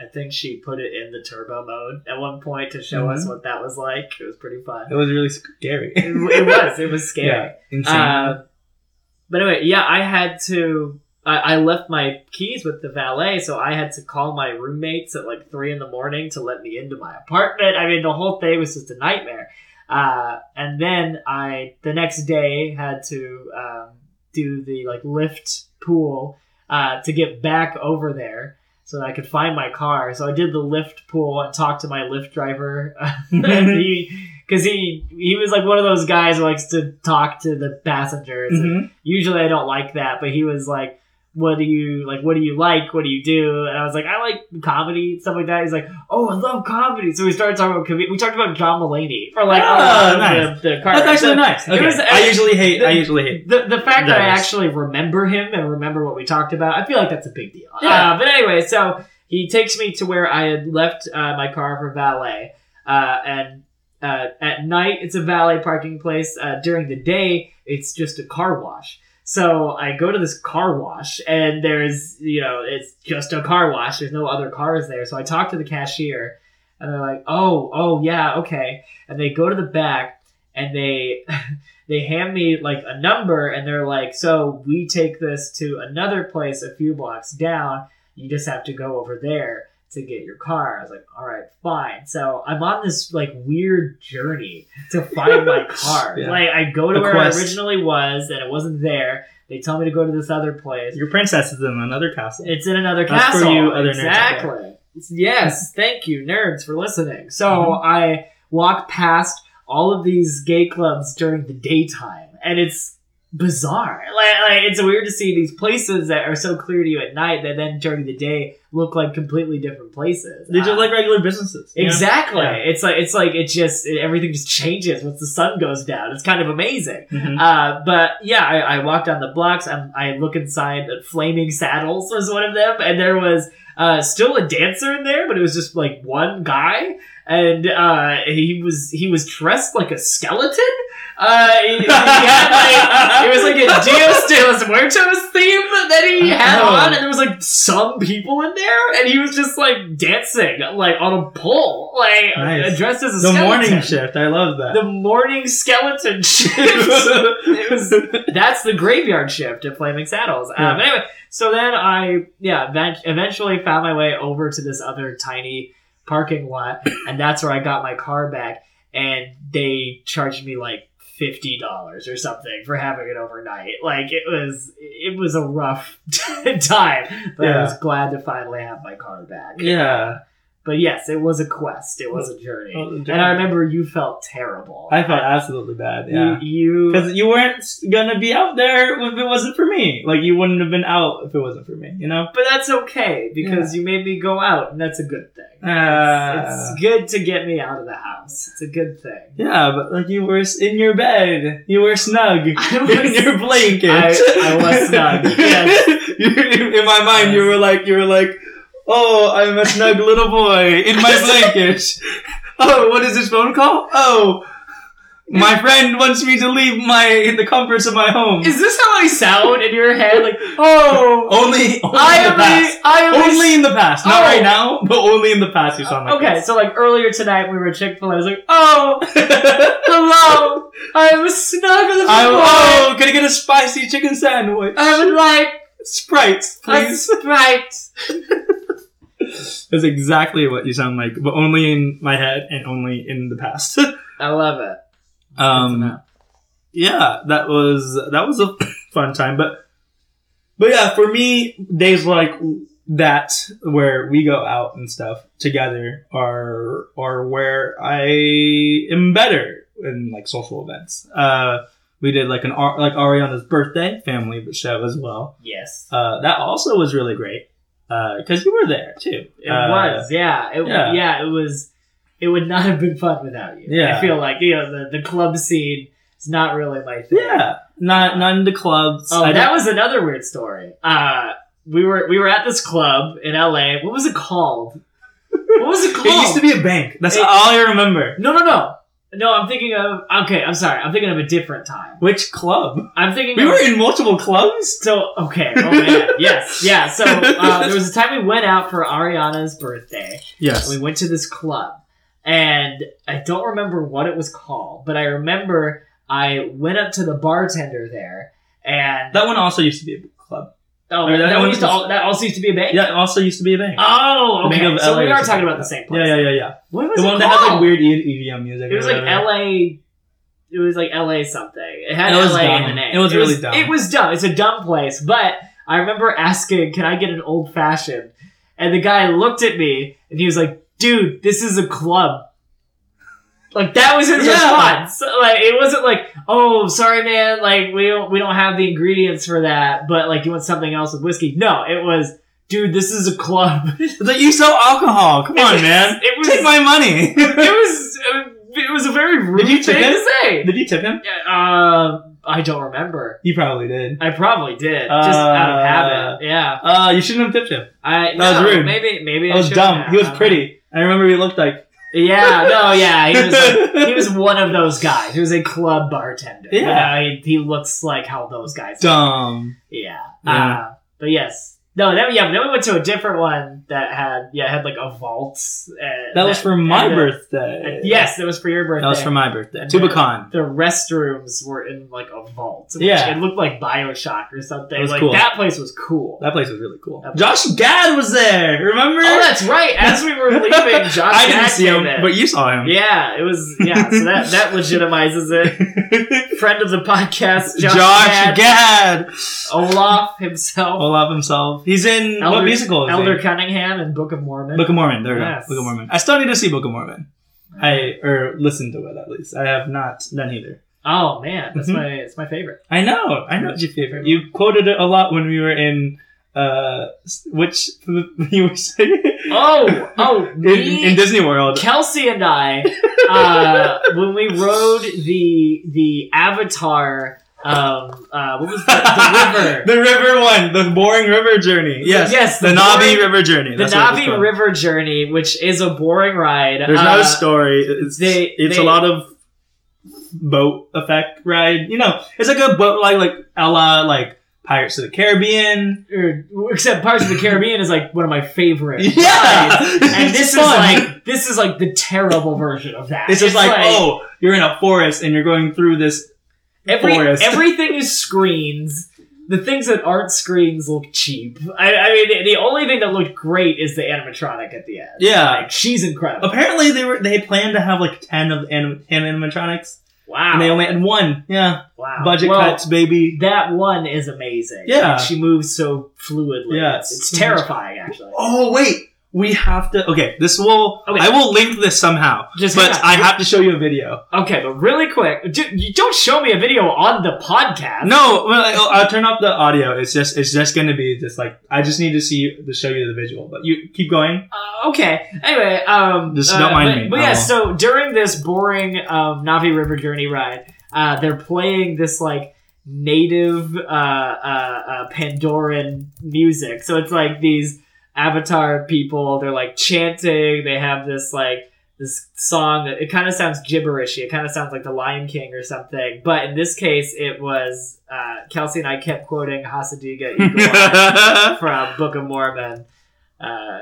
Speaker 2: I think she put it in the turbo mode at one point to show us
Speaker 1: Mhm.
Speaker 2: what that was like. It was pretty fun.
Speaker 1: It was really scary.
Speaker 2: it, it was. It was
Speaker 1: Yeah.
Speaker 2: scary.
Speaker 1: Insane.
Speaker 2: Uh, but anyway, yeah, I had to. I, I left my keys with the valet, so I had to call my roommates at like three in the morning to let me into my apartment. I mean, the whole thing was just a nightmare. Uh, and then I the next day had to um, do the like lift pool uh, to get back over there so that I could find my car. So I did the lift pool and talked to my lift driver.
Speaker 1: Mm-hmm.
Speaker 2: Because he, he was like one of those guys who likes to talk to the passengers. and
Speaker 1: Mhm.
Speaker 2: usually I don't like that, but he was like, "What do you like? What do you like? What do you do?" And I was like, "I like comedy stuff like that." He's like, "Oh, I love comedy." So we started talking about comedy. We talked about John Mulaney for like a
Speaker 1: Oh,
Speaker 2: lot of
Speaker 1: nice.
Speaker 2: the, the car.
Speaker 1: That's actually
Speaker 2: the,
Speaker 1: nice. Okay.
Speaker 2: was-
Speaker 1: I usually hate. I usually hate.
Speaker 2: the, the fact that I
Speaker 1: Nice.
Speaker 2: actually remember him and remember what we talked about, I feel like that's a big deal.
Speaker 1: Yeah.
Speaker 2: Uh, but anyway, so he takes me to where I had left uh, my car for valet. Uh, and uh, at night, it's a valet parking place. Uh, during the day, it's just a car wash. So I go to this car wash, and there's, you know, it's just a car wash. There's no other cars there. So I talk to the cashier, and they're like, oh, oh, yeah, okay. And they go to the back, and they. They hand me like a number and they're like, so we take this to another place a few blocks down. You just have to go over there to get your car. I was like, all right, fine. So I'm on this like weird journey to find my car.
Speaker 1: Yeah.
Speaker 2: Like I go to
Speaker 1: A
Speaker 2: where
Speaker 1: quest.
Speaker 2: I originally was and it wasn't there. They tell me to go to this other place.
Speaker 1: Your princess is in another castle.
Speaker 2: It's in another
Speaker 1: That's for
Speaker 2: castle.
Speaker 1: you other nerds out there.
Speaker 2: exactly. It's- Yes, thank you, nerds, for listening. So
Speaker 1: Mhm.
Speaker 2: I walk past all of these gay clubs during the daytime, and it's bizarre. Like, like it's weird to see these places that are so clear to you at night that then during the day look like completely different places.
Speaker 1: They just
Speaker 2: Uh,
Speaker 1: like regular businesses. you know?
Speaker 2: Exactly.
Speaker 1: Yeah.
Speaker 2: It's like it's like it just it, everything just changes once the sun goes down. It's kind of amazing.
Speaker 1: Mhm.
Speaker 2: Uh, but yeah, I, I walked on the blocks. I'm, I look inside. The Flaming Saddles was one of them, and there was uh, still a dancer in there, but it was just like one guy, and uh, he was he was dressed like a skeleton. Uh, he, he had, like, it was like a Dios de los Muertos theme that he had
Speaker 1: Oh.
Speaker 2: on, and there was like some people in there, and he was just like dancing like on a pole, like
Speaker 1: Nice.
Speaker 2: dressed as a
Speaker 1: The
Speaker 2: skeleton.
Speaker 1: morning shift. I love that.
Speaker 2: The morning skeleton shift. it was that's the graveyard shift at Flaming Saddles.
Speaker 1: Yeah.
Speaker 2: Um, anyway, so then I yeah ev- eventually found my way over to this other tiny parking lot, and that's where I got my car back, and they charged me like fifty dollars or something for having it overnight. Like it was it was a rough time, but I was glad to finally have my car back.
Speaker 1: yeah.
Speaker 2: But yes, it was a quest. It was a journey.
Speaker 1: Well,
Speaker 2: And I remember you felt terrible.
Speaker 1: Oh, I felt absolutely bad.
Speaker 2: You-
Speaker 1: Yeah.
Speaker 2: you,
Speaker 1: Because you weren't gonna be out there if it wasn't for me. Like you wouldn't have been out if it wasn't for me. You know.
Speaker 2: But that's okay because you made me go out, and that's a good thing.
Speaker 1: Ah.
Speaker 2: It's, it's good to get me out of the house. It's a good thing.
Speaker 1: Yeah, but like you were s- in your bed, you were snug
Speaker 2: I
Speaker 1: in your blanket.
Speaker 2: I, I was snug. Yes.
Speaker 1: You- in my mind, you were like, you were like, oh, I'm a snug little boy in my blanket. oh, what is this phone call? Oh, my friend wants me to leave my in the comforts of my home.
Speaker 2: Is this how I sound in your head? Like, oh,
Speaker 1: only, only
Speaker 2: I
Speaker 1: in the
Speaker 2: am
Speaker 1: past.
Speaker 2: a, I am a-
Speaker 1: Only in the past, not
Speaker 2: Oh.
Speaker 1: right now, but only in the past. You sound like
Speaker 2: okay, so like earlier tonight we were at Chick Fil A. I was like, oh,
Speaker 1: this.
Speaker 2: hello, I'm snug in the
Speaker 1: I
Speaker 2: boy.
Speaker 1: oh, gonna get a spicy chicken sandwich.
Speaker 2: I would like
Speaker 1: Sprites,
Speaker 2: a
Speaker 1: please.
Speaker 2: sprite.
Speaker 1: That's exactly what you sound like, but only in my head and only in the past.
Speaker 2: I love it.
Speaker 1: um, yeah, that was that was a fun time, but but yeah, for me, days like that where we go out and stuff together are are where I am better in like social events. Uh, we did like an Ar- like Ariana's birthday family show as well.
Speaker 2: yes,
Speaker 1: Uh, that also was really great because you were there too.
Speaker 2: it
Speaker 1: Uh,
Speaker 2: was. Yeah, it,
Speaker 1: yeah.
Speaker 2: yeah, It was. It would not have been fun without you.
Speaker 1: Yeah.
Speaker 2: I feel like you know the, the club scene is not really my thing.
Speaker 1: Yeah, not not in the clubs.
Speaker 2: Oh,
Speaker 1: I
Speaker 2: that
Speaker 1: don't-
Speaker 2: was another weird story. Uh, we were we were at this club in LA. What was it called? What was it called?
Speaker 1: It used to be a bank. That's
Speaker 2: It-
Speaker 1: all I remember.
Speaker 2: no, no, no, no. I'm thinking of. Okay, I'm sorry. I'm thinking of a different time.
Speaker 1: Which club?
Speaker 2: I'm thinking.
Speaker 1: We
Speaker 2: of,
Speaker 1: were in multiple clubs.
Speaker 2: So okay, oh man, yes, yeah. So uh, there was a time we went out for Ariana's birthday.
Speaker 1: Yes.
Speaker 2: We went to this club, and I don't remember what it was called, but I remember I went up to the bartender there, and
Speaker 1: That one also used to be a club.
Speaker 2: oh,
Speaker 1: or
Speaker 2: that,
Speaker 1: that
Speaker 2: that
Speaker 1: one
Speaker 2: one used to
Speaker 1: was-
Speaker 2: al- that also used to be a bank.
Speaker 1: Yeah, it also used to be a bank.
Speaker 2: Oh,
Speaker 1: The Bank
Speaker 2: okay.
Speaker 1: of
Speaker 2: So
Speaker 1: LA or
Speaker 2: we are
Speaker 1: something
Speaker 2: talking
Speaker 1: like
Speaker 2: about the same place.
Speaker 1: yeah, yeah, yeah, yeah.
Speaker 2: What was
Speaker 1: The
Speaker 2: it
Speaker 1: one
Speaker 2: called?
Speaker 1: that had like weird E- EDM music.
Speaker 2: It was like
Speaker 1: L.
Speaker 2: L.A. It was like L.A. something. It had
Speaker 1: It was
Speaker 2: L.A. in the
Speaker 1: dumb.
Speaker 2: name.
Speaker 1: It was really dumb.
Speaker 2: It was dumb. It's a dumb place. But I remember asking, "Can I get an old fashioned?" And the guy looked at me and he was like, "Dude, this is a club." Like that was his
Speaker 1: Yeah.
Speaker 2: response. Like it wasn't like, "Oh, sorry, man. Like we don't we don't have the ingredients for that." But like, you want something else with whiskey? No, it was, "Dude, this is a club."
Speaker 1: Like you sell alcohol. Come on, man.
Speaker 2: It was.
Speaker 1: Take my money.
Speaker 2: it was. uh, It was a very rude
Speaker 1: you tip
Speaker 2: thing
Speaker 1: him?
Speaker 2: to say.
Speaker 1: did you tip him?
Speaker 2: Uh, I don't remember.
Speaker 1: You probably did.
Speaker 2: I probably did, just out
Speaker 1: Uh,
Speaker 2: of habit. Yeah,
Speaker 1: Uh, you shouldn't have tipped him.
Speaker 2: I
Speaker 1: that was
Speaker 2: no,
Speaker 1: rude.
Speaker 2: Maybe, maybe
Speaker 1: That
Speaker 2: I
Speaker 1: was
Speaker 2: shouldn't
Speaker 1: dumb.
Speaker 2: have.
Speaker 1: He was pretty. I remember he looked like.
Speaker 2: Yeah, no, yeah, he was. Like, he was one of those guys. He was a club bartender. You
Speaker 1: Yeah.
Speaker 2: know, he, he looks like how those guys. look.
Speaker 1: dumb.
Speaker 2: Yeah.
Speaker 1: Yeah.
Speaker 2: Uh, but yes. No, that, yeah, but then we went to a different one that had, yeah, had like a vault. Uh,
Speaker 1: That was for my
Speaker 2: and the-
Speaker 1: birthday.
Speaker 2: Yes, that was for your birthday.
Speaker 1: That was for my birthday. Tubacon.
Speaker 2: the restrooms were in like a vault. Which
Speaker 1: Yeah.
Speaker 2: it looked like Bioshock or something.
Speaker 1: It was
Speaker 2: like
Speaker 1: cool.
Speaker 2: that place was cool.
Speaker 1: That place was really cool.
Speaker 2: That-
Speaker 1: Josh Gad was there. Remember?
Speaker 2: oh, that's right. As we were leaving, Josh
Speaker 1: I didn't
Speaker 2: Gad
Speaker 1: see him,
Speaker 2: came in.
Speaker 1: but you saw him.
Speaker 2: yeah, it was yeah. So that that legitimizes it. Friend of the podcast, Josh,
Speaker 1: Josh,
Speaker 2: Gad,
Speaker 1: Gad.
Speaker 2: Olaf himself,
Speaker 1: Olaf himself. He's in what
Speaker 2: Elder-
Speaker 1: musical? Is
Speaker 2: Elder
Speaker 1: he?
Speaker 2: Cunningham, and Book of Mormon.
Speaker 1: Book of Mormon. There we
Speaker 2: Yes.
Speaker 1: go. Book of Mormon. I still need to see Book of Mormon. I or listen to it at least. I have not done either.
Speaker 2: Oh man, that's
Speaker 1: Mhm.
Speaker 2: my it's my favorite.
Speaker 1: I know. I know it's your favorite. You quoted it a lot when we were in uh s- which you were saying
Speaker 2: Oh, oh,
Speaker 1: in, in Disney World.
Speaker 2: Kelsey and I, uh, when we rode the the Avatar, um, uh, what was that? the river?
Speaker 1: the river one, the boring river journey. Yes.
Speaker 2: yes,
Speaker 1: The Navi River Journey.
Speaker 2: The
Speaker 1: That's what it's
Speaker 2: Navi
Speaker 1: called.
Speaker 2: River journey, which is a boring ride.
Speaker 1: There's
Speaker 2: uh,
Speaker 1: not a story. It's,
Speaker 2: they-
Speaker 1: it's
Speaker 2: they-
Speaker 1: a lot of boat effect ride. You know, it's like a boat like like a la like Pirates of the Caribbean.
Speaker 2: or, Uh, er, except Pirates of the Caribbean is like one of my favorite. rides. and
Speaker 1: It's
Speaker 2: this is
Speaker 1: fun.
Speaker 2: like this is like the terrible version of that.
Speaker 1: it's just like, oh, you're in a forest and you're going through this.
Speaker 2: every,
Speaker 1: forest.
Speaker 2: everything is screens. The things that aren't screens look cheap. I, I mean, the, the only thing that looked great is the animatronic at the end.
Speaker 1: Yeah.
Speaker 2: Like, she's incredible.
Speaker 1: Apparently they were they planned to have like ten of the anim- ten animatronics
Speaker 2: Wow.
Speaker 1: and they only had one. Yeah,
Speaker 2: wow.
Speaker 1: budget
Speaker 2: Well,
Speaker 1: cuts, baby.
Speaker 2: That one is amazing.
Speaker 1: Yeah.
Speaker 2: Like, she moves so fluidly.
Speaker 1: Yeah,
Speaker 2: It's,
Speaker 1: it's so
Speaker 2: it's terrifying, actually.
Speaker 1: Oh wait, we have to. Okay, this will.
Speaker 2: Okay.
Speaker 1: I will link this somehow,
Speaker 2: Just
Speaker 1: but
Speaker 2: yeah.
Speaker 1: I have to show you a video.
Speaker 2: okay, but really quick, do, you don't show me a video on the podcast.
Speaker 1: No, well, I'll, I'll turn off the audio. It's just it's just gonna be just like I just need to see you, to show you the visual. But you keep going.
Speaker 2: Uh, okay. Anyway, um,
Speaker 1: Just
Speaker 2: uh,
Speaker 1: don't mind
Speaker 2: but,
Speaker 1: me.
Speaker 2: But
Speaker 1: I
Speaker 2: yeah,
Speaker 1: will.
Speaker 2: so during this boring um, Navi River Journey ride, uh, they're playing this like native uh, uh, uh, Pandoran music. So it's like these Avatar people. They're like chanting. They have this like this song that it kind of sounds gibberishy. It kind of sounds like the Lion King or something. But in this case, it was uh, Kelsey and I kept quoting Hasadiga Eagle Eye from Book of Mormon. Uh,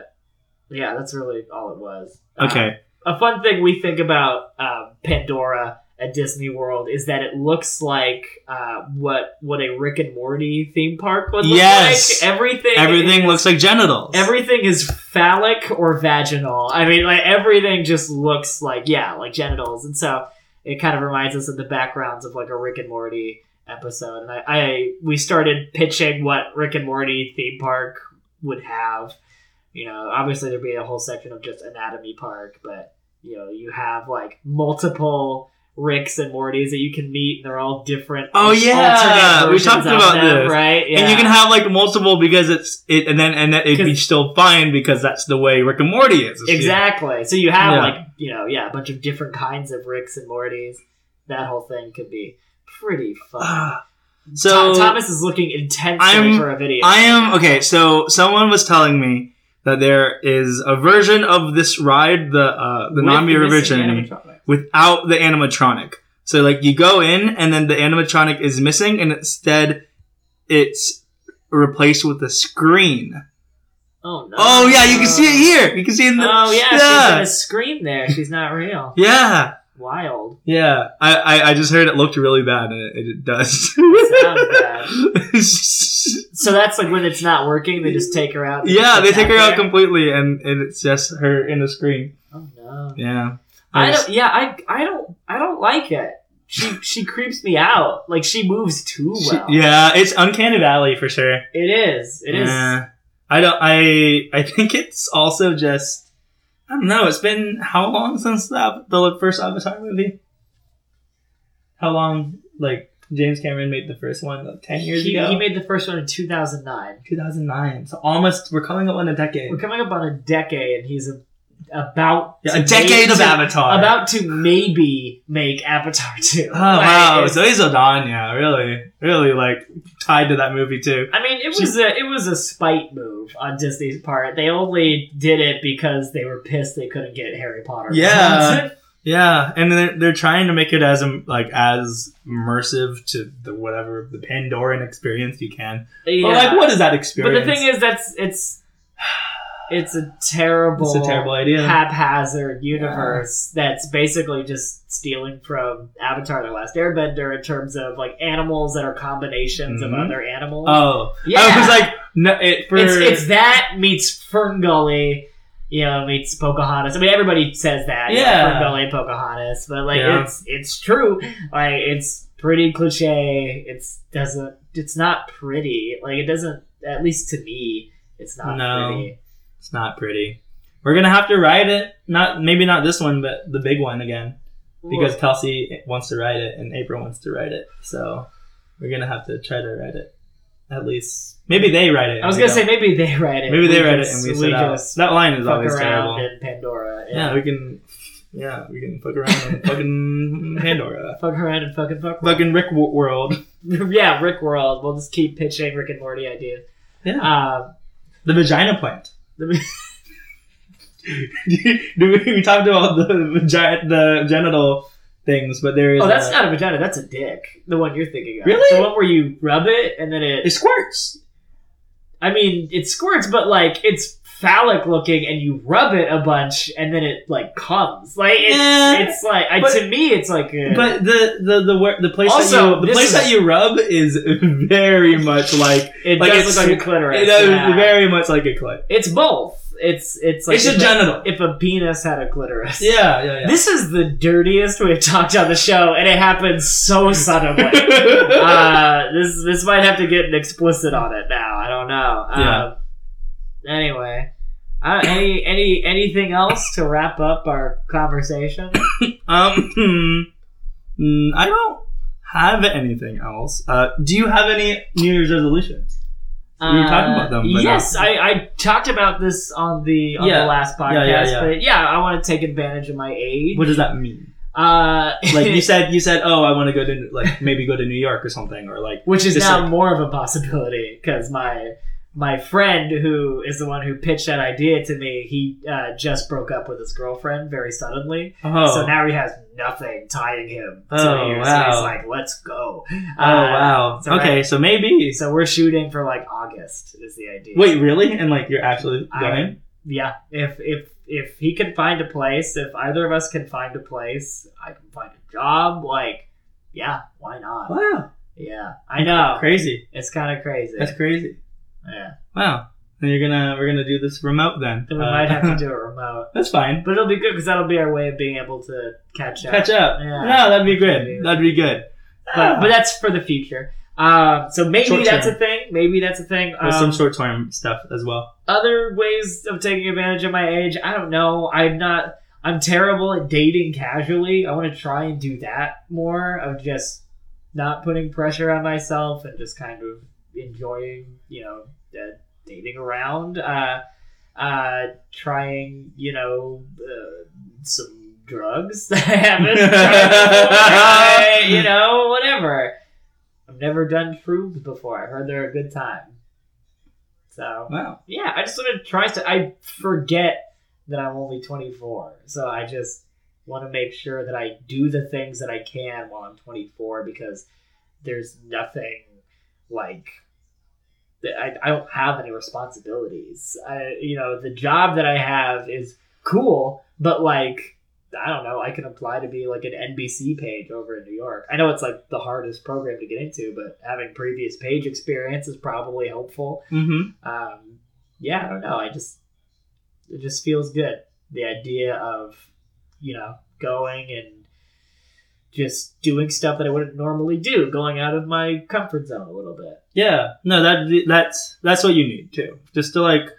Speaker 2: yeah, that's really all it was. Uh,
Speaker 1: okay.
Speaker 2: a fun thing we think about um, Pandora at Disney World is that it looks like uh, what what a Rick and Morty theme park would look
Speaker 1: Yes.
Speaker 2: like. Everything,
Speaker 1: Everything looks like genitals.
Speaker 2: everything is phallic or vaginal. I mean, like everything just looks like yeah, like genitals, and so it kind of reminds us of the backgrounds of like a Rick and Morty episode. And I, I we started pitching what Rick and Morty theme park would have. You know, obviously there'd be a whole section of just Anatomy Park, but you know, you have like multiple. Ricks and Mortys that you can meet, and they're all different.
Speaker 1: Oh, yeah.
Speaker 2: alternate
Speaker 1: We
Speaker 2: versions
Speaker 1: talked
Speaker 2: of
Speaker 1: about
Speaker 2: them,
Speaker 1: this.
Speaker 2: right? Yeah.
Speaker 1: And you can have like multiple because it's it, and then and then it'd be
Speaker 2: 'Cause-
Speaker 1: still fine because that's the way Rick and Morty is.
Speaker 2: Exactly. So you have
Speaker 1: Yeah.
Speaker 2: like you know yeah a bunch of different kinds of Ricks and Mortys. That whole thing could be pretty fun.
Speaker 1: Ah. so
Speaker 2: Tho- Thomas is looking intensely
Speaker 1: I'm-
Speaker 2: for a video.
Speaker 1: I am okay. So someone was telling me that there is a version of this ride, the uh, the
Speaker 2: With
Speaker 1: Nami River
Speaker 2: missing
Speaker 1: Journey,
Speaker 2: animatronic.
Speaker 1: without the animatronic. So like you go in and then the animatronic is missing and instead it's replaced with a screen.
Speaker 2: Oh no!
Speaker 1: Oh yeah, you can see it here. You can see it in the
Speaker 2: Oh yeah, she's
Speaker 1: Yeah.
Speaker 2: got a screen there. She's not real.
Speaker 1: Yeah.
Speaker 2: Wild.
Speaker 1: Yeah. I, I, I just heard it looked really bad and it, it does.
Speaker 2: Sounds bad. So that's like when it's not working, they just take her out. and
Speaker 1: yeah,
Speaker 2: put
Speaker 1: they take her out
Speaker 2: there.
Speaker 1: completely and, and it's just her in the screen.
Speaker 2: Oh no!
Speaker 1: Yeah.
Speaker 2: I don't. Yeah, I I don't I don't like it. She she creeps me out. Like she moves too
Speaker 1: She-
Speaker 2: well.
Speaker 1: yeah, it's Uncanny Valley for sure.
Speaker 2: It is. It is.
Speaker 1: Yeah. I don't. I I think it's also just I don't know. It's been how long since the, the first Avatar movie? How long? Like James Cameron made the first one like ten years
Speaker 2: he,
Speaker 1: ago.
Speaker 2: he made the first one in 2009.
Speaker 1: 2009. So almost we're coming up on a decade.
Speaker 2: We're coming up on a decade, and he's a, about
Speaker 1: Yeah,
Speaker 2: to
Speaker 1: a decade
Speaker 2: make-
Speaker 1: of
Speaker 2: to-
Speaker 1: Avatar.
Speaker 2: About to maybe make Avatar 2.
Speaker 1: Oh wow,
Speaker 2: it's-
Speaker 1: Zoe Saldana really, really like tied to that movie too.
Speaker 2: I mean, it was a it was a spite move on Disney's part. They only did it because they were pissed they couldn't get Harry Potter.
Speaker 1: Yeah. Yeah, and they're, they're trying to make it as um, like as immersive to the whatever the Pandoran experience you can.
Speaker 2: yeah.
Speaker 1: Well, like, what is that
Speaker 2: but
Speaker 1: experience?
Speaker 2: the thing is, that's it's it's a terrible,
Speaker 1: it's a terrible idea.
Speaker 2: haphazard universe that's basically just stealing from Avatar: The Last Airbender in terms of like animals that are combinations
Speaker 1: Mhm.
Speaker 2: of other animals.
Speaker 1: oh,
Speaker 2: yeah,
Speaker 1: I was like, no, it, for
Speaker 2: it's, it's that meets Ferngully, you know, meets Pocahontas. I mean, everybody says that, yeah,
Speaker 1: Yeah.
Speaker 2: Ferngully and Pocahontas, but like
Speaker 1: Yeah.
Speaker 2: it's it's true. Like it's pretty cliche. It's doesn't. It's not pretty. Like it doesn't. At least to me, it's not
Speaker 1: No.
Speaker 2: pretty.
Speaker 1: it's not pretty. We're gonna have to ride it. Not maybe not this one, but the big one again. because Kelsey wants to write it and April wants to write it. So we're gonna have to try to write it. At least maybe they write it. and
Speaker 2: I was
Speaker 1: we
Speaker 2: gonna
Speaker 1: don't.
Speaker 2: say maybe they write it.
Speaker 1: maybe they
Speaker 2: We
Speaker 1: write it
Speaker 2: just-
Speaker 1: and we, sit out.
Speaker 2: just
Speaker 1: That line is
Speaker 2: fuck
Speaker 1: always
Speaker 2: around
Speaker 1: terrible.
Speaker 2: in Pandora.
Speaker 1: yeah. we can. Yeah, we can fuck around on fucking Pandora,
Speaker 2: fuck around and fucking fuck.
Speaker 1: fucking Rick Wo- World,
Speaker 2: yeah, Rick World. We'll just keep pitching Rick and Morty ideas.
Speaker 1: Yeah.
Speaker 2: Um,
Speaker 1: the vagina plant.
Speaker 2: let me-
Speaker 1: Do we, we talked about the vagi- the genital things, but there is
Speaker 2: oh, that's
Speaker 1: a-
Speaker 2: not a vagina. That's a dick. The one you're thinking of.
Speaker 1: Really?
Speaker 2: The one where you rub it and then
Speaker 1: it squirts.
Speaker 2: I mean, it squirts, but like it's phallic looking, and you rub it a bunch, and then it like comes. Like it's,
Speaker 1: Eh,
Speaker 2: it's like I,
Speaker 1: but-
Speaker 2: to me, it's like a,
Speaker 1: But the the the, where- the place
Speaker 2: Also,
Speaker 1: that you, the
Speaker 2: this
Speaker 1: place
Speaker 2: is-
Speaker 1: that you rub is very much like
Speaker 2: it
Speaker 1: like,
Speaker 2: does
Speaker 1: it's-
Speaker 2: look like a clitoris.
Speaker 1: it is
Speaker 2: yeah.
Speaker 1: very much like a clit.
Speaker 2: it's both. It's it's like
Speaker 1: it's a
Speaker 2: if,
Speaker 1: genital.
Speaker 2: if a penis had a clitoris.
Speaker 1: yeah, yeah, yeah.
Speaker 2: This is the dirtiest we've talked on the show, and it happens so suddenly.
Speaker 1: uh,
Speaker 2: uh, this this might have to get an explicit on it now. I don't know. Um, anyway, uh, any any anything else to wrap up our conversation?
Speaker 1: um, hmm. Mm, I don't have anything else. Uh, do you have any New Year's resolutions? We were talking about them, but
Speaker 2: Uh, yes,
Speaker 1: not-
Speaker 2: I, I talked about this on the on
Speaker 1: Yeah.
Speaker 2: the last
Speaker 1: Yeah,
Speaker 2: podcast,
Speaker 1: yeah, yeah.
Speaker 2: but yeah, I want to take advantage of my age.
Speaker 1: What does that mean?
Speaker 2: uh,
Speaker 1: Like you said, you said, oh, I want to go to like maybe go to New York or something, or like
Speaker 2: which is
Speaker 1: Just
Speaker 2: now
Speaker 1: like-
Speaker 2: more of a possibility because my my friend who is the one who pitched that idea to me he uh, just broke up with his girlfriend very suddenly
Speaker 1: oh,
Speaker 2: so now he has nothing tying him to
Speaker 1: Oh,
Speaker 2: me so
Speaker 1: wow.
Speaker 2: he's like let's go
Speaker 1: oh wow,
Speaker 2: uh, so
Speaker 1: okay, so maybe.
Speaker 2: so we're shooting for like august is the idea
Speaker 1: Wait, really? And like you're actually
Speaker 2: I-
Speaker 1: going?
Speaker 2: yeah if if if he can find a place if either of us can find a place i can find a job like yeah why not
Speaker 1: Wow,
Speaker 2: yeah i know
Speaker 1: crazy.
Speaker 2: it's kind of crazy
Speaker 1: That's crazy.
Speaker 2: yeah
Speaker 1: Wow. Then you're gonna we're gonna do this remote then.
Speaker 2: Then we
Speaker 1: Uh,
Speaker 2: might have to do it remote.
Speaker 1: that's fine.
Speaker 2: But it'll be good because that'll be our way of being able to catch up.
Speaker 1: Catch up.
Speaker 2: Yeah.
Speaker 1: No, that'd be
Speaker 2: Maybe.
Speaker 1: good. That'd be good.
Speaker 2: But, but that's for the future. Um, so maybe
Speaker 1: Short
Speaker 2: that's
Speaker 1: term.
Speaker 2: a thing. Maybe that's a thing.
Speaker 1: With
Speaker 2: Um,
Speaker 1: some short term stuff as well.
Speaker 2: other ways of taking advantage of my age, I don't know. I'm not. I'm terrible at dating casually. I want to try and do that more of just not putting pressure on myself and just kind of enjoying, you know, uh, dating around. Uh, uh, trying, you know, uh, some drugs that I haven't tried before. I- you know, whatever. I've never done shrooms before. I heard they're a good time. So
Speaker 1: Wow.
Speaker 2: yeah, I just want to try to. I forget that I'm only 24, so I just want to make sure that I do the things that I can while I'm 24 because there's nothing like that- I, I don't have any responsibilities. I, you know, the job that I have is cool, but like. I don't know. I can apply to be like an NBC page over in New York. I know it's like the hardest program to get into, but having previous page experience is probably helpful
Speaker 1: Mm-hmm.
Speaker 2: um, yeah, I don't know. I just it just feels good. The idea of you know going and just doing stuff that I wouldn't normally do, going out of my comfort zone a little bit.
Speaker 1: Yeah. No, that that's that's what you need too. Just to like,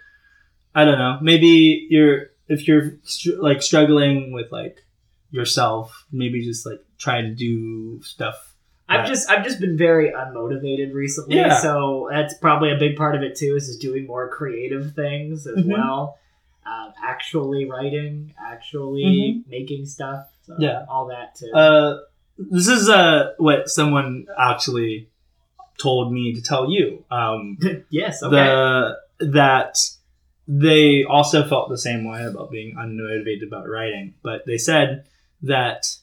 Speaker 1: I don't know. Maybe you're if you're str- like struggling with like yourself, maybe just like try to do stuff.
Speaker 2: I've
Speaker 1: Right.
Speaker 2: just I've just been very unmotivated recently,
Speaker 1: Yeah.
Speaker 2: so that's probably a big part of it too. Is just doing more creative things as
Speaker 1: Mhm.
Speaker 2: well, um, actually writing, actually making stuff, so
Speaker 1: Mm-hmm. Yeah.
Speaker 2: all that too.
Speaker 1: Uh, this is uh what someone actually told me to tell you. Um,
Speaker 2: yes, okay.
Speaker 1: the that they also felt the same way about being unmotivated about writing, but they said that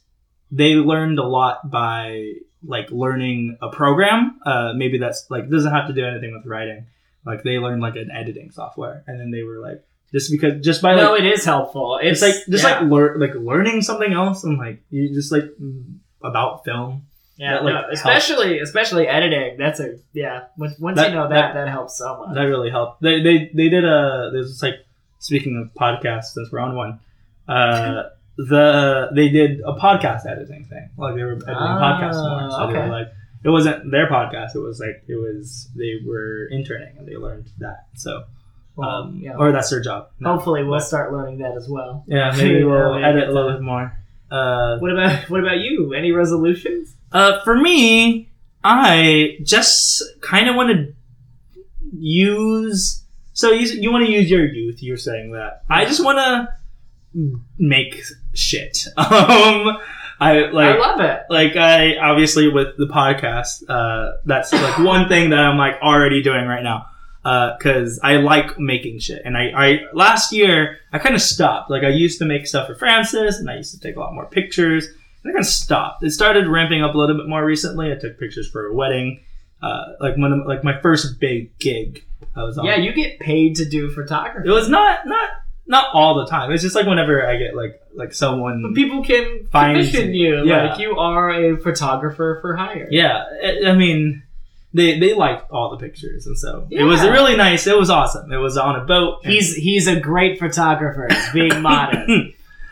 Speaker 1: they learned a lot by like learning a program. Uh, maybe that's like doesn't have to do anything with writing. Like they learned like an editing software, and then they were like just because just by
Speaker 2: no,
Speaker 1: like
Speaker 2: it is helpful.
Speaker 1: it's,
Speaker 2: It's,
Speaker 1: like just
Speaker 2: yeah.
Speaker 1: like lear- like learning something else and like you just like mm, about film.
Speaker 2: Yeah,
Speaker 1: That, like,
Speaker 2: no,
Speaker 1: helps.
Speaker 2: especially especially editing. That's a yeah. Once, once
Speaker 1: That-
Speaker 2: you know that, that,
Speaker 1: that-
Speaker 2: helps so much.
Speaker 1: That really helped. They they, they did a there's just like speaking of podcasts since we're on one. Uh, the they did a podcast editing thing. Like they were editing
Speaker 2: Ah,
Speaker 1: podcasts more. So they
Speaker 2: okay.
Speaker 1: were like it wasn't their podcast, it was like it was they were interning and they learned that. So
Speaker 2: Well,
Speaker 1: um
Speaker 2: yeah.
Speaker 1: or that's their job. now.
Speaker 2: Hopefully, we'll
Speaker 1: but-
Speaker 2: start learning that as well.
Speaker 1: yeah, maybe
Speaker 2: Yeah,
Speaker 1: we'll
Speaker 2: maybe
Speaker 1: edit
Speaker 2: it's
Speaker 1: a little bit more. Uh,
Speaker 2: What about what about you? Any resolutions?
Speaker 1: Uh, for me, I just kind of want to use. So you, you want to use your youth? You're saying that. I just want to make shit. Um, I like.
Speaker 2: I love it.
Speaker 1: like I obviously with the podcast, uh, that's like one thing that I'm like already doing right now because I like making shit. And I, I last year I kind of stopped. Like I used to make stuff for Francis, and I used to take a lot more pictures. And I kind of stopped. It started ramping up a little bit more recently. I took pictures for a wedding, uh, like one of, like my first big gig. I was on.
Speaker 2: Yeah, you get paid to do
Speaker 1: it
Speaker 2: photography.
Speaker 1: was not not not all the time. It's just like whenever I get like like someone.
Speaker 2: But people can
Speaker 1: Find-
Speaker 2: commission you.
Speaker 1: yeah.
Speaker 2: Like you are a photographer for hire.
Speaker 1: Yeah, I, I mean, they they liked all the pictures, and so it was
Speaker 2: Yeah.
Speaker 1: really nice. It was awesome. It was on a boat. and-
Speaker 2: He's he's a great photographer. He's being modest.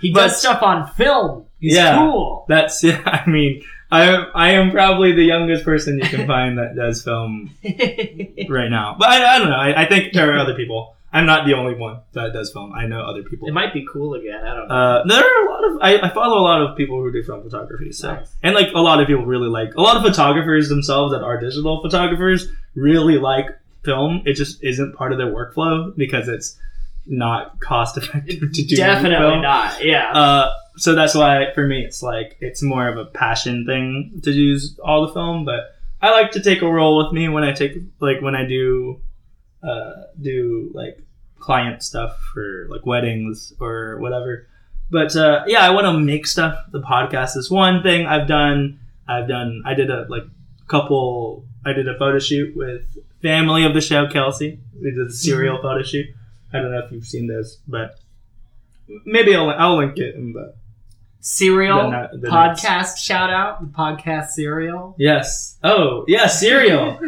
Speaker 2: He
Speaker 1: But-
Speaker 2: does stuff on film. He's
Speaker 1: Yeah.
Speaker 2: cool.
Speaker 1: that's yeah. I mean, I am I am probably the youngest person you can find that does film
Speaker 2: it
Speaker 1: right now. But I, I don't know. I, I think there are other people. I'm not the only one that does film. I know other people.
Speaker 2: might be cool again. I don't know.
Speaker 1: Uh, there are a lot of I, I follow a lot of people who do film photography. So
Speaker 2: Nice.
Speaker 1: and like a lot of people really like a lot of photographers themselves that are digital photographers really like film. It just isn't part of their workflow because it's not cost effective to do.
Speaker 2: Definitely
Speaker 1: film.
Speaker 2: not. Yeah.
Speaker 1: Uh, so that's why for me it's like it's more of a passion thing to use all the film, but I like to take a roll with me when I take like when I do uh, do like client stuff for like weddings or whatever. But uh, yeah, I want to make stuff. The podcast is one thing I've done. I've done. I did a like couple. I did a photo shoot with family of the show Kelsey. We did a serial photo shoot. I don't know if you've seen those, but maybe I'll, I'll link it in the
Speaker 2: Serial
Speaker 1: the ni- the
Speaker 2: podcast
Speaker 1: notes.
Speaker 2: shout out. The podcast serial.
Speaker 1: Yes. Oh, yeah, cereal.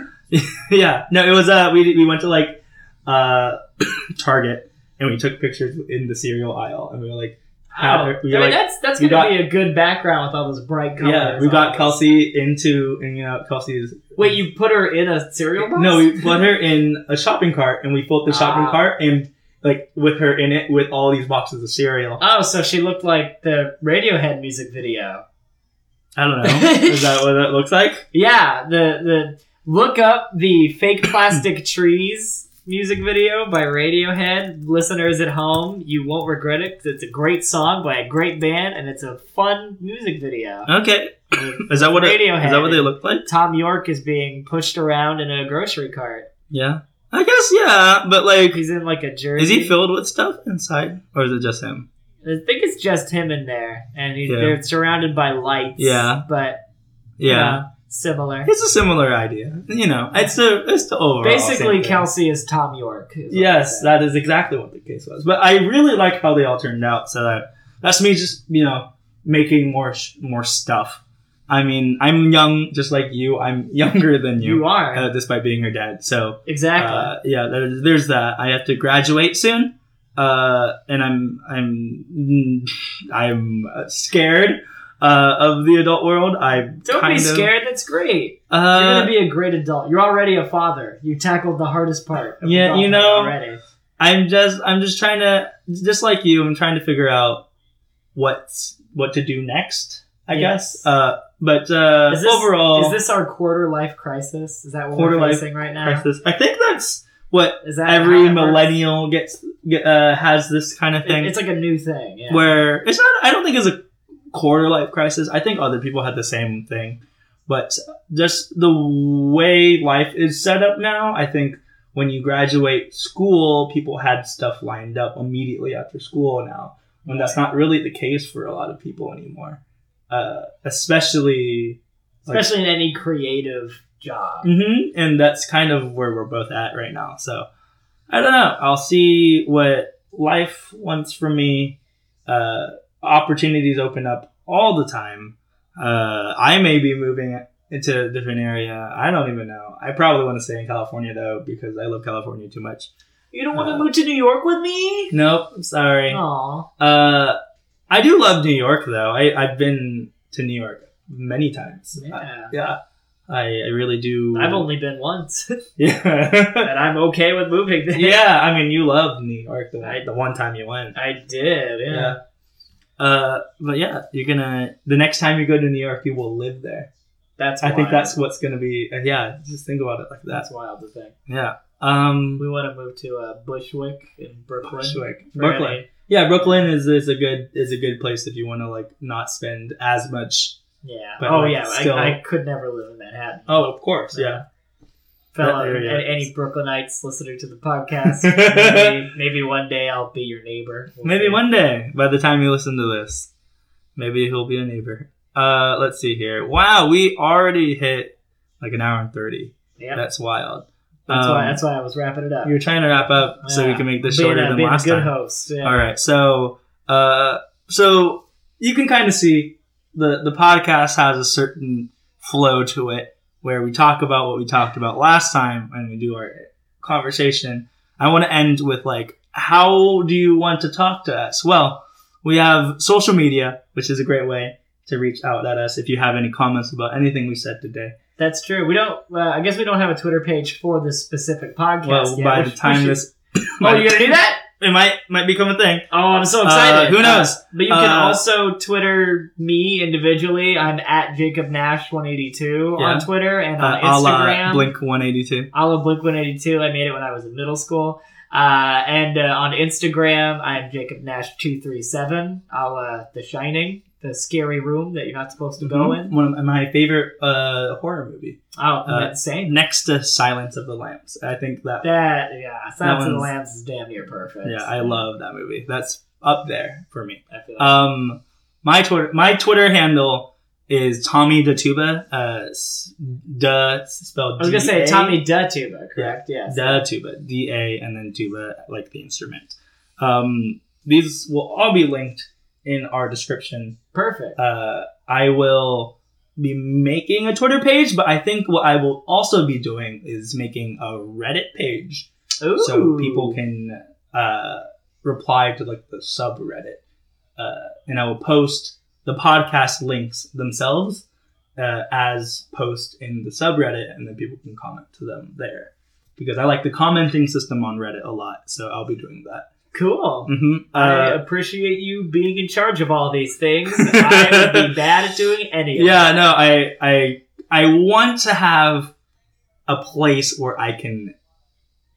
Speaker 1: yeah. No, it was uh we we went to like uh Target and we took pictures in the cereal aisle and we were like How-
Speaker 2: Wow.
Speaker 1: we
Speaker 2: I mean,
Speaker 1: like-
Speaker 2: that's that's
Speaker 1: we
Speaker 2: gonna
Speaker 1: got-
Speaker 2: be a good background with all those bright colors.
Speaker 1: yeah, we
Speaker 2: on
Speaker 1: got
Speaker 2: it.
Speaker 1: Kelsey into and you know Kelsey's
Speaker 2: Wait, you put her in a cereal box?
Speaker 1: No, we put her in a shopping cart and we filled the shopping
Speaker 2: Ah.
Speaker 1: cart and like with her in it with all these boxes of cereal.
Speaker 2: Oh, so she looked like the Radiohead music video.
Speaker 1: I don't know. Is that what that looks like?
Speaker 2: Yeah, the the look up the fake plastic trees music video by Radiohead. Listeners at home, you won't regret it 'cause it's a great song by a great band and it's a fun music video.
Speaker 1: Okay.
Speaker 2: With
Speaker 1: Is that what it,
Speaker 2: Radiohead.
Speaker 1: is that what they look like?
Speaker 2: Tom York is being pushed around in a grocery cart.
Speaker 1: Yeah. I guess yeah, but like
Speaker 2: He's in like a jersey.
Speaker 1: Is he filled with stuff inside, or is it just him?
Speaker 2: I think it's just him in there, and he's,
Speaker 1: Yeah.
Speaker 2: they're surrounded by lights.
Speaker 1: Yeah.
Speaker 2: but
Speaker 1: Yeah,
Speaker 2: uh, similar.
Speaker 1: it's a similar idea. You know, it's the it's the overall.
Speaker 2: Basically,
Speaker 1: same thing.
Speaker 2: Kelsey is Tom York. is what
Speaker 1: Yes,
Speaker 2: they say.
Speaker 1: that is exactly what the case was. But I really like how they all turned out. So that that's me, just you know, making more sh- more stuff. I mean, I'm young, just like you. I'm younger than you,
Speaker 2: you are
Speaker 1: uh, despite being your dad. So
Speaker 2: exactly.
Speaker 1: Uh, yeah, there's, there's that. I have to graduate soon, uh, and I'm I'm I'm scared uh, of the adult world. I uh,
Speaker 2: Don't
Speaker 1: kind
Speaker 2: be
Speaker 1: of-
Speaker 2: scared. That's great. You're
Speaker 1: uh,
Speaker 2: gonna be a great adult. You're already a father. You tackled the hardest part. of
Speaker 1: Yeah, you
Speaker 2: adulthood
Speaker 1: know-
Speaker 2: Already.
Speaker 1: I'm just I'm just trying to just like you. I'm trying to figure out what's what to do next. I
Speaker 2: Yes.
Speaker 1: guess. Uh, but uh,
Speaker 2: Is this-
Speaker 1: overall,
Speaker 2: Is this our quarter life crisis? Is that what
Speaker 1: Quarter
Speaker 2: we're
Speaker 1: life
Speaker 2: facing right now?
Speaker 1: crisis. I think that's what
Speaker 2: Is that how
Speaker 1: every
Speaker 2: it works?
Speaker 1: millennial gets get, uh, has this kind of
Speaker 2: It-
Speaker 1: thing.
Speaker 2: it's like a new thing. Yeah.
Speaker 1: where it's not i don't think it's a quarter life crisis i think other people had the same thing but just the way life is set up now i think when you graduate school people had stuff lined up immediately after school now when that's not really the case for a lot of people anymore uh, especially
Speaker 2: Especially in any creative job.
Speaker 1: hmm and that's kind of where we're both at right now. So I don't know. I'll see what life wants from me. Uh, opportunities open up all the time. Uh, I may be moving into a different area. I don't even know. I probably want to stay in California though because I love California too much.
Speaker 2: You don't want to
Speaker 1: Uh,
Speaker 2: move to New York with me?
Speaker 1: Nope. I'm sorry.
Speaker 2: Aw.
Speaker 1: Uh, I do love New York though. I, I've been to New York many times. Uh,
Speaker 2: Yeah.
Speaker 1: yeah. I, I really do.
Speaker 2: I've only been once,
Speaker 1: yeah.
Speaker 2: and I'm okay with moving there.
Speaker 1: yeah, I mean, you love New York the,
Speaker 2: I-
Speaker 1: the one time you went.
Speaker 2: I did. Yeah.
Speaker 1: Uh, but yeah, you're gonna the next time you go to New York, you will live there.
Speaker 2: That's
Speaker 1: I think
Speaker 2: wild.
Speaker 1: that's what's gonna be. uh, yeah, just think about it like that.
Speaker 2: that's wild to think.
Speaker 1: Yeah. Um,
Speaker 2: We want to move to uh, Bushwick in Brooklyn.
Speaker 1: Bushwick,
Speaker 2: for
Speaker 1: Brooklyn.
Speaker 2: any-
Speaker 1: Yeah, Brooklyn is, is a good is a good place if you want to like not spend as much.
Speaker 2: Yeah.
Speaker 1: But,
Speaker 2: oh
Speaker 1: like,
Speaker 2: yeah.
Speaker 1: still-
Speaker 2: I, I could never live in Manhattan.
Speaker 1: Oh, of course, yeah.
Speaker 2: Fellow,
Speaker 1: That area
Speaker 2: and
Speaker 1: is-
Speaker 2: any Brooklynites listening to the podcast, maybe, maybe one day I'll be your neighbor. We'll
Speaker 1: Maybe
Speaker 2: see.
Speaker 1: one day, by the time you listen to this, maybe he'll be a neighbor. Uh, let's see here. Wow, we already hit like an hour and thirty.
Speaker 2: Yeah. That's,
Speaker 1: That's wild.
Speaker 2: why.
Speaker 1: Um,
Speaker 2: That's why I was wrapping it up.
Speaker 1: you were trying to wrap up so we
Speaker 2: Yeah.
Speaker 1: can make this
Speaker 2: Being
Speaker 1: shorter
Speaker 2: a-
Speaker 1: than
Speaker 2: being a
Speaker 1: last
Speaker 2: good
Speaker 1: time.
Speaker 2: host. Yeah.
Speaker 1: All right, so uh, so you can kind of see the the podcast has a certain flow to it where we talk about what we talked about last time and we do our conversation. I want to end with like, how do you want to talk to us? Well, we have social media, which is a great way to reach out at us if you have any comments about anything we said today.
Speaker 2: That's true. We don't. Uh, I guess we don't have a Twitter page for this specific podcast.
Speaker 1: well,
Speaker 2: yet.
Speaker 1: by
Speaker 2: We
Speaker 1: the
Speaker 2: should-
Speaker 1: time
Speaker 2: we should-
Speaker 1: this,
Speaker 2: oh, you're gonna do that?
Speaker 1: it might might become a thing.
Speaker 2: Oh, I'm so
Speaker 1: Uh,
Speaker 2: excited.
Speaker 1: who knows?
Speaker 2: Uh, but you can
Speaker 1: Uh,
Speaker 2: also Twitter me individually. I'm at Jacob Nash 182
Speaker 1: Yeah.
Speaker 2: on Twitter and on
Speaker 1: uh, a la
Speaker 2: Instagram.
Speaker 1: Blink One Eighty Two.
Speaker 2: I love Blink 182. I made it when I was in middle school. Uh, and uh, on Instagram, I'm Jacob Nash 237. I'll uh, The Shining, the scary room that you're not supposed to go in.
Speaker 1: One of my favorite uh, horror movie,
Speaker 2: Oh,
Speaker 1: Uh,
Speaker 2: that's insane.
Speaker 1: next to Silence of the Lambs. I think that.
Speaker 2: That yeah, Silence of the
Speaker 1: one's-
Speaker 2: Lambs is damn near perfect.
Speaker 1: Yeah, I love that movie. That's up there for me.
Speaker 2: I feel like
Speaker 1: Um, my Twitter, my Twitter handle is Tommy Datuba. Uh, s- da spelled.
Speaker 2: I was gonna say
Speaker 1: D-A.
Speaker 2: Tommy Datuba, correct? Yes.
Speaker 1: Da tuba, D A, and then tuba like the instrument. Um, these will all be linked in our description
Speaker 2: Perfect.
Speaker 1: uh, I will be making a Twitter page, but I think what I will also be doing is making a Reddit page
Speaker 2: Ooh.
Speaker 1: so people can uh, reply to like the subreddit, uh, and I will post the podcast links themselves uh, as post in the subreddit, and then people can comment to them there. Because I like the commenting system on Reddit a lot, so I'll be doing that.
Speaker 2: Cool.
Speaker 1: Mhm.
Speaker 2: I
Speaker 1: Uh,
Speaker 2: appreciate you being in charge of all these things. I would be bad at doing any of
Speaker 1: yeah no i i i want to have a place where i can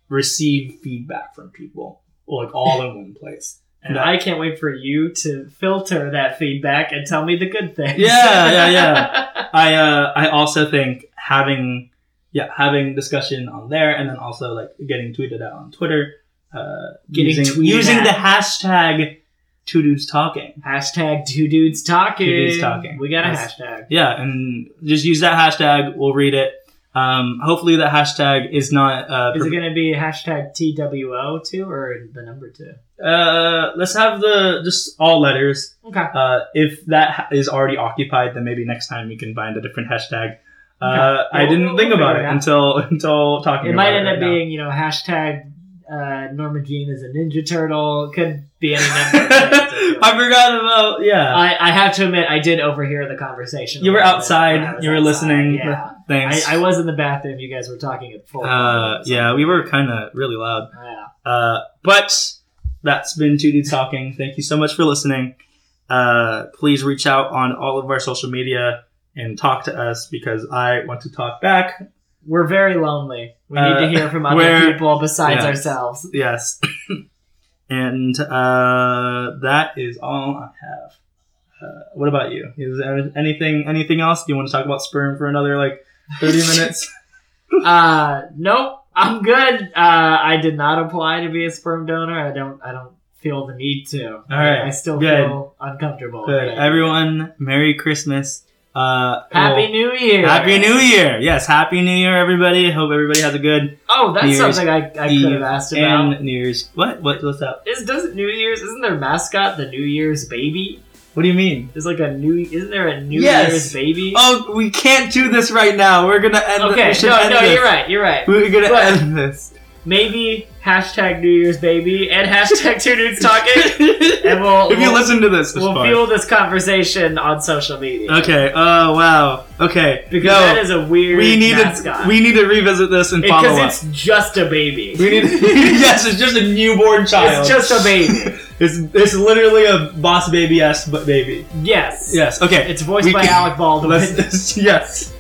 Speaker 1: receive feedback from people like all in one place
Speaker 2: And I can't wait for you to filter that feedback and tell me the good things.
Speaker 1: Yeah, yeah, yeah. i uh i also think having yeah having discussion on there and then also like getting tweeted out on twitter uh
Speaker 2: Getting
Speaker 1: using,
Speaker 2: tweeted
Speaker 1: using
Speaker 2: at.
Speaker 1: the hashtag two dudes talking
Speaker 2: hashtag two dudes talking.
Speaker 1: Two Dudes Talking.
Speaker 2: We got a
Speaker 1: Yes.
Speaker 2: hashtag.
Speaker 1: yeah and just use that hashtag we'll read it um hopefully that hashtag is not uh
Speaker 2: Is it going to be hashtag TWO too, or the number two?
Speaker 1: Uh, let's have the just all letters.
Speaker 2: Okay.
Speaker 1: Uh, if that ha- is already occupied, then maybe next time we can find a different hashtag. Uh,
Speaker 2: Okay.
Speaker 1: I didn't
Speaker 2: We'll-
Speaker 1: think
Speaker 2: we'll
Speaker 1: about it
Speaker 2: figure it out.
Speaker 1: until until talking.
Speaker 2: It
Speaker 1: about
Speaker 2: might end
Speaker 1: right
Speaker 2: up
Speaker 1: now.
Speaker 2: being, you know, hashtag uh, Norma Jean is a Ninja Turtle. Could be any number. Uh, of things.
Speaker 1: I forgot about yeah
Speaker 2: I, I have to admit, I did overhear the conversation.
Speaker 1: You were
Speaker 2: a little bit
Speaker 1: outside,
Speaker 2: when I was
Speaker 1: you were listening.
Speaker 2: Yeah.
Speaker 1: things.
Speaker 2: I, I was in the bathroom. You guys were talking at full.
Speaker 1: uh, yeah, we were kind of really loud.
Speaker 2: Yeah.
Speaker 1: Uh, but that's been two dudes talking. Thank you so much for listening. Uh, please reach out on all of our social media and talk to us because I want to talk back.
Speaker 2: We're very lonely. We need
Speaker 1: Uh,
Speaker 2: to hear from
Speaker 1: we're-
Speaker 2: other people besides
Speaker 1: yeah.
Speaker 2: ourselves.
Speaker 1: Yes. and uh, that is all I have. Uh, what about you? Is there anything anything else? Do you want to talk about sperm for another like thirty minutes?
Speaker 2: Uh, nope. I'm good. Uh, I did not apply to be a sperm donor. I don't. I don't feel the need to. All
Speaker 1: right.
Speaker 2: I still
Speaker 1: Good.
Speaker 2: feel uncomfortable.
Speaker 1: Good.
Speaker 2: Yeah.
Speaker 1: Everyone, Merry Christmas. Uh,
Speaker 2: Happy
Speaker 1: well,
Speaker 2: New Year.
Speaker 1: Happy New Year! Yes, Happy New Year, everybody. Hope everybody has a good
Speaker 2: Oh, that's
Speaker 1: New Year's
Speaker 2: something I, I
Speaker 1: Eve
Speaker 2: could have asked about.
Speaker 1: and New Year's. What? What? What's up?
Speaker 2: is doesn't New Year's isn't their mascot the New Year's baby?
Speaker 1: What do you mean?
Speaker 2: There's like a new isn't there a New
Speaker 1: Yes.
Speaker 2: Year's baby?
Speaker 1: Oh, we can't do this right now. We're gonna end.
Speaker 2: okay,
Speaker 1: we should
Speaker 2: no,
Speaker 1: end
Speaker 2: no,
Speaker 1: this.
Speaker 2: you're right, you're right.
Speaker 1: We're gonna
Speaker 2: But-
Speaker 1: end this.
Speaker 2: Maybe hashtag New Year's baby and hashtag two dudes talking,
Speaker 1: if
Speaker 2: and we'll
Speaker 1: you
Speaker 2: we'll,
Speaker 1: listen to this, this
Speaker 2: we'll
Speaker 1: far.
Speaker 2: fuel this conversation on social media.
Speaker 1: Okay. Oh wow. Okay.
Speaker 2: Because
Speaker 1: no,
Speaker 2: that is a weird
Speaker 1: we need
Speaker 2: mascot.
Speaker 1: to we need to revisit this and follow
Speaker 2: because
Speaker 1: up.
Speaker 2: it's just a baby.
Speaker 1: We need. yes, it's just a newborn child.
Speaker 2: It's just a baby.
Speaker 1: It's it's literally a boss baby ass but baby.
Speaker 2: Yes.
Speaker 1: Yes. Okay.
Speaker 2: It's voiced
Speaker 1: We
Speaker 2: by
Speaker 1: can-
Speaker 2: Alec Baldwin.
Speaker 1: Let's, yes.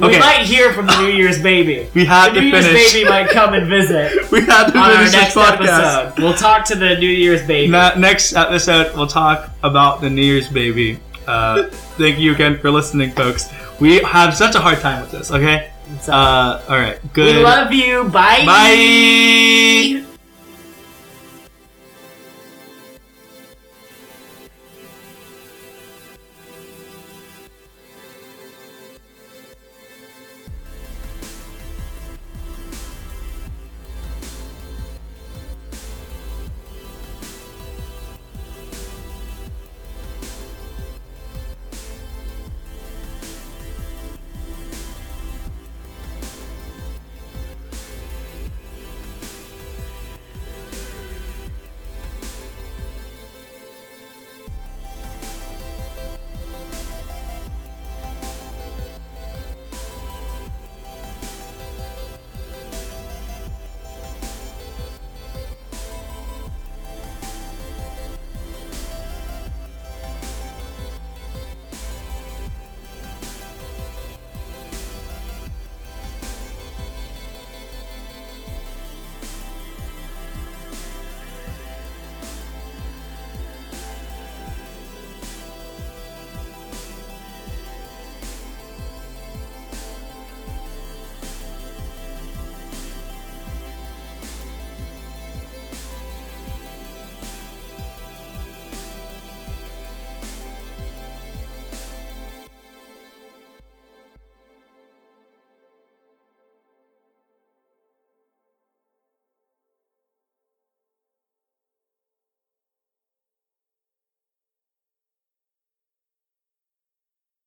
Speaker 2: We
Speaker 1: Okay.
Speaker 2: might hear from the New Year's baby.
Speaker 1: We have
Speaker 2: The New
Speaker 1: to
Speaker 2: Year's
Speaker 1: finish.
Speaker 2: baby might come and visit
Speaker 1: we have to
Speaker 2: on our
Speaker 1: finish
Speaker 2: next
Speaker 1: this podcast.
Speaker 2: episode. We'll talk to the New Year's baby.
Speaker 1: Na- next episode, we'll talk about the New Year's baby. Uh, thank you again for listening, folks. We have such a hard time with this. Okay.
Speaker 2: So,
Speaker 1: Uh, all right. Good.
Speaker 2: we love you.
Speaker 1: Bye.